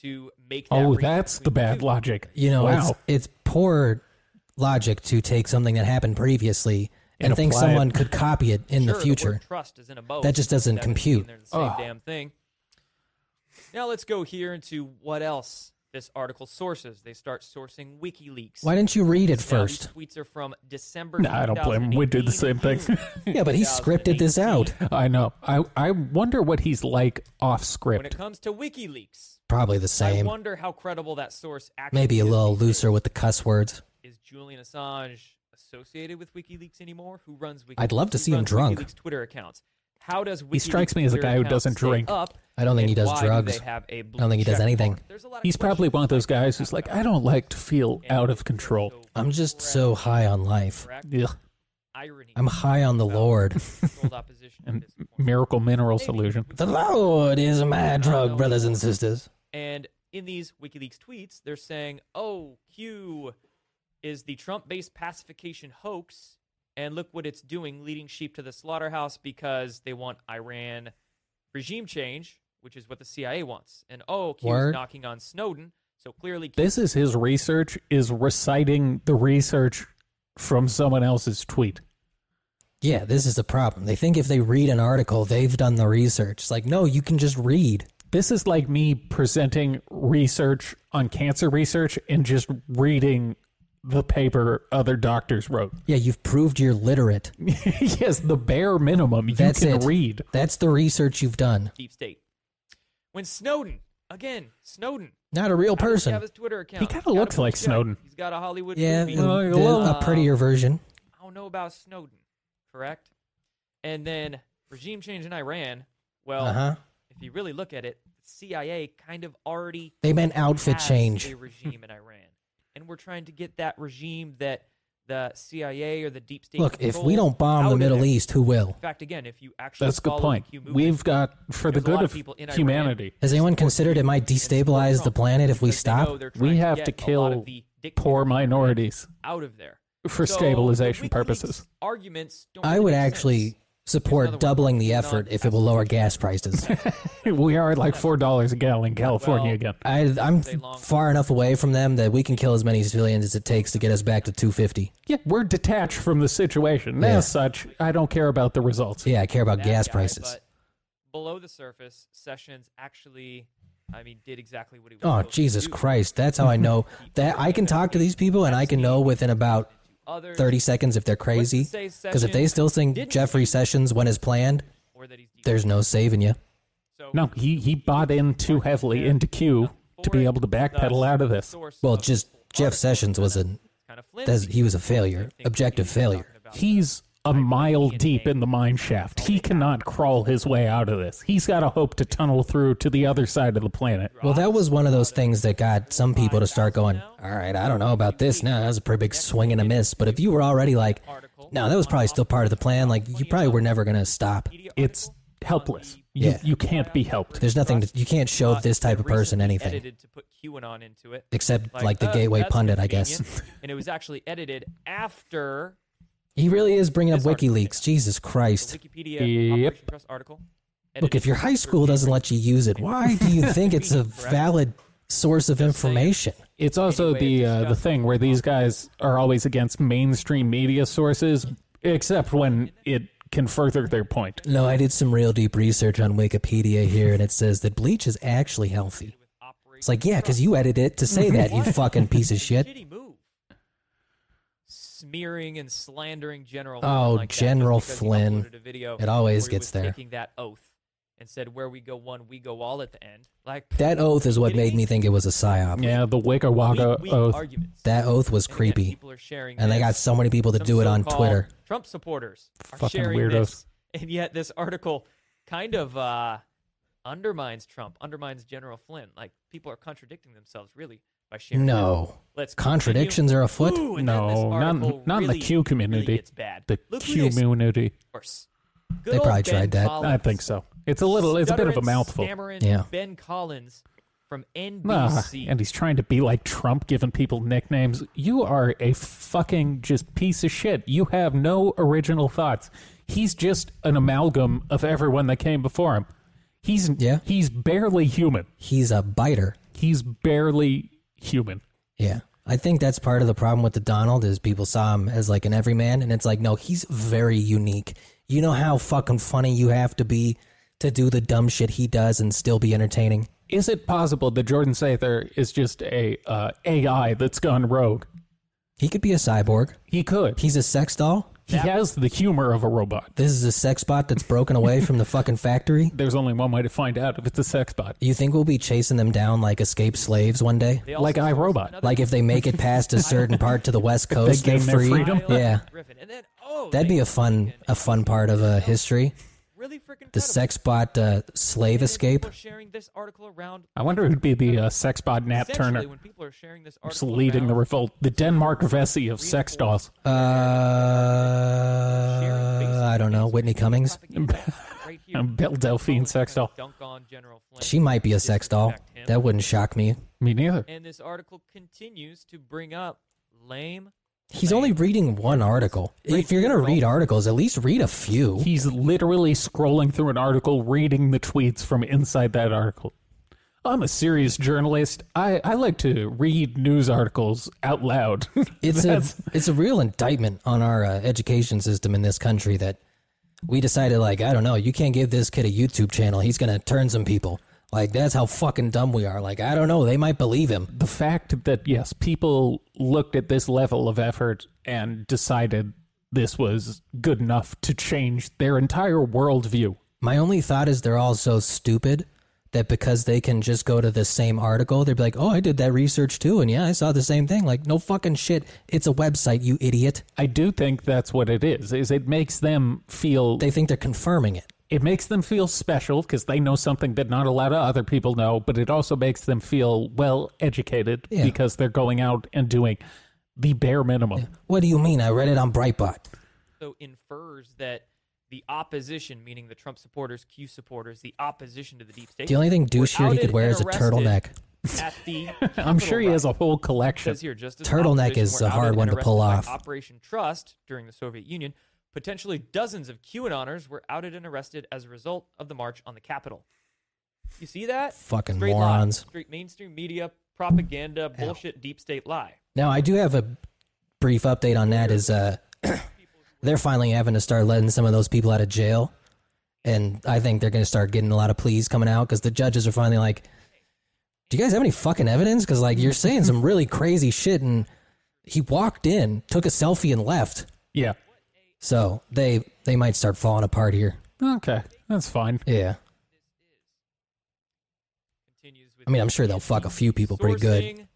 S3: to make. That
S1: Oh,
S3: read
S1: that's the
S3: between
S1: bad
S3: two.
S1: logic.
S2: You know,
S1: wow.
S2: it's it's poor logic to take something that happened previously and,
S1: And
S2: think
S1: apply it.
S2: someone could copy it in
S3: Sure,
S2: the
S3: word
S2: future.
S3: trust is in a boat.
S2: That just doesn't
S3: mean
S2: compute.
S3: They're the same
S1: Ugh.
S3: damn thing. Now let's go here into what else this article sources. They start sourcing WikiLeaks.
S2: Why didn't you read it
S3: Now, these
S2: first?
S3: tweets are from December.
S1: Nah, I don't blame him. We did the
S3: 2018.
S1: same thing.
S2: Yeah, but he scripted this out.
S3: 2018.
S1: I know. I, I wonder what he's like off
S3: When it
S1: script.
S3: comes to WikiLeaks,
S2: Probably the
S3: I
S2: same.
S3: wonder how credible that source actually
S2: Maybe a
S3: is
S2: little
S3: these days.
S2: looser with the cuss words.
S3: Is Julian Assange associated with WikiLeaks anymore? Who runs WikiLeaks?
S2: I'd love to
S3: Who
S2: see him
S3: runs
S2: drunk.
S3: WikiLeaks Twitter accounts. How does WikiLeaks
S1: He strikes me as a
S3: Twitter
S1: guy who
S3: accounts
S1: doesn't
S3: stay
S1: drink.
S3: Up,
S2: I don't think he
S3: and
S2: does
S3: why do
S2: drugs.
S3: they have a blue
S2: think he does
S3: check mark?
S2: anything.
S3: There's a lot of
S1: He's probably
S3: questions
S1: one of those
S3: like that
S1: guys who's
S3: happen
S1: like,
S3: about
S1: I don't like to feel
S3: it.
S1: out
S3: And
S1: of control.
S3: so
S2: I'm just so high on life.
S3: crap
S1: Ugh.
S3: irony
S2: I'm high on the
S3: about
S2: Lord.
S3: controlled opposition at
S1: And
S3: this point.
S1: miracle mineral solution.
S2: The Lord is my drug, brothers and sisters.
S3: And in these WikiLeaks tweets, they're saying, oh, Q is the Trump based pacification hoax. And look what it's doing, leading sheep to the slaughterhouse because they want Iran regime change, which is what the CIA wants. And oh, Q
S2: Word.
S3: is knocking on Snowden. So clearly, Q
S1: This is his research, is reciting the research from someone else's tweet.
S2: Yeah, this is the problem. They think if they read an article, they've done the research. It's like, no, you can just read.
S1: This is like me presenting research on cancer research and just reading the paper other doctors wrote.
S2: Yeah, you've proved you're literate.
S1: yes, the bare minimum you
S2: That's
S1: can
S2: it.
S1: read.
S2: That's the research you've done.
S3: deep state. When Snowden, again, Snowden,
S2: Not a real
S3: how does he have
S2: person.
S3: his Twitter account.
S1: kinda
S3: He's got a
S1: looks
S3: blue
S1: like
S3: check.
S1: Snowden.
S3: He's got a Hollywood
S2: Yeah,
S3: movie.
S2: the-
S1: Oh,
S2: the-
S1: well.
S2: a prettier version.
S3: I don't know about Snowden, correct? And then regime change in Iran. Well,
S2: Uh huh.
S3: if you really look at it, the CIA kind of already
S2: They meant outfit
S3: has
S2: change.
S3: a regime in Iran, and we're trying to get that regime that the CIA or the deep state.
S2: Look, if we
S3: controls
S2: don't bomb
S3: out
S2: the
S3: of
S2: Middle
S3: there.
S2: East, who will?
S3: in fact, again, if you actually
S1: That's a good
S3: follow the
S1: point.
S3: Q movement,
S1: We've got, for the
S3: there's a lot
S1: good
S3: of
S1: of
S3: people in Iran
S1: humanity,
S2: Has anyone
S3: support
S2: considered it might
S3: and support
S2: destabilize the
S3: Trump
S2: planet if we
S3: because they
S2: stop?
S3: know they're
S1: We
S3: trying
S1: have
S3: get
S1: to
S3: a lot of
S1: kill
S3: the
S1: poor
S3: dictators
S1: minorities
S3: out of there
S1: for
S3: So,
S1: stabilization
S3: WikiLeaks
S1: purposes.
S3: Arguments. Don't
S2: I
S3: really
S2: would
S3: make
S2: actually
S3: sense. another
S2: support
S3: one.
S2: doubling the
S3: Non-
S2: effort if it will lower gas prices.
S1: We are at like $4 a gallon in California
S3: Well,
S1: again.
S2: I, I'm far enough away from them that we can kill as many civilians as it takes to get us back to 250.
S1: Yeah, we're detached from the situation.
S2: Yeah.
S1: As such, I don't care about the results.
S2: Yeah, I care about
S3: that
S2: gas
S3: guy,
S2: prices.
S3: but below the surface, Sessions actually, I mean, did exactly what he was.
S2: Oh
S3: supposed to
S2: Jesus
S3: do.
S2: Christ! That's how I know that I can talk to these people and I can know within about
S3: Others,
S2: 30 seconds if they're crazy. Because if they still think Jeffrey Sessions went as planned,
S3: or that he's deep.
S2: there's no saving you.
S3: So,
S1: No, he, he bought in too heavily into Q to be able to backpedal out of this.
S3: source
S2: Well,
S3: of
S2: just
S3: the
S2: Jeff
S3: article
S2: Sessions was
S3: kinda-
S2: an-
S3: kinda
S2: That's,
S3: flimsy.
S2: he was a failure,
S3: Think
S2: objective
S3: he's talking
S2: failure.
S3: about
S1: He's a mile deep in the mine shaft. He cannot crawl his way out of this. He's got to hope to tunnel through to the other side of the planet.
S2: Well, that was one of those things that got some people to start going, all right, I don't know about this. No, that was a pretty big swing and a miss. But if you were already like, no, that was probably still part of the plan, like you probably were never going to stop.
S3: media
S1: It's
S3: article
S1: helpless.
S3: on the
S1: You,
S2: Yeah.
S1: you can't be helped.
S2: There's nothing, that you can't show
S3: uh,
S2: this type
S3: they
S2: of person
S3: recently
S2: anything
S3: Edited to put QAnon into it.
S2: except like the
S3: oh,
S2: gateway
S3: that's
S2: pundit, I guess.
S3: convenient. and it was actually edited after
S2: He really is bringing up
S3: This article.
S2: WikiLeaks. Jesus
S3: the
S2: Christ.
S3: Wikipedia
S1: Yep.
S3: Operation Trust article.
S2: Look,
S3: edited
S2: if your
S3: for
S2: high school
S3: review.
S2: doesn't let you use it, why do you think it's a
S3: Correct.
S2: valid source of information?
S1: It's also
S3: Anyway,
S1: the uh, the
S3: discuss-
S1: thing where these guys are always against mainstream media sources, except when it can further their point.
S2: No, I did some real deep research on Wikipedia here, and it says that bleach is actually healthy. It's like, yeah, because you edited it to say that, you fucking piece of shit.
S3: shitty move. Smearing and slandering General.
S2: Oh,
S3: Flynn like that just
S2: General
S3: because he
S2: Flynn.
S3: uploaded a video
S2: It always
S3: where he
S2: gets
S3: was
S2: there.
S3: Taking that oath and said, "Where we go one, we go all." At the end, like
S2: That oath is what
S3: kidding
S2: made me think it was a psyop.
S1: Yeah, the Wicca
S3: Weak,
S1: Wagga
S3: weak
S1: oath.
S3: arguments.
S2: That oath was
S3: And again,
S2: creepy,
S3: people are sharing
S2: and they got
S3: this.
S2: so many people to
S3: Some
S2: do it on
S3: so-called
S2: Twitter.
S3: Trump supporters are
S1: Fucking
S3: sharing
S1: weirdos.
S3: this, and yet this article kind of uh, undermines Trump, undermines General Flynn. Like people are contradicting themselves really by sharing. that.
S2: No.
S3: Let's continue.
S2: Contradictions are afoot.
S3: Ooh, and then this
S1: No, not
S3: article
S1: not in the
S3: really,
S1: Q community.
S3: Really gets bad.
S1: The
S3: Look who
S1: Q
S3: they
S1: community.
S3: source.
S2: They
S3: old
S2: probably
S3: Ben
S2: tried that. I
S1: I think so. It's a little. It's a bit of a
S3: Stutterin',
S1: mouthful.
S3: stammerin'
S2: Yeah.
S3: Ben Collins from
S1: Ah,
S3: NBC.
S1: and he's trying to be like Trump, giving people nicknames. You are a fucking just piece of shit. You have no original thoughts. He's just an amalgam of everyone that came before him. He's
S2: Yeah.
S1: He's barely human.
S2: He's a biter.
S1: He's barely human.
S2: Yeah. I think that's part of the problem with the Donald is people saw him as like an everyman and it's like no, he's very unique. You know how fucking funny you have to be to do the dumb shit he does and still be entertaining.
S1: Is it possible that Jordan Sather is just a uh, AI that's gone rogue?
S2: He could be a cyborg.
S1: He could.
S2: He's a sex doll.
S1: He has the humor of a robot.
S2: This is a sex bot that's broken away from the fucking factory.
S1: There's only one way to find out if it's a sex bot.
S2: You think we'll be chasing them down like escaped slaves one day?
S3: They also
S1: Like
S3: sourced
S1: iRobot.
S3: another
S2: Like if they make it past a certain part to the West Coast,
S1: gain
S2: they're
S1: their
S2: free.
S1: freedom?
S3: Kyle
S2: Yeah,
S3: Griffin. And then, oh,
S2: that'd
S3: they-
S2: be a fun a fun part of uh, history.
S3: really freaking
S2: The
S3: credible.
S2: sex bot uh, slave
S3: And then
S2: escape.
S3: people are sharing this article around.
S1: I wonder who'd be the uh, sex bot Nat
S3: essentially,
S1: Turner.
S3: When people are sharing this
S1: Just
S3: article
S1: leading the
S3: around,
S1: revolt. The Denmark Vesey of sex dolls.
S2: Uh, I don't know. Whitney Cummings.
S3: right here.
S1: And Bill Delphine sex doll.
S3: Dunk on General Flynn.
S2: She might be a sex doll.
S3: Disrespect him.
S2: That wouldn't shock me.
S1: Me neither.
S3: And this article continues to bring up lame.
S2: He's only reading one article. If you're gonna read articles, at least read a few.
S1: He's literally scrolling through an article, reading the tweets from inside that article. I'm a serious journalist. I, I like to read news articles out loud.
S2: It's a
S1: That's-
S2: it's a real indictment on our uh, education system in this country that we decided like I don't know you can't give this kid a YouTube channel. He's gonna turn some people. Like that's how fucking dumb we are. Like I don't know. They might believe him.
S1: the fact that, yes, people looked at this level of effort and decided this was good enough to change their entire worldview.
S2: My only thought is they're all so stupid that because they can just go to the same article, they'd be like, oh, I did that research too, and yeah, I saw the same thing. Like no fucking shit. It's a website, you idiot.
S1: I do think that's what it is. Is it makes them feel
S2: They think they're confirming it.
S1: it makes them feel special because they know something that not a lot of other people know, but it also makes them feel well educated
S2: Yeah.
S1: because they're going out and doing the bare minimum.
S2: What do you mean? I read it on Breitbart.
S3: also infers that the opposition, meaning the Trump supporters, Q supporters, the opposition to the deep state.
S2: The only thing
S3: were
S2: douchier he
S3: outed
S2: could wear
S3: and
S2: is a
S3: arrested
S2: turtleneck.
S3: At the
S1: I'm sure he has a whole collection.
S3: says here, just as
S2: Turtleneck
S3: opposition
S2: is
S3: were
S2: a hard
S3: outed
S2: one
S3: and
S2: to pull
S3: arrested by
S2: off.
S3: Operation Trust during the Soviet Union, potentially dozens of QAnoners were outed and arrested as a result of the march on the Capitol. You see that?
S2: Fucking
S3: Straight lie.
S2: morons.
S3: Straight mainstream media propaganda bullshit deep state lie.
S2: Now I do have a brief update on that. Is uh, they're finally having to start letting some of those people out of jail, and I think they're going to start getting a lot of pleas coming out because the judges are finally like, "Do you guys have any fucking evidence? Because like you're saying some really crazy shit, and he walked in, took a selfie, and left.
S1: Yeah.
S2: So they they might start falling apart here.
S1: Okay. That's fine.
S2: Yeah,
S3: Continues with
S2: I mean I'm sure they'll fuck a few people pretty good.
S3: sourcing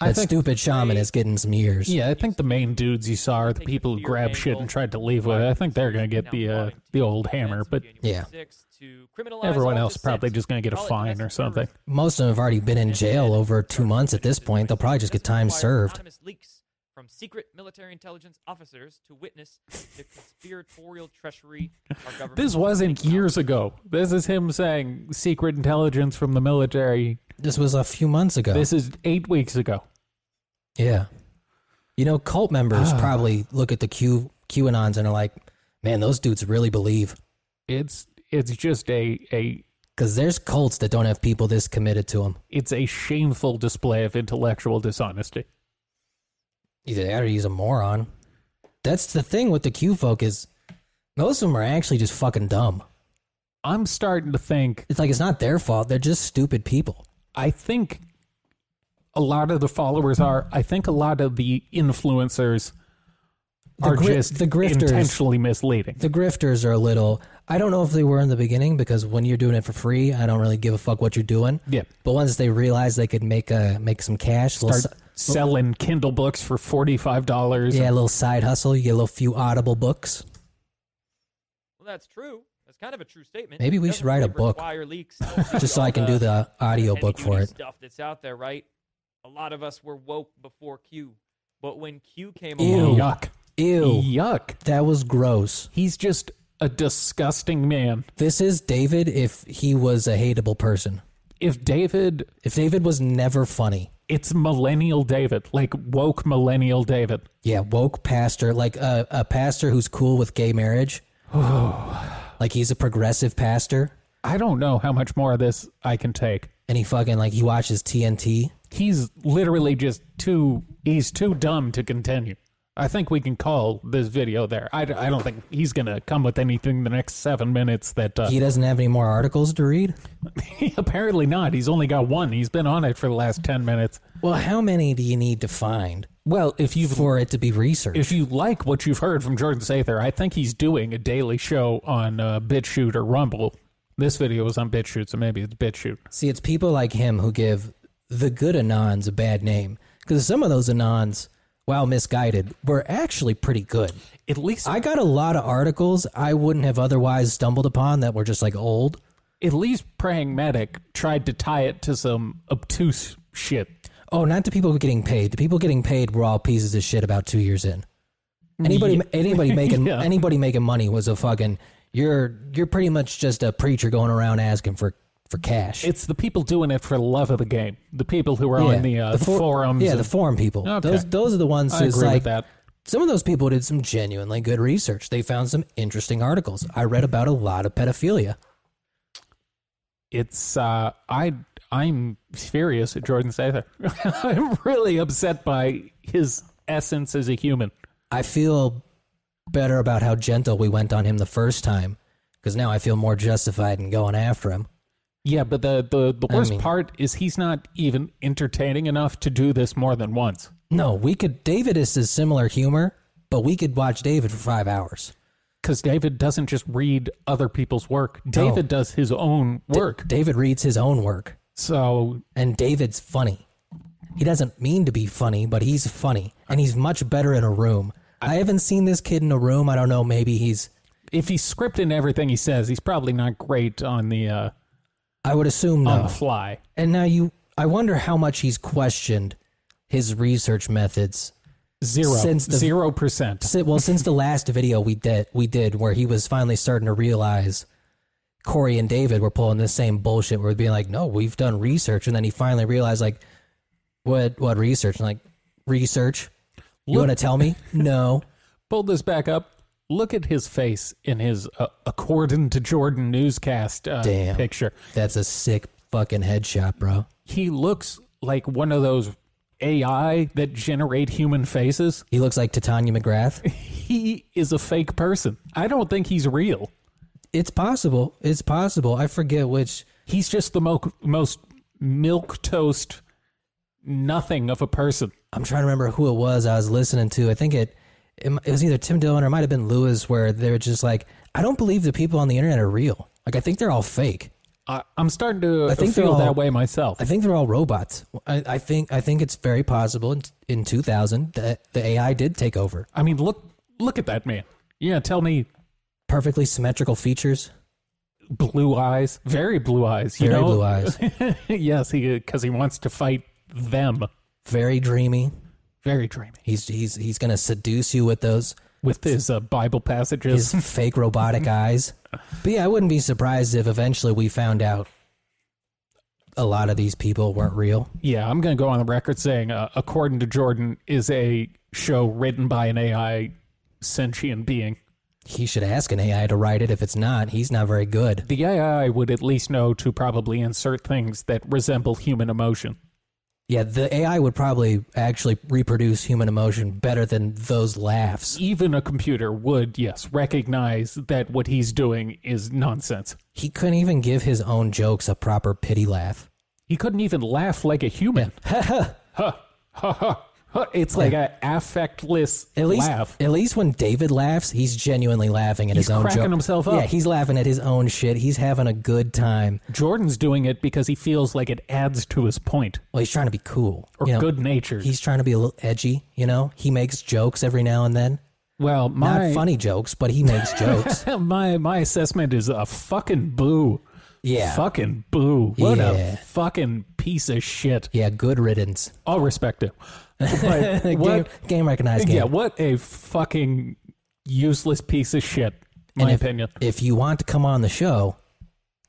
S1: I
S2: That
S1: think-
S2: stupid shaman is getting some years.
S1: Yeah, I think the main dudes you saw are the people who grabbed shit and tried to leave with it. I think they're going to get the uh, the old hammer, but
S2: Yeah.
S1: everyone else probably just going to get a fine or something.
S2: Most of them have already been in jail over two months at this point. They'll probably just get time served.
S3: Anonymous leaks from secret military intelligence officers to witness the conspiratorial treachery our government
S1: This wasn't years ago. This is him saying secret intelligence from the military.
S2: This was a few months ago.
S1: This is eight weeks ago.
S2: Yeah. You know, cult members
S1: Ah.
S2: probably look at the Q QAnons and are like, man, those dudes really believe.
S1: It's it's just a a
S2: Because there's cults that don't have people this committed to them.
S1: it's a shameful display of intellectual dishonesty.
S2: Either that or he's a moron. That's the thing with the Q folk is most of them are actually just fucking dumb.
S1: I'm starting to think
S2: It's like it's not their fault. They're just stupid people.
S1: I think a lot of the followers are I think a lot of the influencers
S2: The
S1: are
S2: gri-
S1: just
S2: the grifters.
S1: intentionally misleading.
S2: The grifters are a little. I don't know if they were in the beginning because when you're doing it for free, I don't really give a fuck what you're doing.
S1: Yeah.
S2: But once they realize they could make a make some cash, they'll
S1: Start
S2: s-
S1: selling Kindle books for forty five dollars.
S2: yeah, a little side hustle. You get a little few audible books.
S3: Well, that's true.
S4: That's
S3: That's
S4: kind of a true statement.
S2: Maybe we
S4: Doesn't
S2: should write a
S4: really
S2: book.
S4: require leaks.
S2: Just so I can do the audio book for
S4: heavy-duty
S2: it.
S4: Stuff that's out there, right? A lot of us were woke before Q, but when Q came
S2: Ew.
S4: along,
S1: Yuck.
S2: Ew.
S1: Yuck.
S2: That was gross.
S1: He's just a disgusting man.
S2: This is David if he was a hateable person.
S1: If David,
S2: If David was never funny.
S1: it's millennial David, like woke millennial David.
S2: Yeah, woke pastor, like a, a pastor who's cool with gay marriage. like he's a progressive pastor
S1: I don't know how much more of this I can take.
S2: and he fucking like he watches TNT.
S1: He's literally just too, he's too dumb to continue. I think we can call this video there. I, I don't think he's going to come with anything the next seven minutes that uh,
S2: He doesn't have any more articles to read.
S1: apparently not. He's only got one. He's been on it for the last 10 minutes.
S2: Well, how many do you need to find
S1: Well, if you've
S2: for it to be researched?
S1: if you like what you've heard from Jordan Sather, I think he's doing a daily show on uh, BitChute or Rumble. This video was on BitChute, so maybe it's BitChute.
S2: See, it's people like him who give the good Anons a bad name because some of those Anons, while misguided, were actually pretty good.
S1: At least,
S2: I got a lot of articles I wouldn't have otherwise stumbled upon that were just like old.
S1: at least Praying Medic tried to tie it to some obtuse shit.
S2: Oh, not the people getting paid. The people getting paid were all pieces of shit about two years in. Anybody, anybody making
S1: Yeah.
S2: anybody making money was a fucking. You're you're pretty much just a preacher going around asking for for cash.
S1: It's the people doing it for the love of the game. The people who are on the, uh,
S2: for-
S1: forums.
S2: Yeah,
S1: and-
S2: the forum people.
S1: Okay.
S2: Those those are the ones
S1: I
S2: who's
S1: agree
S2: like
S1: with that.
S2: some of those people did some genuinely good research. They found some interesting articles. I read about a lot of pedophilia.
S1: It's uh, I I'm furious at Jordan Sather. I'm really upset by his essence as a human.
S2: I feel better about how gentle we went on him the first time because now I feel more justified in going after him.
S1: Yeah, but the the, the
S2: I
S1: worst
S2: mean-
S1: part is he's not even entertaining enough to do this more than once.
S2: No, we could. David is a similar humor, but we could watch David for five hours.
S1: Because David doesn't just read other people's work.
S2: No.
S1: David does his own
S2: D-
S1: work.
S2: David reads his own work,
S1: so
S2: and David's funny. He doesn't mean to be funny, but he's funny, and he's much better in a room. I haven't seen this kid in a room. I don't know. Maybe he's.
S1: if he's scripting everything he says, he's probably not great on the uh,
S2: I would assume no.
S1: on the fly.
S2: And now you, I wonder how much he's questioned his research methods.
S1: Zero.
S2: Since the-
S1: Zero percent.
S2: Si- Well, since the last video we did, we did where he was finally starting to realize Corey and David were pulling the same bullshit. Where being like, "No, we've done research," and then he finally realized, like, "What? What research?" And like, research. You
S1: Look-
S2: want to tell me? No.
S1: Pull this back up. Look at his face in his uh, according to Jordan newscast uh,
S2: Damn.
S1: picture.
S2: That's a sick fucking headshot, bro.
S1: He looks like one of those AI that generate human faces.
S2: He looks like Titania McGrath.
S1: he is a fake person. I don't think he's real.
S2: It's possible. It's possible. I forget which.
S1: He's just the mo- most milk toast nothing of a person.
S2: I'm trying to remember who it was I was listening to. I think it it, m- it was either Tim Dillon or it might have been Lewis, where they were just like, I don't believe the people on the internet are real. Like I think they're all fake.
S1: I, I'm starting to
S2: I think
S1: feel
S2: they're all-
S1: that way myself.
S2: I think they're all robots. I, I think I think it's very possible in, in 2000 that the AI did take over.
S1: I mean, look look at that man. Yeah, tell me,
S2: Perfectly symmetrical features,
S1: blue eyes, very blue eyes. You
S2: very
S1: know?
S2: blue eyes,
S1: yes, he because he wants to fight them.
S2: very dreamy.
S1: Very dreamy
S2: He's he's he's gonna seduce you with those
S1: with his uh, Bible passages.
S2: his fake robotic eyes. But yeah, I wouldn't be surprised if eventually we found out a lot of these people weren't real.
S1: yeah, I'm going to go on the record saying, uh, according to Jordan, is a show written by an AI sentient being.
S2: He should ask an AI to write it. If it's not, he's not very good.
S1: The AI would at least know to probably insert things that resemble human emotion.
S2: Yeah, the AI would probably actually reproduce human emotion better than those laughs.
S1: Even a computer would, yes, recognize that what he's doing is nonsense.
S2: He couldn't even give his own jokes a proper pity laugh.
S1: He couldn't even laugh like a human. Ha, ha, ha, ha. it's like an affectless
S2: At least,
S1: laugh.
S2: at least when David laughs, he's genuinely laughing at
S1: He's
S2: his own
S1: cracking
S2: joke.
S1: himself up.
S2: Yeah, he's laughing at his own shit. He's having a good time.
S1: Jordan's doing it because he feels like it adds to his point
S2: Well, he's trying to be cool
S1: or
S2: you know?
S1: good natured.
S2: He's trying to be a little edgy. You know, he makes jokes every now and then.
S1: Well, my
S2: Not funny jokes, but he makes jokes.
S1: my my assessment is a fucking boo.
S2: Yeah.
S1: Fucking boo. What
S2: Yeah.
S1: a fucking piece of shit.
S2: Yeah, good riddance.
S1: All respect to. But what
S2: game, game recognized game.
S1: Yeah, what a fucking useless piece of shit.
S2: And
S1: My
S2: if-
S1: opinion.
S2: If you want to come on the show,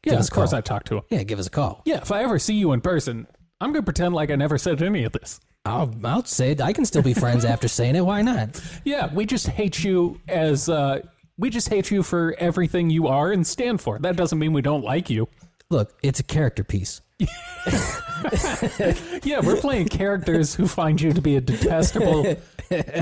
S1: Yeah,
S2: us
S1: of
S2: a
S1: course
S2: call.
S1: I talk to him.
S2: yeah, give us a call.
S1: Yeah, if I ever see you in person, I'm gonna pretend like I never said any of this.
S2: I'll, I'll say it. I can still be friends after saying it. Why not?
S1: Yeah, we just hate you as uh we just hate you for everything you are and stand for. That doesn't mean we don't like you.
S2: Look, it's a character piece.
S1: Yeah, we're playing characters who find you to be a detestable,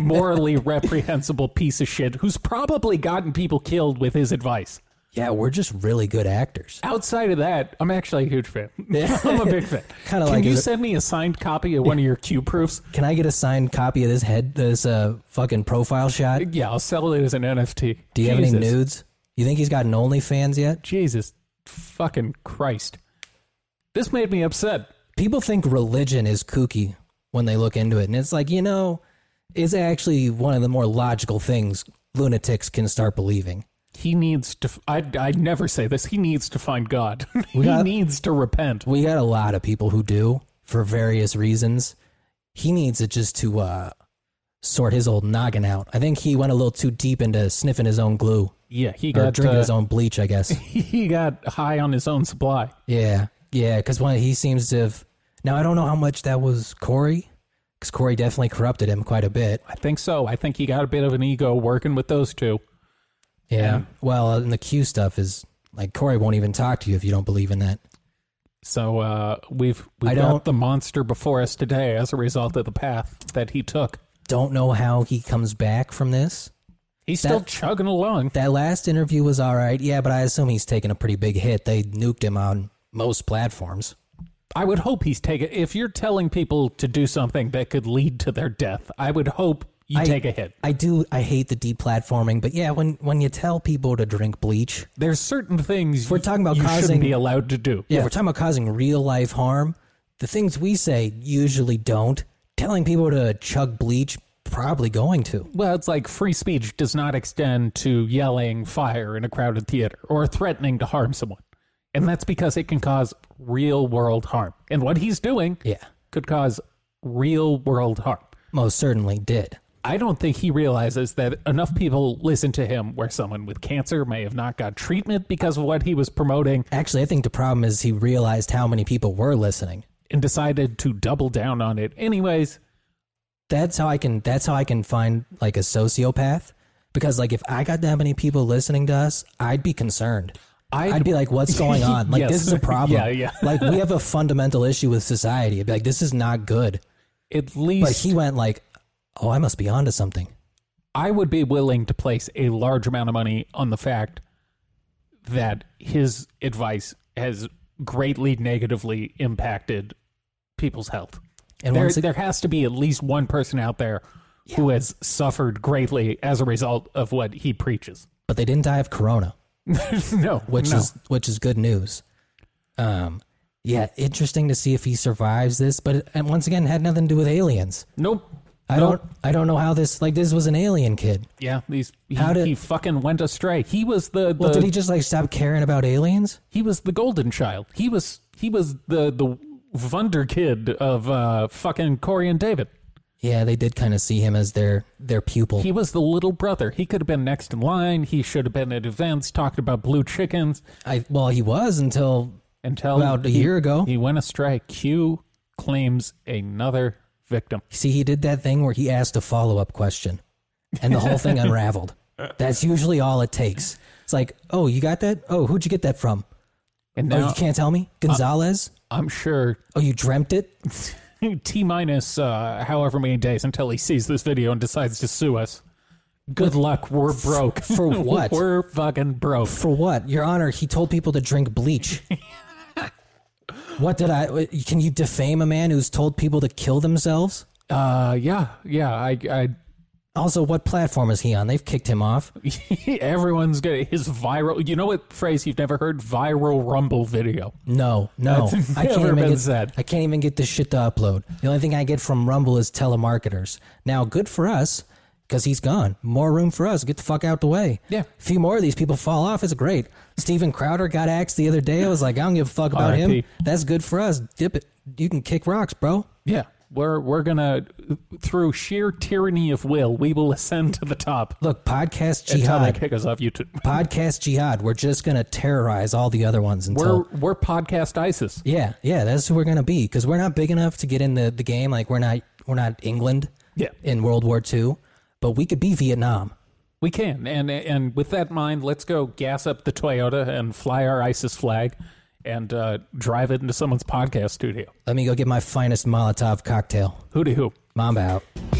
S1: morally reprehensible piece of shit who's probably gotten people killed with his advice.
S2: Yeah, we're just really good actors.
S1: Outside of that, I'm actually a huge fan. I'm a big fan.
S2: Kinda
S1: Can
S2: like
S1: you
S2: his-
S1: send me a signed copy of one of your Q proofs?
S2: Can I get a signed copy of this head, this uh, fucking profile shot?
S1: Yeah, I'll sell it as an NFT.
S2: Do you have any
S1: Jesus.
S2: nudes? You think he's got an OnlyFans yet?
S1: Jesus fucking Christ. This made me upset.
S2: People think religion is kooky when they look into it, and it's like you know, it's actually one of the more logical things lunatics can start believing.
S1: He needs to. I, I never say this. He needs to find God. he
S2: got-
S1: needs to repent.
S2: We got a lot of people who do for various reasons. He needs it just to uh, sort his old noggin out. I think he went a little too deep into sniffing his own glue
S1: Yeah, he
S2: or
S1: got
S2: drinking
S1: uh,
S2: his own bleach, I guess.
S1: he got high on his own supply.
S2: Yeah, yeah, because when he seems to have. Now I don't know how much that was Corey, because Corey definitely corrupted him quite a bit.
S1: I think so. I think he got a bit of an ego working with those two.
S2: Yeah. Well, uh, and the Q stuff is like Corey won't even talk to you if you don't believe in that.
S1: So uh, we've we
S2: I
S1: have
S2: don't-
S1: got the monster before us today as a result of the path that he took.
S2: Don't know how he comes back from this.
S1: He's
S2: That-
S1: still chugging along.
S2: That last interview was all right. Yeah, but I assume he's taken a pretty big hit. They nuked him on most platforms.
S1: I would hope he's taking. If you're telling people to do something that could lead to their death, I would hope you
S2: I-
S1: take a hit.
S2: I do. I hate the deplatforming, but yeah, when when you tell people to drink bleach,
S1: There's certain things
S2: We're talking about
S1: you
S2: causing-
S1: shouldn't be allowed to do.
S2: yeah, if we're talking about causing real life harm, the things we say usually don't. Telling people to chug bleach, probably going to.
S1: Well, it's like free speech does not extend to yelling fire in a crowded theater or threatening to harm someone. And that's because it can cause real world harm. And what he's doing
S2: Yeah,
S1: could cause real world harm.
S2: most certainly did.
S1: I don't think he realizes that enough people listen to him where someone with cancer may have not got treatment because of what he was promoting
S2: Actually, I think the problem is he realized how many people were listening.
S1: and decided to double down on it. Anyways,
S2: That's how I can. That's how I can find like a sociopath. Because like if I got that many people listening to us, I'd be concerned.
S1: I'd-
S2: I'd, be like, "What's going on? Like this
S1: Yes.
S2: is a problem.
S1: Yeah, yeah.
S2: like we have a fundamental issue with society. I'd be like, this is not good."
S1: at
S2: But
S1: least
S2: he went like, "Oh, I must be onto something."
S1: I would be willing to place a large amount of money on the fact that his advice has greatly negatively impacted people's health.
S2: And
S1: there,
S2: once ag-
S1: there has to be at least one person out there who has suffered greatly as a result of what he preaches.
S2: but they didn't die of corona,
S1: no,
S2: which
S1: no.
S2: is which is good news. Um, yeah, interesting to see if he survives this. But it, and once again, it had nothing to do with aliens.
S1: nope.
S2: I
S1: Nope.
S2: don't I don't know how this like this was an alien kid.
S1: Yeah, these he,
S2: How did-
S1: he fucking went astray. He was the, the
S2: Well, did he just like stop caring about aliens?
S1: he was the golden child. He was he was the the wonder kid of uh, fucking Corey and David.
S2: Yeah, they did kind of see him as their their pupil.
S1: He was the little brother. He could have been next in line. He should have been at events, talked about blue chickens
S2: I well, he was until
S1: until
S2: about a
S1: he-
S2: year ago.
S1: He went astray. Q claims another victim.
S2: See, he did that thing where he asked a follow up question, and the whole thing unraveled. That's usually all it takes. It's like, oh, you got that? Oh, who'd you get that from?
S1: And
S2: oh,
S1: now
S2: you can't tell me, Gonzalez.
S1: I'm sure
S2: oh, you dreamt it?
S1: T minus uh, however many days until he sees this video and decides to sue us. Good luck. We're broke.
S2: for what?
S1: We're fucking broke.
S2: For what, Your Honor? He told people to drink bleach. what did I? uh, Can you defame a man who's told people to kill themselves?
S1: Uh, yeah, yeah. I,
S2: Also, what platform is he on? They've kicked him off.
S1: I everyone's gonna his viral. You know what phrase you've never heard? Viral rumble video.
S2: No, no,
S1: That's
S2: I can't
S1: never
S2: even
S1: been
S2: get.
S1: said.
S2: I can't even get this shit to upload. The only thing I get from Rumble is telemarketers. Now, good for us. because he's gone. More room for us. Get the fuck out the way.
S1: Yeah.
S2: A few more of these people fall off. It's great. Steven Crowder got axed the other day. I was like, I don't give a fuck about him.
S1: RIP.
S2: That's good for us. Dip it. You can kick rocks, bro.
S1: Yeah. We're we're gonna through sheer tyranny of will, we will ascend to the top
S2: Look, podcast
S1: until they
S2: jihad.
S1: kick us off YouTube.
S2: Podcast jihad. We're just gonna terrorize all the other ones until
S1: We're we're podcast ISIS.
S2: Yeah, yeah, that's who we're gonna be because we're not big enough to get in the, the game. Like we're not we're not England
S1: Yeah.
S2: in World War II, but we could be Vietnam.
S1: We can. And and with that in mind, let's go gas up the Toyota and fly our ISIS flag and uh, drive it into someone's podcast studio.
S2: Let me go get my finest Molotov cocktail.
S1: Hooty hoo.
S2: Mamba out.